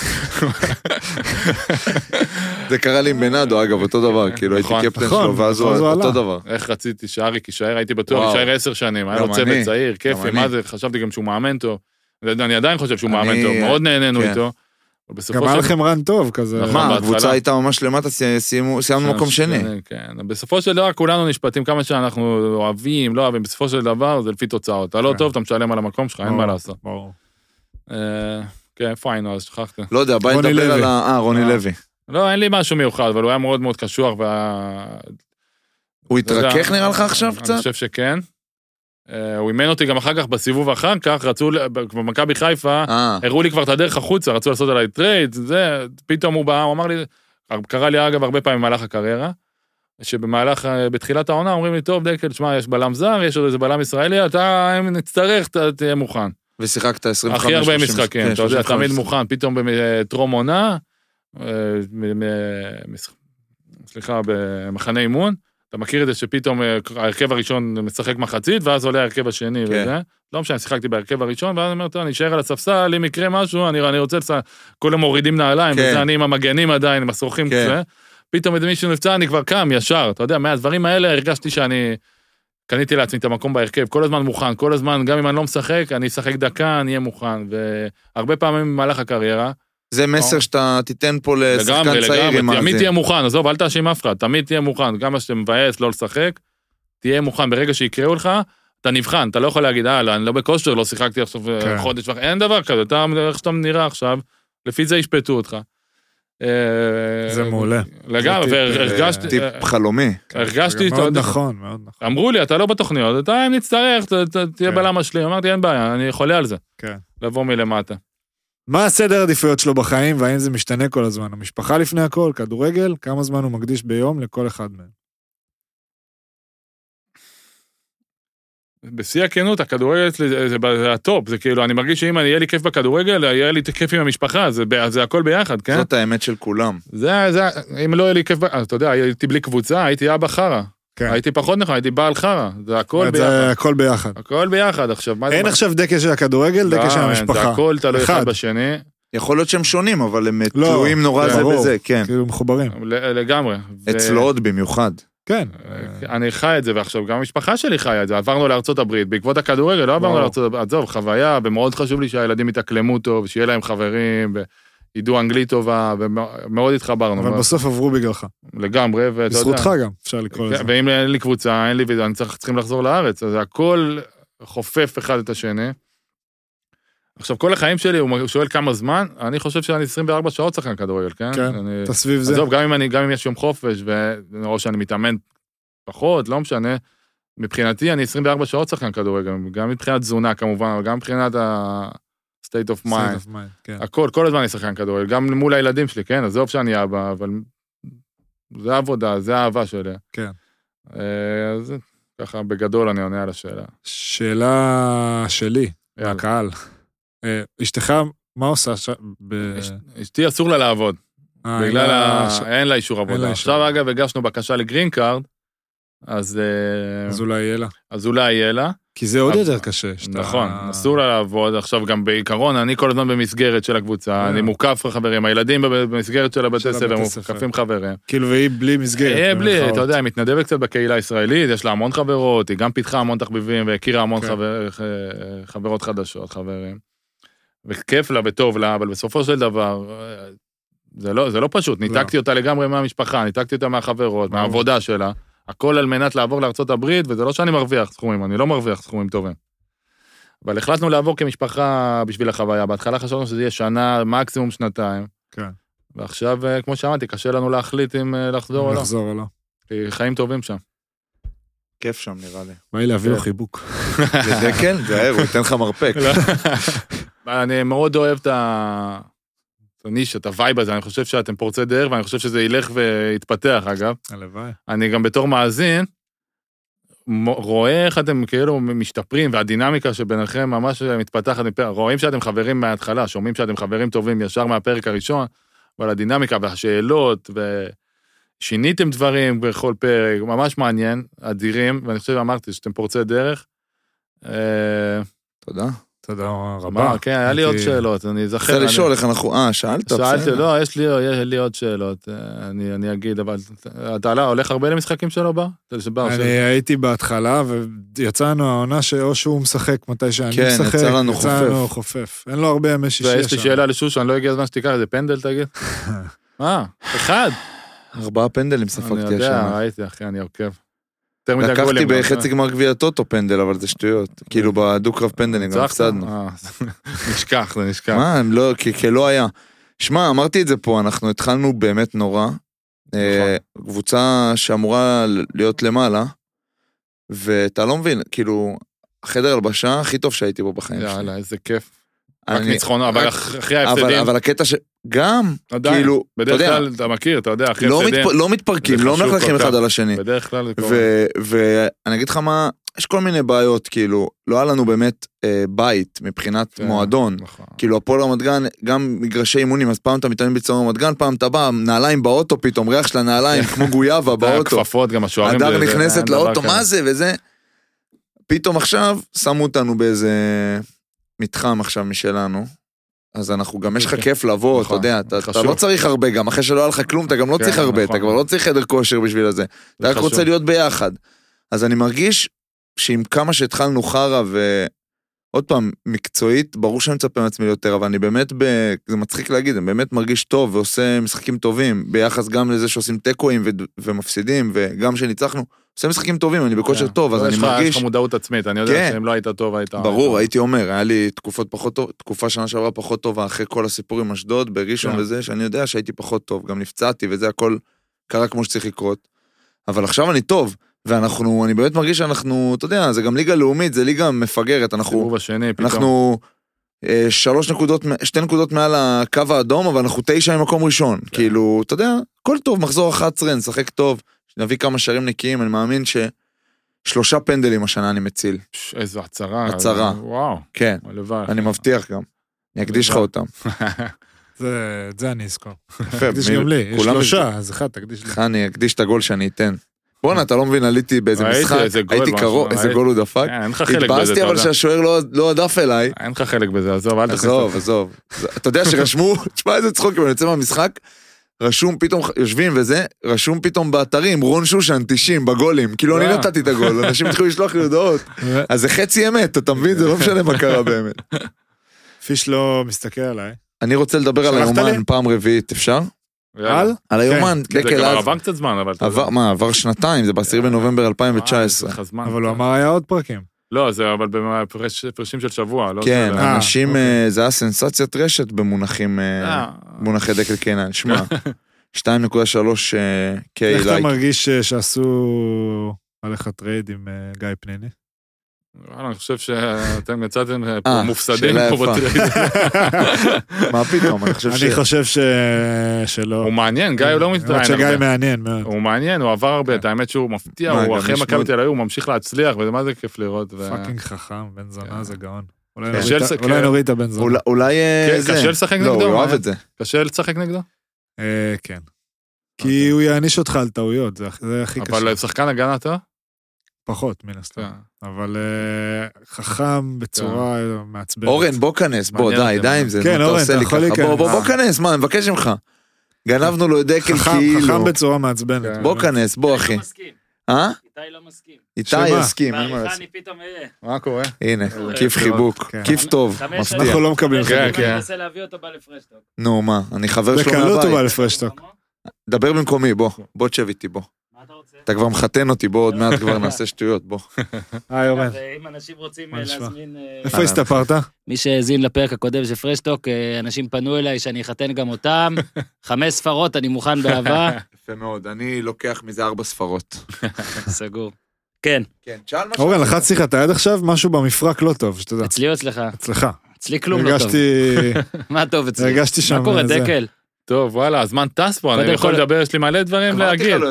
זה קרה לי עם בנאדו, אגב, אותו דבר, כאילו הייתי נכון, קפטן נכון, שלו, ואז הוא ואז הוא אותו עלה. דבר. איך רציתי שאריק יישאר, הייתי בטוח וואו. יישאר עשר שנים, היה גם לו צוות אני, צעיר, גם כיפי, אני. מה זה, חשבתי גם שהוא מאמן טוב. אני עדיין חושב שהוא אני- מאמן טוב, מאוד נהנינו כן. איתו. אבל גם בסופו היה של לכם רן טוב כזה. אה, נכון, מה, בהתחלה. הקבוצה הייתה ממש למטה, סי- סיימו- סיימנו מקום שני. כן, בסופו של דבר כולנו נשפטים כמה שאנחנו אוהבים, לא אוהבים, בסופו של דבר זה לפי תוצאות. אתה לא כן. טוב, אתה משלם על המקום שלך, אין מה לעשות. ברור. אה, כן, איפה היינו אז? שכחתי. לא יודע, בא רוני לדבר על לוי. ה... אה, רוני אה. לוי. לא, אין לי משהו מיוחד, אבל הוא היה מאוד מאוד קשוח, וה... הוא אתה יודע, אה, התרכך נראה לך עכשיו אני קצת? חושב שכן. אה, הוא אימן אותי גם אחר כך, בסיבוב אחר כך, רצו, ל- ב- כבר מכבי חיפה, אה, הראו לי כבר את הדרך החוצה, רצו לעשות עליי טרייד, זה, פתאום הוא בא, הוא אמר לי, קרה לי אגב הרבה פעמים במהלך הקריירה, שבמהלך, אה, בתחילת העונה אומרים לי, טוב דקל, שמע, יש בלם זר, יש עוד איזה בלם ישראלי, אתה, אם נצטרך, אתה תהיה מוכן. ושיחקת 25... הכי הרבה 30, משחקים, כן, אתה יודע, 35. תמיד מוכן, פתאום בטרום עונה, אה, מ- מ- מש- סליחה, במחנה אימון, אתה מכיר את זה שפתאום אה, ההרכב הראשון משחק מחצית, ואז עולה ההרכב השני כן. וזה. לא משנה, שיחקתי בהרכב הראשון, ואז אני אומר, טוב, אני אשאר על הספסל, אם יקרה משהו, אני אני רוצה לצ... כולם מורידים נעליים, כן. וזה אני עם המגנים עדיין, עם השרוכים כן. כזה. פתאום איזה מישהו נפצע, אני כבר קם ישר, אתה יודע, מהדברים האלה הרגשתי שאני... קניתי לעצמי את המקום בהרכב, כל הזמן מוכן, כל הזמן, גם אם אני לא משחק, אני אשחק דקה, אני אהיה מוכן. והרבה פעמים במהלך הקריירה, זה מסר אוקיי. שאתה תיתן פה לגמרי, לשחקן צעיר עם לגמרי, תמיד מאזין. תהיה מוכן, עזוב, אל תאשים אף אחד, תמיד תהיה מוכן, כמה שאתה מבאס לא לשחק, תהיה מוכן, ברגע שיקראו לך, אתה נבחן, אתה לא יכול להגיד, אה, לא, אני לא בכושר, לא שיחקתי עכשיו אה, כן. חודש וחצי, אין דבר כזה, אתה, איך שאתה נראה עכשיו, לפי זה ישפטו אותך. אה, זה מעולה. לגמרי, זה טיפ, והרגשתי, טיפ אה, חלומי. הרגשתי, אתה מאוד יודע, נכון, מאוד נכון. אמרו לי, אתה לא בתוכניות, אתה אם נצטרך, ת- ת- תהיה כן. בלם משלים. אמרתי, אין בעיה, אני חולה על זה. כן. לבוא מלמטה. מה הסדר העדיפויות שלו בחיים, והאם זה משתנה כל הזמן? המשפחה לפני הכל, כדורגל, כמה זמן הוא מקדיש ביום לכל אחד מהם. בשיא הכנות, הכדורגל אצלי זה, זה, ב- זה הטופ, זה כאילו, אני מרגיש שאם אני- יהיה לי כיף בכדורגל, יהיה לי כיף עם המשפחה, זה, ב- זה הכל ביחד, כן? זאת האמת של כולם. זה, זה, אם לא יהיה לי כיף, ב- אז אתה יודע, הייתי בלי קבוצה, הייתי אבא חרא. כן. הייתי פחות נכון, הייתי בעל חרא, זה הכל זה ביחד. הכל ביחד. הכל ביחד עכשיו, מה זה... אין עכשיו דקה של הכדורגל, לא, דקה של אין, זה המשפחה. הכל תלוי אחד אחד. בשני, יכול להיות שהם שונים, אבל הם לא, תלויים נורא כן, זה ברור. בזה, כן. כאילו מחוברים. ל- לגמרי. ו- אצלו עוד במיוחד. כן. אה, אני חי את זה, ועכשיו גם המשפחה שלי חיה את זה. עברנו לארצות הברית, בעקבות הכדורגל, לא עברנו וואו. לארצות הברית, עזוב, חוויה, ומאוד חשוב לי שהילדים יתאקלמו טוב, שיהיה להם חברים, וידעו אנגלית טובה, ומאוד התחברנו, אבל מאוד. בסוף עברו בגללך. לגמרי, ואתה יודע. בזכותך גם, אפשר לקרוא כן, לזה. ואם אין לי קבוצה, אין לי, וזה, אני צריך, צריכים לחזור לארץ, אז הכל חופף אחד את השני. עכשיו, כל החיים שלי, הוא שואל כמה זמן, אני חושב שאני 24 שעות שחקן כדורגל, כן? כן. אני- אתה סביב זה. עזוב, גם אם אני, גם אם יש יום חופש, ו- או שאני מתאמן פחות, לא משנה. מבחינתי, אני 24 שעות שחקן כדורגל, גם מבחינת תזונה כמובן, אבל גם מבחינת ה-state of mind. State of mind, כן. הכל, כל הזמן אני שחקן כדורגל, גם מול הילדים שלי, כן? עזוב שאני אבא, אבל זה העבודה, זה האהבה שלי. כן. אה, אז ככה, בגדול אני עונה על השאלה. שאלה שלי, יאללה. מהקהל. אה, אשתך, מה עושה עכשיו? ב- אש- אשתי אסור לה לעבוד. אה, בגלל ה... ש- אין לה אישור אין לה עבודה. אישור. עכשיו, אגב, הגשנו בקשה לגרין קארד, אז... אה, אז אולי יהיה לה. אז אולי יהיה לה. כי זה עוד אבל- יותר קשה. שאתה- אה, נכון, אסור לה לעבוד. עכשיו גם בעיקרון, אני כל הזמן במסגרת של הקבוצה, אני מוקף חברים, הילדים במסגרת של של הבתי ספר הבתי ספר. מוקפים חברים. כאילו, והיא בלי מסגרת. אה, בלי, במירכאות. אתה יודע, היא מתנדבת קצת בקהילה הישראלית, יש לה המון חברות, היא גם פיתחה המון תחביבים והכירה המון כן. חבר- ח- חברות חדשות, חברים. וכיף לה וטוב לה, אבל בסופו של דבר, אה, זה לא, זה לא פשוט, לא. ניתקתי אותה לגמרי מהמשפחה, ניתקתי אותה מהחברות, ברור. מהעבודה שלה, הכל על מנת לעבור לארצות הברית, וזה לא שאני מרוויח סכומים, אני לא מרוויח סכומים טובים. אבל החלטנו לעבור כמשפחה בשביל החוויה, בהתחלה חשבנו שזה יהיה שנה, מקסימום שנתיים. כן. ועכשיו, אה, כמו שאמרתי, קשה לנו להחליט אם אה, לחזור או לא. לחזור או לא. כי חיים טובים שם. כיף שם נראה לי. בא לי להביא לו כן. חיבוק. זה דקל? זה הוא ייתן לך מרפק. לא. אני מאוד אוהב את ה... את הנישה, את הווייב הזה, אני חושב שאתם פורצי דרך, ואני חושב שזה ילך ויתפתח, אגב. הלוואי. אני גם בתור מאזין, מ- רואה איך אתם כאילו משתפרים, והדינמיקה שביניכם ממש מתפתחת, מפ- רואים שאתם חברים מההתחלה, שומעים שאתם חברים טובים ישר מהפרק הראשון, אבל הדינמיקה והשאלות, ושיניתם דברים בכל פרק, ממש מעניין, אדירים, ואני חושב שאמרתי שאתם פורצי דרך. אה, תודה. תודה רבה. מה, כן, היה לי עוד הייתי- שאלות, אני אזכר. רוצה אני- לשאול איך אנחנו... אה, שאלת? שאלתי, בסדר. לא, יש לי, יש לי עוד שאלות, אה, אני, אני אגיד, אבל אתה לא- הולך הרבה למשחקים שלו בר? של בר, אני של- הייתי בהתחלה, ויצאנו העונה שאו שהוא משחק מתי שאני כן, משחק. יצא לנו יצא לנו חופף. חופף. אין לו הרבה ימי שישי. ויש לי שם. שאלה לשושן, לא הגיע הזמן שתיקח איזה פנדל תגיד? מה? אחד? ארבעה פנדלים אני ספגתי יודע, השנה. ראיתי אחי, אני עוקב. יותר מדי לקחתי גולים. כן. בחצי גמר גביע טוטו פנדל, אבל זה שטויות. כאילו בדו-קרב פנדלים גם ניצחת? הפסדנו. אה, נשכח, זה נשכח. מה, הם לא, כי- כי לא היה. שמע, אמרתי את זה פה, אנחנו התחלנו באמת נורא. אה, נכון. קבוצה שאמורה ל- להיות למעלה, ואתה לא מבין, כאילו, החדר הלבשה הכי טוב שהייתי בו בחיים שלי. יאללה, איזה כיף. רק אני- ניצחונו, אבל רק- אחרי אבל- ההפסדים, אבל הקטע ש... גם, עדיין, כאילו, אתה בדרך יודע, כלל אתה מכיר, אתה יודע, אחרי לא ההפסדים, מתפ- לא מתפרקים, זה לא חשוב מלכלכים כל אחד כך. על השני. בדרך כלל זה קורה. ו- ואני אגיד לך מה, יש כל מיני בעיות, כאילו, לא היה לנו באמת אה, בית מבחינת כן. מועדון. נכון. כאילו הפועל רמת גן, גם מגרשי אימונים, אז פעם אתה מתאמן בצהר רמת גן, פעם אתה בא, נעליים באוטו פתאום, ריח של הנעליים, כמו גויאבה באוטו. הכפפות, גם השוערים. הדר זה- זה- אין נכנסת דבר לאוטו, כזה. מה זה וזה. פתאום עכשיו, שמו אותנו באיזה מתחם עכשיו משלנו. אז אנחנו גם, יש לך כיף לבוא, אתה נכון, יודע, אתה- אתה חשוב. לא צריך הרבה גם, אחרי שלא היה לך כלום, אתה גם לא כן, צריך הרבה, אתה נכון. כבר לא צריך חדר כושר בשביל הזה. אתה רק חשוב. רוצה להיות ביחד. אז אני מרגיש שעם כמה שהתחלנו חרא ו... עוד פעם, מקצועית, ברור שאני מצפה מעצמי יותר, אבל אני באמת, ב... זה מצחיק להגיד, אני באמת מרגיש טוב ועושה משחקים טובים, ביחס גם לזה שעושים תיקואים ו... ומפסידים, וגם שניצחנו, עושה משחקים טובים, אני בכושר כן. טוב, אז לא, אני יש לך- יש מרגיש, לך מודעות עצמית, אני יודע כן. שאם לא היית טוב, היית... ברור, הייתי אומר, היה לי תקופות פחות טוב, תקופה שנה שעברה פחות טובה, אחרי כל הסיפור עם אשדוד, בראשון כן. וזה, שאני יודע שהייתי פחות טוב, גם נפצעתי, וזה הכל קרה כמו שצריך לקרות. אבל עכשיו אני טוב, ואנחנו, אני באמת מרגיש שאנחנו, אתה יודע, זה גם ליגה לאומית, זה ליגה מפגרת, אנחנו... סיבוב השני, פתאום. אנחנו אה, שלוש נקודות, מ- שתי נקודות מעל הקו האדום, אבל אנחנו תשע עם מקום ראשון. כן. כאילו, אתה יודע, הכל טוב, מחזור 11, נשחק טוב, נביא כמה שערים נקיים, אני מאמין ששלושה פנדלים השנה אני מציל. פש, איזו הצהרה. הצהרה. וואו, כן, הלוואי. אני מבטיח גם. אני אקדיש לך אותם. זה- את זה אני אזכור. יפה, תקדיש מי- גם לי. יש כולם- שלושה, אז אחד תקדיש לי. לך אני אקדיש את הגול שאני אתן. בואנה, אתה לא מבין, עליתי באיזה ראיתי, משחק, איזה גול, הייתי ממש, קרוב, איזה ראיתי. גול הוא דפק. אה, אין לך חלק בזה, התבאסתי אתה אבל יודע. לא... שהשוער לא- לא הדף אליי, אין לך חלק בזה, עזוב, אל תכניס עזוב, אותי. עזוב. אתה יודע שרשמו, תשמע איזה צחוק, אני יוצא מהמשחק, רשום פתאום, יושבים וזה, רשום פתאום באתרים, רון שושן 90 בגולים, כאילו אני אה. נתתי את הגול, אנשים התחילו לשלוח לי הודעות. אז זה חצי אמת, אתה מבין? זה לא משנה מה קרה באמת. פיש לא מסתכל עליי. אני רוצה לדבר על שלחת היומן לי? פעם רביעית, אפשר? יאללה. על? על היומן, כן, זה דקל כבר אז. עבר קצת זמן, אבל... אתה יודע. עבר, מה, עבר שנתיים, זה ב-10 בנובמבר אה, 2019. יש לך זמן. אבל הוא אמר היה עוד פרקים. לא, זה אבל בפרשים של שבוע, לא... כן, של- אה, אנשים, אוקיי. אה, זה היה סנסציית רשת במונחים, אה, אה, מונחי דקל קינן, שמע, 2.3 אה, K איך אתה לייק. מרגיש אה, שעשו עליך טרייד עם אה, גיא פניני? וואלה, אה, אני חושב שאתם יצאתם אה, פה אה, מופסדים שאלה פה יפה. בטרייד. מה פתאום, אני חושב ש... אני חושב ש- שלא. הוא מעניין, גיא הוא אה, לא למרות מתראיין. הרבה. שגיא מעניין מאוד. הוא מעניין, הוא עבר הרבה, את האמת שהוא מפתיע, מה, הוא גם אחרי יש מכבי מאוד- תל אביב, הוא ממשיך להצליח, וזה מה זה כיף לראות. ו- פאקינג חכם, בן זונה כן. זה גאון. אולי כן. נוריד את- שרסק, אולי כן. נוריד את הבן זונה. אולי- אולי אה, כן, זה. קשה לשחק לא, נגדו, הוא מה? יאהב את זה. קשה לשחק נגדו, אה, כן. כי הוא יעניש אותך על טעויות, זה הכ- זה הכי קשה. אבל שחקן הגנה אתה? פחות, מן הסתם. כן. אבל אה, חכם בצורה מעצבנת. אורן, בוא כנס, בוא, מעניין די, אותי, די מעניין. עם זה. נו, כן, אורן, עושה אתה לי יכול ככה. להיכנס. בוא, בוא, בוא כנס, מה, אני מבקש ממך. גנבנו לו את דקל חכם, חכם כאילו. בצורה מעצבנת. כן. בוא כנס, בוא, אחי. איתי לא מסכים. אה? איתי לא מסכים. איתי שמה? יסכים, אין מה בעריכה לעשות. אני פתאום אראה. מה קורה? הנה, אה, כיף אה, חיבוק, כן. כיף טוב, חמש מפתיע. שנים. אנחנו לא מקבלים חמש שנים חלק, כן. אני מנסה להביא אותו בלפרשטוק. נו, מה, אני חבר שלו בקלות הוא בא מהבית. לפרשטוק. דבר במקומי, בוא, בוא תשב איתי, בוא. מה אתה רוצה? אתה כבר מחתן אותי, בוא, עוד מעט כבר נעשה שטויות, בוא. היי לא אורן, אגב, אם אה, אנשים רוצים מה אה, נשמע? להזמין... אה, איפה הסתפרת? מי שהאזין לפרק הקודם של פרשטוק, אה, אנשים פנו אליי שאני אחתן גם אותם. חמש ספרות, אני מוכן באהבה. יפה מאוד, אני לוקח מזה ארבע ספרות. סגור. כן, כן, תשאל מה אורן, לחצתי לך את היד עכשיו, משהו במפרק לא טוב, שתדע. אצלי או אצלך? אצלך. אצלי כלום לא טוב. הרגשתי, מה טוב אצלי? הרגשתי שם. מה קורה, זה. דקל? טוב, וואלה, הזמן טס פה, אני קודם יכול כל- לדבר, יש לי מלא דברים להגיד. לא-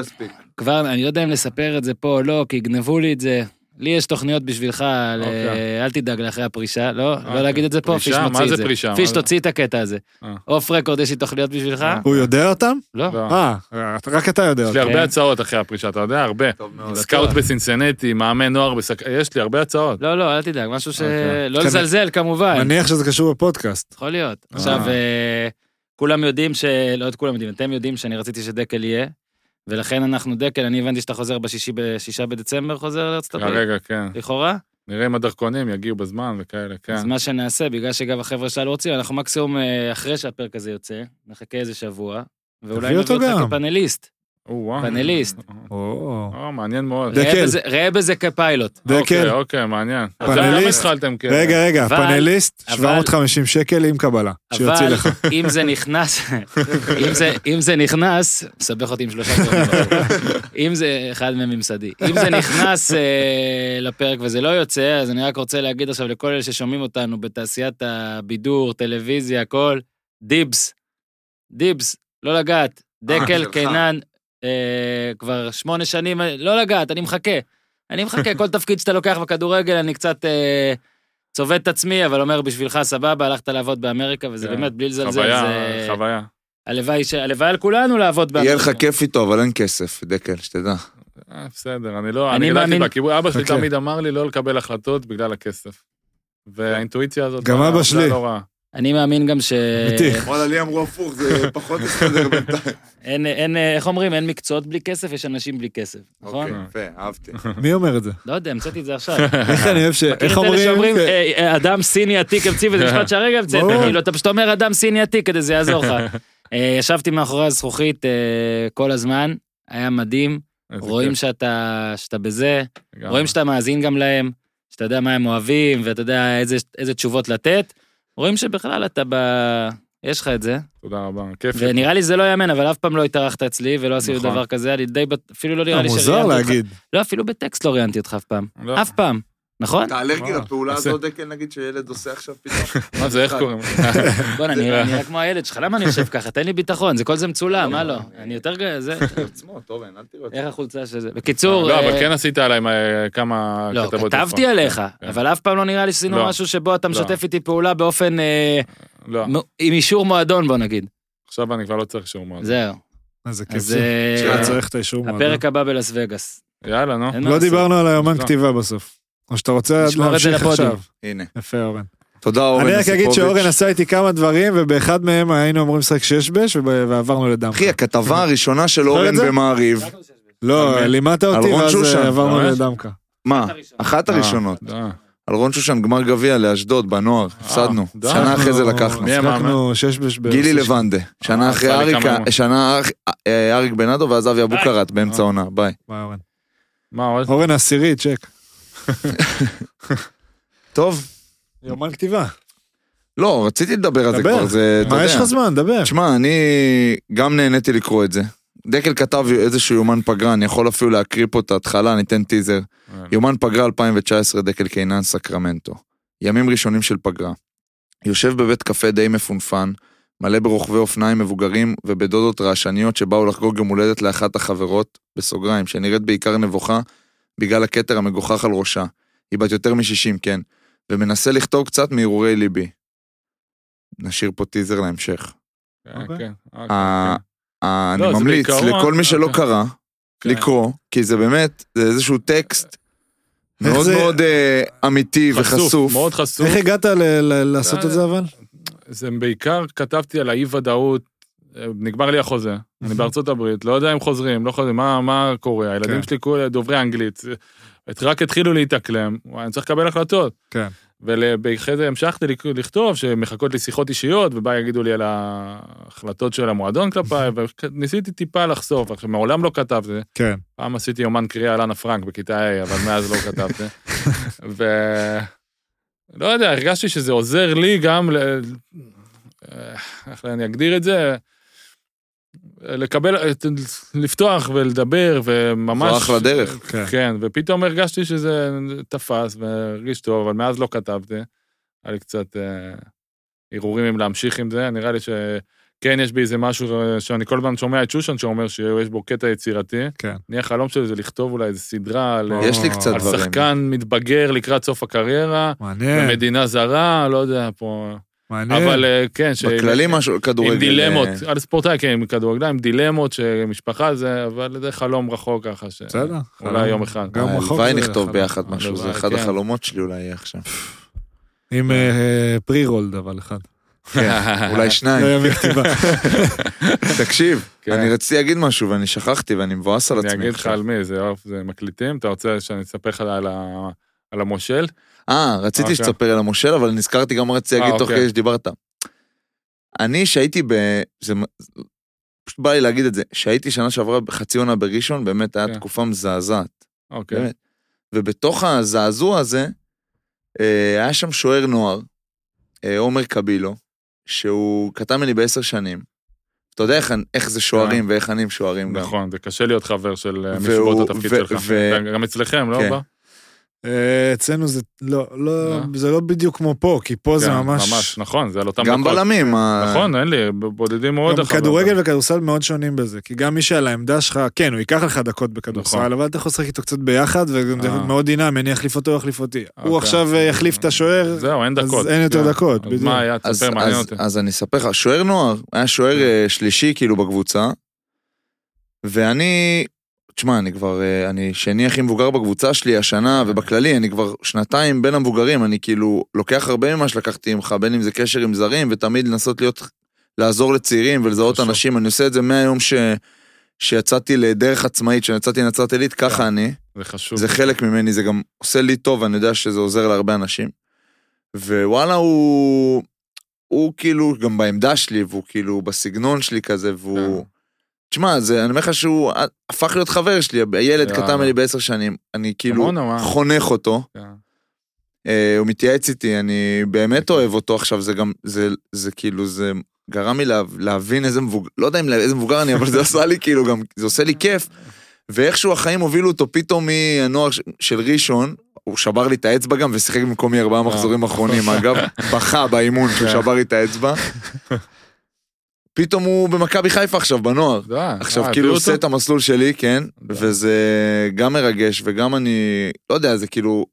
כבר, אני לא יודע אם לספר את זה פה או לא, כי יגנבו לי את זה. לי יש תוכניות בשבילך, על, אוקיי. אה, אל תדאג לאחרי הפרישה, לא? לא אוקיי. להגיד את זה פה, פרישה? פיש מה מוציא זה את זה. פרישה? מה פיש זה? תוציא את הקטע הזה. אה. אוף רקורד, יש לי תוכניות בשבילך? אה. הוא יודע אותם? לא? לא. אה, רק אתה יודע יש לי אותם. כן. הרבה הצעות אחרי הפרישה, אתה יודע, הרבה. טוב מאוד. סקאוט בצינסנטי, מאמן נוער בסק... יש לי הרבה הצעות. לא, לא, אל תדאג, משהו ש... אוקיי. לא כן. לזלזל, כמובן. מניח שזה קשור בפודקאסט. יכול להיות. עכשיו, אה, כולם יודעים ש... לא את כולם יודעים, אתם יודעים שאני רציתי שדקל יהיה, ולכן אנחנו דקל, אני הבנתי שאתה חוזר בשישי, בשישה בדצמבר, חוזר לארצות הברית, כרגע, כן. לכאורה. נראה אם הדרכונים יגיעו בזמן וכאלה, כן. אז מה שנעשה, בגלל שגם החבר'ה שלנו רוצים, אנחנו מקסימום אה, אחרי שהפרק הזה יוצא, נחכה איזה שבוע, ואולי תביא נביא אותו אותך גם. כפאנליסט. או-אה. פאנליסט. או, או, מעניין מאוד. דקל. ראה בזה- ראה בזה כפיילוט. אוקיי, דקל, אוקיי, מעניין. אז פאנליסט. למה התחלתם כאילו? רגע, רגע, אבל- פאנליסט, אבל- 750 שקל עם קבלה, שיוציא אבל לך. אם זה נכנס, אם זה- אם זה נכנס, מסבך אותי עם שלושה דברים. אם זה, אחד מהם ממסדי. אם זה נכנס אה, לפרק וזה לא יוצא, אז אני רק רוצה להגיד עכשיו לכל אלה ששומעים אותנו בתעשיית הבידור, טלוויזיה, הכל, דיבס, דיבס, לא לגעת. דקל שלך. קינן, אה, כבר שמונה שנים, אה, לא לגעת, אני מחכה. אני מחכה, כל תפקיד שאתה לוקח בכדורגל, אני קצת אה, צובט את עצמי, אבל אומר, בשבילך סבבה, הלכת לעבוד באמריקה, וזה כן. באמת, בלי לזלזל, חוויה, זה... חוויה. הלוואי ש- הלוואי על כולנו לעבוד באמריקה. יהיה לך כיף איתו, אבל אין כסף, דקל, שתדע. אה, בסדר, אני לא, אני אני גדלתי מאמין- בקיבוץ, אבא שלי אוקיי. תמיד אמר לי לא לקבל החלטות בגלל הכסף. והאינטואיציה הזאת, גם לא- אבא זה שלי. לא רע. אני מאמין גם ש... מתיך. וואלה, לי אמרו הפוך, זה פחות מסתדר בינתיים. אין, אין, אה, איך אומרים, אין מקצועות בלי כסף, יש אנשים בלי כסף, נכון? אוקיי, יפה, אהבתי. מי אומר את זה? לא יודע, המצאתי את זה עכשיו. איך אני אוהב ש... מכיר איך את אלה שאומרים, אומרים? ש- "אה, אה, אדם סיני עתיק המציא, וזה משפט שהרגע המצאת, ברור. כאילו, אתה פשוט אומר אדם סיני עתיק כדי זה יעזור לך. אה, ישבתי מאחורי הזכוכית אה, כל הזמן, היה מדהים, איזה רואים כיף, שאתה שאתה בזה, לגמרי. רואים שאתה מאזין גם להם, שאתה יודע מה הם אוהבים, ואתה יודע איזה- איזה תשובות לתת, רואים שבכלל אתה ב... יש לך את זה. תודה רבה, כיף. ונראה לי זה לא יאמן, אבל אף פעם לא התארחת אצלי ולא עשינו נכון. דבר כזה, אני די, בט- אפילו לא נראה לי מוזר שראיינתי אותך. להגיד. לא, אפילו בטקסט לא ראיינתי אותך אף פעם. לא, אף פעם, נכון? אתה אלרגי וואו, לפעולה עושה. הזאת, דקל, נגיד, שילד עושה עכשיו פתאום? מה זה, איך קוראים? בוא'נה, אני אני נראה כמו הילד שלך, למה אני יושב ככה? תן לי ביטחון, זה כל זה מצולם, מה לא? אה, אני יותר גאה, זה... עצמו, אורן, אל תראה את איך זה. החולצה של זה? בקיצור... לא, אבל אה, כן עשית עליי אה, כמה לא, כתבות. כתבתי יפה. עליך, כן. אבל אף פעם לא נראה לי שעשינו לא. משהו שבו אתה לא. משתף איתי פעולה באופן... אה, לא, מו- עם אישור מועדון, בוא נגיד. עכשיו אני כבר לא צריך שום מועדון. זהו. איזה כן, כיף אז זה. אה, שאתה צריך את האישור מועדון. הפרק הבא בלאס וגאס. יאללה, נו. אין מה לא לעשות. דיברנו על היומן לא. כתיבה בסוף. או שאתה רוצה נשמור את זה להמשיך לפודיום. עכשיו. הנה. יפה אורן. תודה, אורן אני רק אגיד יוסיפוביץ'. שאורן עשה איתי כמה דברים, ובאחד מהם היינו אמורים לשחק שש בש, וב- ועברנו לדמקה. אחי, הכתבה הראשונה של זוכר אורן את זה? במעריב, לא, על מי? לימדת על אותי, רון ואז שושן. אה, עברנו ממש? לדמקה. אה, מה? הראשונה. אחת הראשונות. אה, על רון שושן, גמר גביע לאשדוד, בנוער, אה, הפסדנו. די. שנה אחרי זה לקחנו. אה, מי המאמן? שחקנו שש בש ב... גילי לבנדה, שנה אה, אחרי עשה לי אריק, כמה- שנה אח- אה, אריק בנאדו ואז אבי אבוקרט באמצע אה. העונה, ביי. וואי, אורן. מה עוד? אורן עשירי, צ'ק. טוב, יומן כתיבה. לא, רציתי לדבר על זה דבר. כבר, זה, אתה מה יש יודע. לך זמן? דבר. תשמע, אני גם נהניתי לקרוא את זה. דקל כתב איזשהו יומן פגרה, אני יכול אפילו להקריא פה את ההתחלה, ניתן טיזר. יומן פגרה 2019, דקל קינן, סקרמנטו. ימים ראשונים של פגרה. יושב בבית קפה די מפונפן, מלא ברוכבי אופניים מבוגרים ובדודות רעשניות שבאו לחגוג יום הולדת לאחת החברות, בסוגריים, שנראית בעיקר נבוכה בגלל הכתר המגוחך על ראשה. היא בת יותר מ-60, כן. ומנסה לכתוב קצת מהרהורי ליבי. נשאיר פה טיזר להמשך. אה, אוקיי. כן, אה, אה, כן. אה, אני לא, זה ממליץ בעיקרון- לכל מי שלא אוקיי. קרא, לקרוא, כי זה באמת, זה איזשהו טקסט איך מאוד זה- מאוד אה, אמיתי וחשוף. מאוד חשוף. איך הגעת ל- ל- לעשות אה, את זה אבל? זה בעיקר כתבתי על האי-ודאות, אה, נגמר לי החוזה, אני בארצות הברית, לא יודע אם חוזרים, לא חוזרים, מה, מה קורה, הילדים כן. שלי כולה דוברי אנגלית, אה, את- רק התחילו להתאקלם, וואי, אני צריך לקבל החלטות. כן. ואחרי זה המשכתי לק- לכתוב שמחכות לי שיחות אישיות, ובא יגידו לי על ההחלטות של המועדון כלפיי, וניסיתי טיפה לחשוף, עכשיו מעולם לא כתבתי, כן. פעם עשיתי יומן קריאה על אנה פרנק בכיתה A, אבל מאז לא כתבתי. ו... לא יודע, הרגשתי שזה עוזר לי גם ל... אה, איך אני אגדיר את זה? לקבל, את- לפתוח ולדבר, וממש... זו אחלה דרך. כן. כן, ופתאום הרגשתי שזה תפס והרגיש טוב, אבל מאז לא כתבתי. היה לי קצת אה, הרהורים אם להמשיך עם זה, נראה לי שכן יש בי איזה משהו אה, שאני כל הזמן שומע את שושן שאומר שיש בו קטע יצירתי. כן. נהיה החלום שלי זה לכתוב אולי איזה סדרה על, אה, יש לי קצת על דברים. שחקן מתבגר לקראת סוף הקריירה, מעניין, במדינה זרה, לא יודע פה, כן. מעניין. אבל אה, כן, ש... בכללי משהו, כדורגל. עם דילמות, אה, על ספורטאי, כן, עם כדורגליים, דילמות שמשפחה זה, אבל זה חלום רחוק ככה, ש... בסדר. אולי יום אחד. גם רחוק אה, הלוואי זה נכתוב חלום. ביחד משהו, זה הלוואי, אחד כן. החלומות שלי אולי יהיה עכשיו. עם אה, pre-rolled אבל אחד. אולי שניים. לא יביא כתיבה. תקשיב, כן. אני רציתי להגיד משהו ואני שכחתי ואני מבואס על אני עצמי אגיד לך עכשיו. על מי, זה אוף, זה מקליטים, אתה רוצה שאני אספר לך על ה- על המושל? אה, רציתי אוקיי. שתספר על המושל, אבל נזכרתי גם מה רציתי אה, להגיד תוך אוקיי. כדי שדיברת. אני, שהייתי ב... זה מ- פשוט בא לי להגיד את זה, שהייתי שנה שעברה בחצי עונה בראשון, באמת כן. היה תקופה מזעזעת. אוקיי. באמת. ובתוך הזעזוע הזה, אה, היה שם שוער נוער, אה, עומר קבילו, שהוא קטן ממני בעשר שנים. אתה יודע איך- איך זה שוערים ואיך אני עם שוערים גם. אה. נכון, זה קשה להיות חבר של אה, מישהו והוא- באותו תפקיד ו- שלך. ו- גם אצלכם, לא? כן. בא? אה, אצלנו זה לא, לא, לא. זה לא בדיוק כמו פה, כי פה לא, זה כן, ממש... ממש, נכון, זה על אותם גם דקות. בלמים. ה- נכון, אין לי, ב- בודדים מאוד. גם החברים. כדורגל וכדורסל מאוד שונים בזה, כי גם מי שעל העמדה שלך, כן, הוא ייקח לך דקות נכון. בכדורסל, אבל אתה יכול לשחק איתו קצת ביחד, וזה אה. מאוד דינמי, אני אחליף אותו, הוא יחליף אותי. הוא אוקיי. עכשיו אה, יחליף את השוער, זהו, אין אז דקות. אין יותר כן. דקות, אז בדיוק. מה היה? אז, תספר, מעניין אז, אותי. כן. אז אני אספר לך, שוער נוער, היה שוער אה, שלישי כאילו בקבוצה, ואני, תשמע, אני כבר, אה, אני שני הכי מבוגר בקבוצה שלי השנה, ובכללי, אני כבר שנתיים בין המבוגרים, אני כאילו לוקח הרבה ממה שלקחתי ממך, בין אם זה קשר עם זרים, ותמיד לנסות להיות, לעזור לצעירים ולזהות חשוב. אנשים, אני עושה את זה מהיום ש... שיצאתי לדרך עצמאית, כשיצאתי לנצרת עילית, כן. ככה אני. זה חשוב. זה חלק ממני, זה גם עושה לי טוב, אני יודע שזה עוזר להרבה אנשים. ווואלה, הוא... הוא כאילו גם בעמדה שלי, והוא כאילו בסגנון שלי כזה, והוא... תשמע, זה, אני אומר לך שהוא הפך להיות חבר שלי, הילד יאללה. קטן ממני בעשר שנים, אני כאילו כמונו, מה? חונך אותו, כן. אה, הוא מתייעץ איתי, אני באמת אוהב אותו עכשיו, זה גם, זה, זה כאילו, זה גרם לי לה, להבין איזה מבוגר, לא יודע אם לה- איזה מבוגר אני, אבל זה עשה לי כאילו גם, זה עושה לי כיף, ואיכשהו החיים הובילו אותו פתאום מהנוער ש- של ראשון, הוא שבר לי את האצבע גם ושיחק במקומי ארבעה מחזורים אחרונים, אגב, בכה באימון שהוא כן. שבר לי את האצבע. פתאום הוא במכבי חיפה עכשיו, בנוער. זה היה. עכשיו אה, כאילו הביאו עושה אותו? את המסלול שלי, כן, וזה גם מרגש וגם אני, לא יודע, זה כאילו,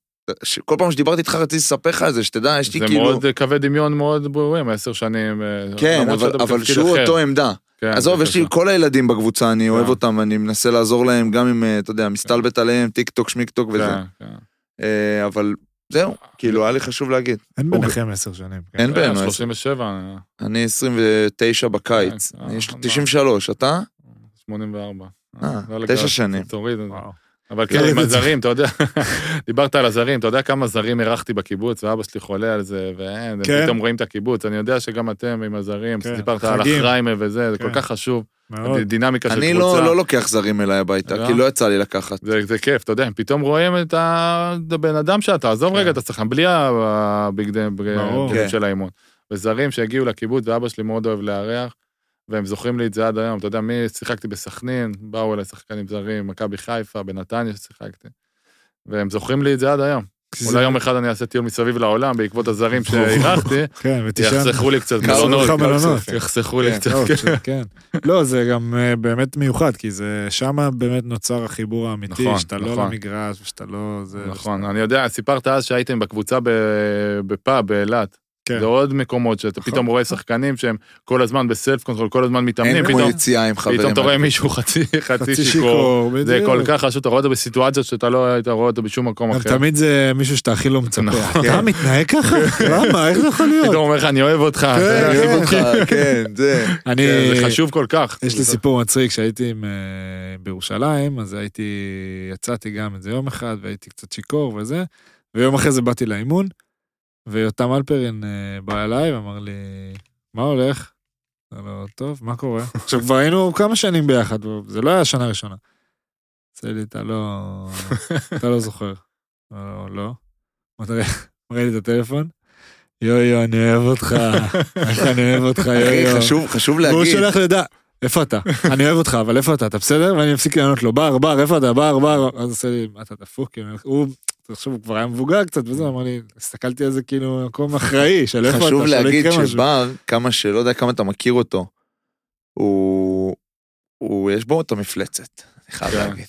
ש- כל פעם שדיברתי איתך רציתי לספר לך על זה, שתדע, יש לי זה כאילו, מאוד אה, קווי דמיון מאוד ברורים, עשר שנים. אה, כן, למרות אבל- שאתה אבל בתפקיד שהוא אחר. אותו עמדה. כן, עזוב, זה יש לי קשה. כל הילדים בקבוצה, אני אוהב אותם, אני מנסה לעזור להם, גם אם, אה, אתה יודע, מסתלבט עליהם, טיק טוק, שמיק טוק וזה, כן, כן. אה, אבל זהו, כאילו, היה לי חשוב להגיד. אין ביניכם עשר שנים. כן. אין בינינו, אה, עשר. 37, אני 29 בקיץ, אה, אני יש לי אה, 93, אתה? 84. אה, לא לקחת, תשע שנים. לא תוריד את זה. וואו. אבל כן, עם הזרים, אתה יודע, דיברת על הזרים, אתה יודע כמה זרים אירחתי בקיבוץ, ואבא שלי חולה על זה, ואין, כן. הם פתאום רואים את הקיבוץ. אני יודע שגם אתם עם הזרים, כן, סיפרת על חגים. אחריימה וזה, זה כל כן. כך חשוב. מאוד. דינמיקה של קבוצה. אני לא לא לוקח זרים אליי הביתה, לא? כי לא יצא לי לקחת. זה, זה כיף, אתה יודע, הם פתאום רואים את ה- את הבן אדם שאתה, עזוב כן. רגע את השחקן, בלי הבגדים ברור. כן. של האימון. וזרים שהגיעו לקיבוץ, ואבא שלי מאוד אוהב לארח, והם זוכרים לי את זה עד היום. אתה יודע, מי שיחקתי בסכנין, באו אליי שחקנים זרים, מכבי חיפה, בנתניה ששיחקתי. והם זוכרים לי את זה עד היום. כי זה- אולי יום אחד אני אעשה טיול מסביב לעולם בעקבות הזרים שאירחתי, כן, ותשעה... יחסכו לי קצת יעשו לך מלונות. מלונות. יחסכו לי כן, קצת. לא, פשוט, כן. לא, זה גם אה, באמת מיוחד, כי זה שמה באמת נוצר החיבור האמיתי, נכון, שאתה לא נכון. למגרש, ושאתה לא... זה- נכון, אני יודע, סיפרת אז שהייתם בקבוצה ב- בפאב באילת. כן. נכון. זה עוד מקומות שאתה פתאום רואה שחקנים שהם כל הזמן בסלף קונטרול, כל הזמן מתאמנים, אין כמו פתאום יציאה עם חברים. פתאום אתה רואה מישהו חצי חצי חצי שיכור. שיכור, בדיוק. זה כל כך חשוב, אתה רואה אותו בסיטואציות שאתה לא היית רואה אותו בשום מקום גם אחר. תמיד זה מישהו שאתה הכי לא מצפה. נכון. אתה מתנהג ככה? למה? איך זה יכול פתאום להיות? אומר לך, אני אוהב אותך. אני זה- אוהב אותך, כן, זה. אני... כן, זה כן. חשוב כל כך. יש לי סיפור מצחיק, כשהייתי עם, אה, בירושלים, אז הייתי, יצאתי גם איזה יום אחד, והייתי קצת שיכור וזה, ויום אחרי זה באתי לאימון, ויותם אלפרין אה, בא אליי ואמר לי, מה הולך? זה לא טוב, מה קורה? עכשיו כבר היינו כמה שנים ביחד, זה לא היה השנה הראשונה. עושה לי, אתה לא, אתה לא זוכר. לא, לא. אמרתי לי, מראה לי את הטלפון, יו יו, אני אוהב אותך, איך אני אוהב אותך, יו יו. אחי, חשוב, חשוב והוא להגיד. שולח לדע, איפה אתה? אני אוהב אותך, אבל איפה אתה? אתה בסדר? ואני מפסיק לענות לו, בר, בר, איפה אתה? בר, בר. אז עושה לי, אתה דפוק, כאילו, הוא, עכשיו הוא כבר היה מבוגר קצת וזה, אמר לי, הסתכלתי על זה כאילו מקום אחראי, של איפה אתה, חשוב שלא להגיד כן, יקרה משהו. שבר, כמה שלא יודע כמה אתה מכיר אותו, הוא, הוא יש בו את המפלצת, אני חייב כן. להגיד.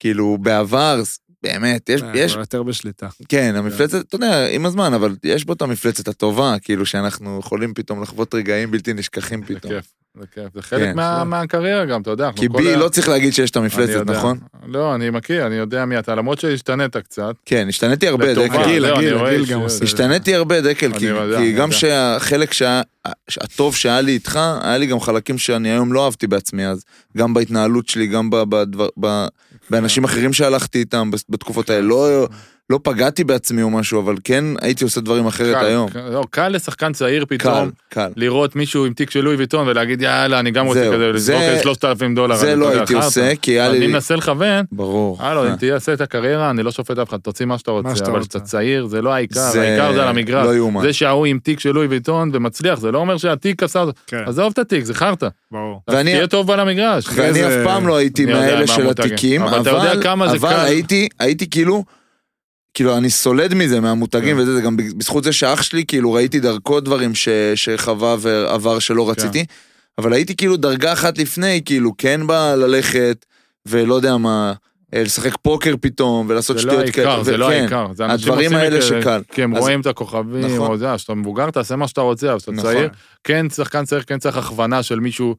כאילו בעבר, באמת, יש, אה, יש, הוא יותר בשליטה. כן, המפלצת, אתה יודע, עם הזמן, אבל יש בו את המפלצת הטובה, כאילו שאנחנו יכולים פתאום לחוות רגעים בלתי נשכחים זה פתאום. כיף, זה כיף. זה חלק כן, מה- בסדר. מהקריירה גם, אתה יודע. אנחנו כי כל בי ה- לא צריך להגיד שיש את אני המפלצת, יודע. נכון? לא, אני מכיר, אני יודע מי אתה, למרות שהשתנית קצת. כן, השתניתי הרבה, לטובה. דקל. הגיל, זהו, אני הגיל, רואה הגיל ש- גם עושה. השתניתי הרבה, דקל, כן, אני כי, כי יודע, אני גם יודע. שהחלק שה, הטוב שהיה לי איתך, היה לי גם חלקים שאני היום לא אהבתי בעצמי אז, גם בהתנהלות שלי, גם ב, בדבר, ב, כן. באנשים אחרים שהלכתי איתם בס- בתקופות האלה. לא, לא פגעתי בעצמי או משהו, אבל כן הייתי עושה דברים אחרת קל, היום. קל- לא, קל לשחקן צעיר קל, פתאום קל. לראות מישהו עם תיק של לואי ויטון ולהגיד יאללה אני גם רוצה זהו, כזה זה- לזרוק איזה 3,000 דולר. זה אני לא יודע, הייתי אחר עושה, כך. כי היה אבל אני לי... מנסה לכוון, ברור. הלו אה, אם תעשה את הקריירה אני לא שופט אף אחד תוציא מה שאתה מה רוצה שאתה אבל רוצה. כשאתה צעיר זה לא העיקר, העיקר זה על המגרש. לא יאומן. זה שההוא עם תיק של לואי ויטון ומצליח זה לא אומר שהתיק עשה, כן, עזוב את התיק זה חרטא, ברור. ואני- תהיה טוב על המגרש. ואני זה- אף פעם לא הייתי אני יודע מאלה מה של המותג, התיקים, אבל אתה יודע אבל, כמה זה אבל קל. הייתי, הייתי כאילו, כאילו אני סולד מזה מהמותגים כן. וזה, זה גם בזכות זה שאח שלי, כאילו ראיתי דרכו דברים ש, שחווה ועבר כן. שלא רציתי, אבל הייתי כאילו דרגה אחת לפני, כאילו כן בא ללכת, ולא יודע מה, אה, לשחק פוקר פתאום, ולעשות זה לא שטויות העיקר, זה לא וכן, העיקר, זה אנשים הדברים עושים את האלה זה כן, שקל. כי הם אז- רואים את הכוכבים, נכון. או זה, כשאתה מבוגר תעשה מה שאתה רוצה, אבל כשאתה נכון. צעיר, כן שחקן צעיר, כן צריך הכוונה של מישהו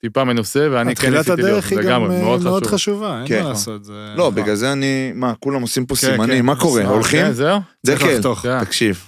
טיפה מנוסה, ואני כן התחילת ניסיתי להיות, הדרך היא גם לגמרי, אה, מאוד מאוד חשוב. חשובה, אין כן. מה לעשות. זה- אה, לא, בגלל זה אני, מה, כולם עושים פה כן, סימנים, כן, מה קורה, אה, הולכים? נכון. כן, זהו, זה צריך כן, לחתוך. זה- תקשיב.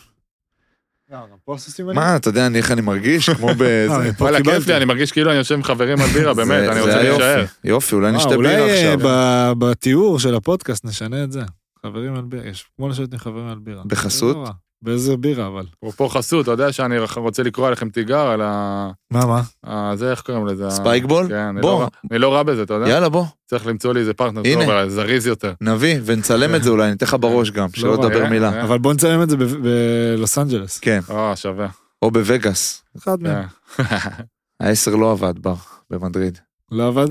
לא, גם פה עשו סימנים. מה, אתה יודע אני- איך אני מרגיש? כמו באיזה... אה, פה וואלה, כיף קיבלתי. לי, אני מרגיש כאילו אני יושב עם חברים על בירה, באמת, זה- אני זה רוצה היופי. להישאר. יופי, אולי אה, נשתה אולי בירה אה, עכשיו. ב- בתיאור של הפודקאסט נשנה את זה. חברים על בירה, יש כמו לשבת עם חברים על בירה. בחסות? זה לא רע. באיזה בירה אבל. אפרופו חסות, אתה יודע שאני רוצה לקרוא עליכם תיגר על ה... מה, מה? ה- זה, איך קוראים לזה? ה- ספייקבול? כן, אני בוא. לא רע- אני לא רע בזה, אתה יודע? יאללה בוא, צריך למצוא לי איזה פרטנר הנה. טוב, אבל זריז יותר. נביא ונצלם את זה אולי, ניתן לך בראש גם, שלא רע. תדבר אה, מילה. אה. אבל בוא נצלם את זה ב- בלוס אנג'לס. כן, אה, שווה. או בווגאס. אחד מהם. אה. העשר לא עבד בר, במדריד. לא עבד?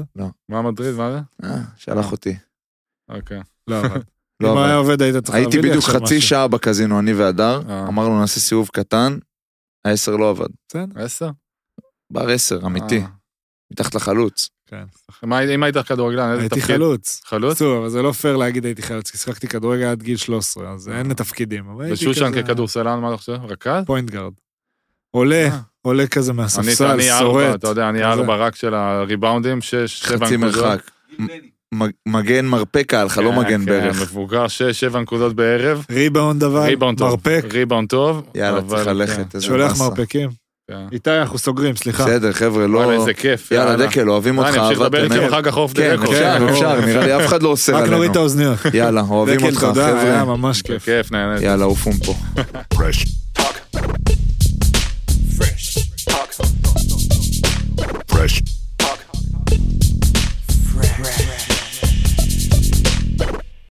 מה מדריד, מה זה? אה, שלח אותי. אוקיי. לא עבד. לא אם היה עבד. עובד היית צריך להביא לי הייתי עכשיו בדיוק חצי משהו. שעה בקזינו, אני והדר, אה. אמרנו נעשה סיבוב קטן, העשר לא עבד. בסדר. עשר? בר עשר, אמיתי, אה. מתחת לחלוץ. מה, אם היית כדורגלן, איזה כן. הייתי תפקיד? חלוץ. חלוץ? בסדר, אבל זה לא פייר להגיד הייתי חלוץ, כי שיחקתי כדורגל עד גיל 13, אז אין תפקידים. אבל הייתי ושושן כזה- ככדורסלן, מה אתה חושב? רכז? פוינט גארד. עולה, אה. עולה כזה אני- מהספסל, אני ארבע, שורט. אתה יודע, אני כזה. ארבע רק של הריבאונדים, שש, שבע חצי מרחק. מ- מגן מרפק עליך, לא כן, מגן כן, ברך. מבוגר, שש, שבע נקודות בערב. ריבאונד אבל, ריבאונד טוב. מרפק, ריבאונד טוב. יאללה, אבל- צריך ללכת. איזה שולח באסה. מרפקים. כן, כן. איתי, אנחנו סוגרים, סליחה. בסדר, חבר'ה, וואלה, לא... איזה כיף. יאללה, דקל, אוהבים אה, אותך, אני אמשיך לדבר אהבת, איתכם באמת. אחר כך אוף דה כן, רקורד. אפשר, כן, אפשר, ברור. נראה לי אף אחד לא אוסר רק נוריד את עלינו. האוזניות. יאללה, אוהבים דקל, אותך, תודה, היה חבר'ה. ממש כיף. כיף, נהנית. יאללה, עופו מפה.